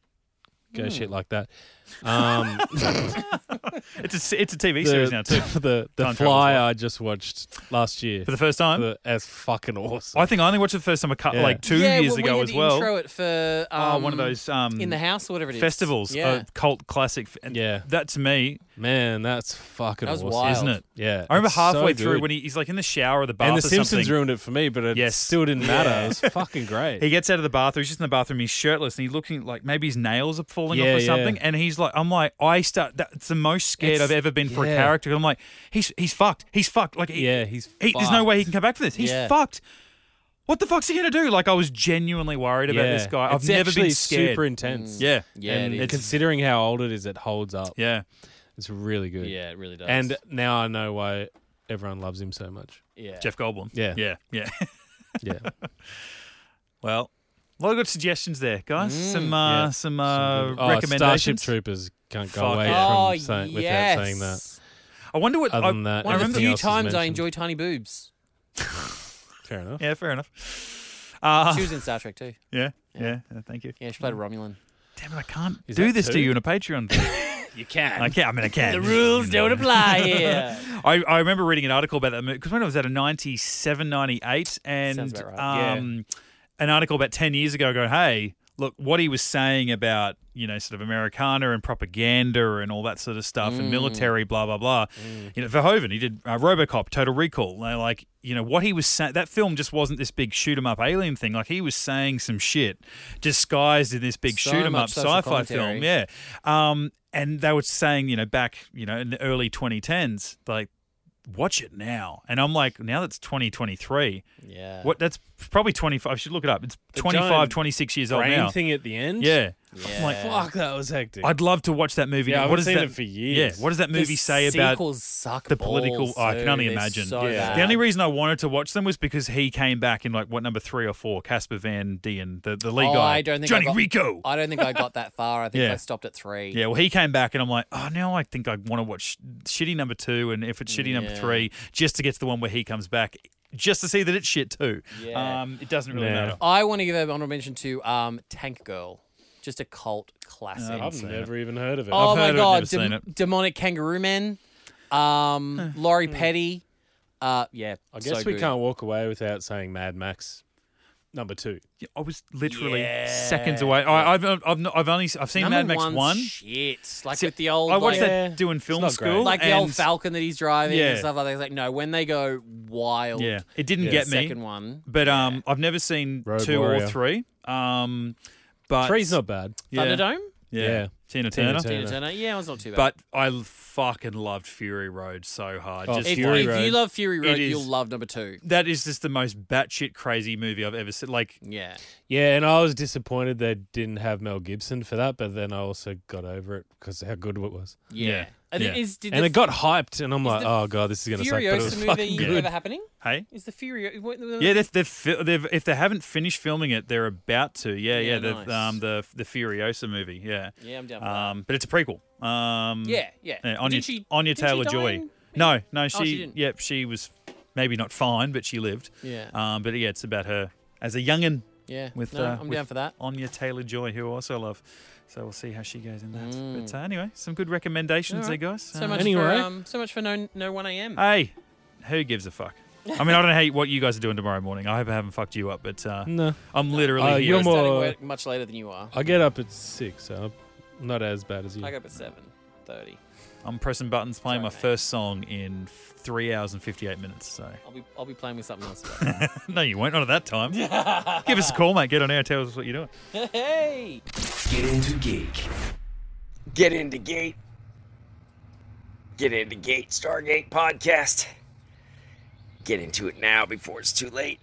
Speaker 2: go shit like that. Um,
Speaker 1: It's a, it's a TV series now, too.
Speaker 2: the, the, the
Speaker 1: Time travel's
Speaker 2: fly
Speaker 1: life.
Speaker 2: I just watched last year.
Speaker 1: For the first time?
Speaker 2: The- as fucking awesome.
Speaker 1: I think I only watched it the first time a cou-
Speaker 2: Yeah.
Speaker 1: like two
Speaker 3: yeah,
Speaker 1: years
Speaker 3: well,
Speaker 1: ago
Speaker 3: we had
Speaker 1: as
Speaker 3: to
Speaker 1: well.
Speaker 3: Intro it for um,
Speaker 1: Oh, one of those um,
Speaker 3: in the house, or whatever it is.
Speaker 1: festivals, Oh,
Speaker 3: Yeah,
Speaker 1: a cult classic. f- And
Speaker 2: Yeah.
Speaker 1: that to me,
Speaker 2: Man, that's fucking
Speaker 3: That was
Speaker 2: awesome.
Speaker 3: wild.
Speaker 1: isn't it?
Speaker 2: Yeah.
Speaker 1: I remember
Speaker 2: it's so
Speaker 1: halfway through
Speaker 2: good.
Speaker 1: when he, he's like in the shower or the bath
Speaker 2: and
Speaker 1: or
Speaker 2: The Simpsons
Speaker 1: something.
Speaker 2: ruined it for me, but it
Speaker 1: Yes.
Speaker 2: still didn't matter. It was fucking great.
Speaker 1: He gets out of the bathroom. He's just in the bathroom. He's shirtless, and he's looking like maybe his nails are falling
Speaker 2: Yeah,
Speaker 1: off or
Speaker 2: yeah.
Speaker 1: something. And he's like, "I'm like, I start. That's the most scared
Speaker 2: It's-
Speaker 1: I've ever been for a
Speaker 2: yeah.
Speaker 1: character. I'm like, he's he's fucked. He's fucked. Like, he,
Speaker 2: yeah, he's.
Speaker 1: he, there's no
Speaker 2: fucked.
Speaker 1: way he can come back from this. He's
Speaker 3: Yeah.
Speaker 1: fucked. What the fuck's he gonna do? Like, I was genuinely worried about
Speaker 2: Yeah.
Speaker 1: this guy. I've
Speaker 2: It's
Speaker 1: never been
Speaker 2: actually
Speaker 1: scared.
Speaker 2: Super intense.
Speaker 1: yeah,
Speaker 3: Mm. yeah,
Speaker 2: and
Speaker 3: it is.
Speaker 2: considering how old it is, it holds up.
Speaker 1: yeah.
Speaker 2: It's really good.
Speaker 3: yeah, it really does.
Speaker 2: And now I know why everyone loves him so much.
Speaker 3: yeah,
Speaker 1: Jeff Goldblum.
Speaker 2: Yeah.
Speaker 1: yeah, yeah.
Speaker 2: Yeah.
Speaker 1: well, a lot of good suggestions there, guys. Some uh,
Speaker 2: Mm. Yeah.
Speaker 1: some uh,
Speaker 2: oh, Starship
Speaker 1: recommendations.
Speaker 2: Troopers can't go
Speaker 1: Fuck
Speaker 2: away
Speaker 1: yeah.
Speaker 3: oh
Speaker 2: from saying,
Speaker 3: yes.
Speaker 2: without saying that.
Speaker 1: I wonder what.
Speaker 2: Other
Speaker 1: I,
Speaker 2: than that,
Speaker 1: I
Speaker 3: One of the
Speaker 1: remember
Speaker 2: everything
Speaker 3: few
Speaker 2: else is
Speaker 3: times I
Speaker 2: mentioned.
Speaker 3: enjoy tiny boobs.
Speaker 2: Fair enough.
Speaker 1: Yeah, fair enough. Uh,
Speaker 3: She was in Star Trek too.
Speaker 1: yeah, yeah, yeah. uh, Thank you.
Speaker 3: Yeah, she played a Romulan.
Speaker 1: Damn it, I can't
Speaker 2: Is
Speaker 1: do
Speaker 2: that
Speaker 1: this to
Speaker 2: two?
Speaker 1: you in a Patreon. thing.
Speaker 3: You can.
Speaker 1: I can't. I mean, I can.
Speaker 3: The rules don't apply here.
Speaker 1: I, I remember reading an article about that movie because when I was at a 97, 98, and
Speaker 3: about right.
Speaker 1: um, an article about 10 years ago going, hey, look, what he was saying about, you know, sort of Americana and propaganda and all that sort of stuff
Speaker 3: Mm.
Speaker 1: and military, blah, blah, blah. You know, Verhoeven, he did uh, Robocop, Total Recall. They're Like, you know, what he was saying, that film just wasn't this big shoot 'em up alien thing. Like, he was saying some shit disguised in this big
Speaker 3: So
Speaker 1: shoot 'em
Speaker 3: much
Speaker 1: up
Speaker 3: social
Speaker 1: sci fi film.
Speaker 3: commentary.
Speaker 1: Yeah. Um, and they were saying, you know, back, you know, in the early 2010s, like, watch it now. And I'm like, now that's 2023.
Speaker 3: Yeah.
Speaker 1: What? That's probably 25. I should look it up. It's
Speaker 2: The
Speaker 1: 25,
Speaker 2: giant
Speaker 1: 26 years old
Speaker 2: Brain
Speaker 1: now.
Speaker 2: thing at the end.
Speaker 1: Yeah.
Speaker 3: Yeah.
Speaker 1: I'm like,
Speaker 2: Fuck, that was hectic.
Speaker 1: I'd love to watch that movie.
Speaker 2: Yeah, I
Speaker 1: now.
Speaker 2: haven't
Speaker 1: What does
Speaker 2: seen
Speaker 1: that,
Speaker 2: it for years.
Speaker 1: Yeah. What does that movie
Speaker 3: The
Speaker 1: say about
Speaker 3: sequels suck
Speaker 1: the political-
Speaker 3: balls,
Speaker 1: oh, I can
Speaker 3: too.
Speaker 1: only
Speaker 3: They're
Speaker 1: imagine.
Speaker 3: so
Speaker 2: Yeah.
Speaker 3: bad.
Speaker 1: the only reason I wanted to watch them was because he came back in like what number three or four, Casper Van Dien, the, the lead
Speaker 3: Oh,
Speaker 1: guy,
Speaker 3: I don't think I
Speaker 1: Johnny
Speaker 3: got-
Speaker 1: Rico.
Speaker 3: I don't think I got that far. I think
Speaker 1: Yeah.
Speaker 3: I stopped at three.
Speaker 1: yeah, well, he came back, and I'm like, oh, now I think I want to watch Shitty Number Two, and if it's Shitty Number
Speaker 3: Yeah.
Speaker 1: Three, just to get to the one where he comes back, just to see that it's shit too.
Speaker 3: Yeah.
Speaker 1: Um, it doesn't really
Speaker 2: Yeah.
Speaker 1: matter.
Speaker 3: I want to give an honorable mention to um, Tank Girl, just a cult classic.
Speaker 1: Uh,
Speaker 2: I've
Speaker 1: seen
Speaker 2: never even heard of it.
Speaker 3: oh
Speaker 1: I've
Speaker 3: my
Speaker 1: heard of it,
Speaker 3: god,
Speaker 1: never seen it.
Speaker 3: demonic kangaroo men, um, Laurie Petty. Uh, yeah,
Speaker 2: I guess
Speaker 3: so
Speaker 2: we
Speaker 3: good.
Speaker 2: can't walk away without saying Mad Max number two.
Speaker 1: Yeah, I was literally
Speaker 3: Yeah.
Speaker 1: seconds away. I, I've I've not, I've only I've seen
Speaker 3: Number
Speaker 1: Mad Max
Speaker 3: one's
Speaker 1: one.
Speaker 3: Shit, like
Speaker 1: See,
Speaker 3: with the old.
Speaker 1: I watched
Speaker 3: like,
Speaker 1: that
Speaker 2: Yeah.
Speaker 1: doing film
Speaker 2: not great.
Speaker 1: school,
Speaker 3: Like the old
Speaker 1: and-
Speaker 3: Falcon that he's driving
Speaker 1: Yeah.
Speaker 3: and stuff like that. It's like no, when they go wild.
Speaker 1: Yeah, it didn't
Speaker 2: Yeah.
Speaker 1: get
Speaker 3: the
Speaker 1: me.
Speaker 3: second one.
Speaker 1: But um, I've never seen
Speaker 2: Road
Speaker 1: two or
Speaker 2: Warrior.
Speaker 1: three. Um, but
Speaker 2: Three's not bad.
Speaker 1: yeah,
Speaker 3: Thunderdome.
Speaker 1: Yeah.
Speaker 2: Yeah.
Speaker 1: Tina
Speaker 2: Tina
Speaker 1: Turner.
Speaker 2: Turner.
Speaker 3: Tina Turner. Yeah, it was not too bad.
Speaker 1: But I l- fucking loved Fury Road so hard.
Speaker 2: Oh,
Speaker 1: Just
Speaker 3: if,
Speaker 2: Fury
Speaker 3: if you
Speaker 2: Road.
Speaker 3: love Fury Road,
Speaker 1: is-
Speaker 3: you'll love number two.
Speaker 1: that is just the most batshit crazy movie I've ever seen. Like,
Speaker 3: Yeah.
Speaker 2: Yeah, and I was disappointed they didn't have Mel Gibson for that, but then I also got over it because how good it was.
Speaker 3: Yeah.
Speaker 1: Yeah.
Speaker 3: And,
Speaker 1: Yeah.
Speaker 3: Is, did
Speaker 2: And
Speaker 3: the
Speaker 2: it got hyped, and I'm like,
Speaker 3: the
Speaker 2: oh god, this is gonna suck. But it
Speaker 3: Furiosa
Speaker 2: was
Speaker 3: movie
Speaker 2: fucking
Speaker 1: good.
Speaker 3: ever happening?
Speaker 1: hey.
Speaker 3: Is the Furio? what- the-
Speaker 1: Yeah, they're, they're, fi- they've, if they haven't finished filming it, they're about to. Yeah, yeah,
Speaker 3: Yeah,
Speaker 1: the,
Speaker 3: nice.
Speaker 1: um, the the Furiosa movie. Yeah,
Speaker 3: Yeah, I'm down for that.
Speaker 1: um, but it's a prequel. Um,
Speaker 3: Yeah, yeah.
Speaker 1: Yeah, Anya,
Speaker 3: Didn't she-
Speaker 1: Anya
Speaker 3: didn't she
Speaker 1: Taylor
Speaker 3: die
Speaker 1: Joy.
Speaker 3: in-
Speaker 1: No, no, she,
Speaker 3: she didn't.
Speaker 1: Yep, she was maybe not fine, but she lived.
Speaker 3: Yeah.
Speaker 1: Um, but yeah, it's about her as a young'un
Speaker 3: Yeah.
Speaker 1: with,
Speaker 3: no,
Speaker 1: uh,
Speaker 3: I'm
Speaker 1: with-
Speaker 3: down for that.
Speaker 1: Anya Taylor Joy, who I also love. So we'll see how she goes in that. But uh, anyway, some good recommendations
Speaker 3: Mm. All right.
Speaker 1: there, guys.
Speaker 3: So
Speaker 1: Uh,
Speaker 3: much for
Speaker 2: anyway.
Speaker 3: um, so much for no no one AM.
Speaker 1: Hey, who gives a fuck? I mean, I don't know how you, what you guys are doing tomorrow morning. I hope I haven't fucked you up, but uh,
Speaker 2: No,
Speaker 1: I'm literally
Speaker 2: Uh,
Speaker 1: here.
Speaker 2: you're
Speaker 3: I'm starting
Speaker 2: more-
Speaker 3: work much later than you are.
Speaker 2: I get up at six, so I'm not as bad as you.
Speaker 3: I go up at seven thirty.
Speaker 1: I'm pressing buttons, playing
Speaker 3: Sorry,
Speaker 1: my
Speaker 3: mate.
Speaker 1: first song in three hours and 58 minutes. So
Speaker 3: I'll be I'll be playing with something else. About
Speaker 1: no, you won't. Not at that time. Give us a call, mate. Get on air. Tell us what you're doing.
Speaker 3: that. hey.
Speaker 4: Get into geek.
Speaker 5: Get into gate. Get into gate, Stargate podcast. Get into it now before it's too late.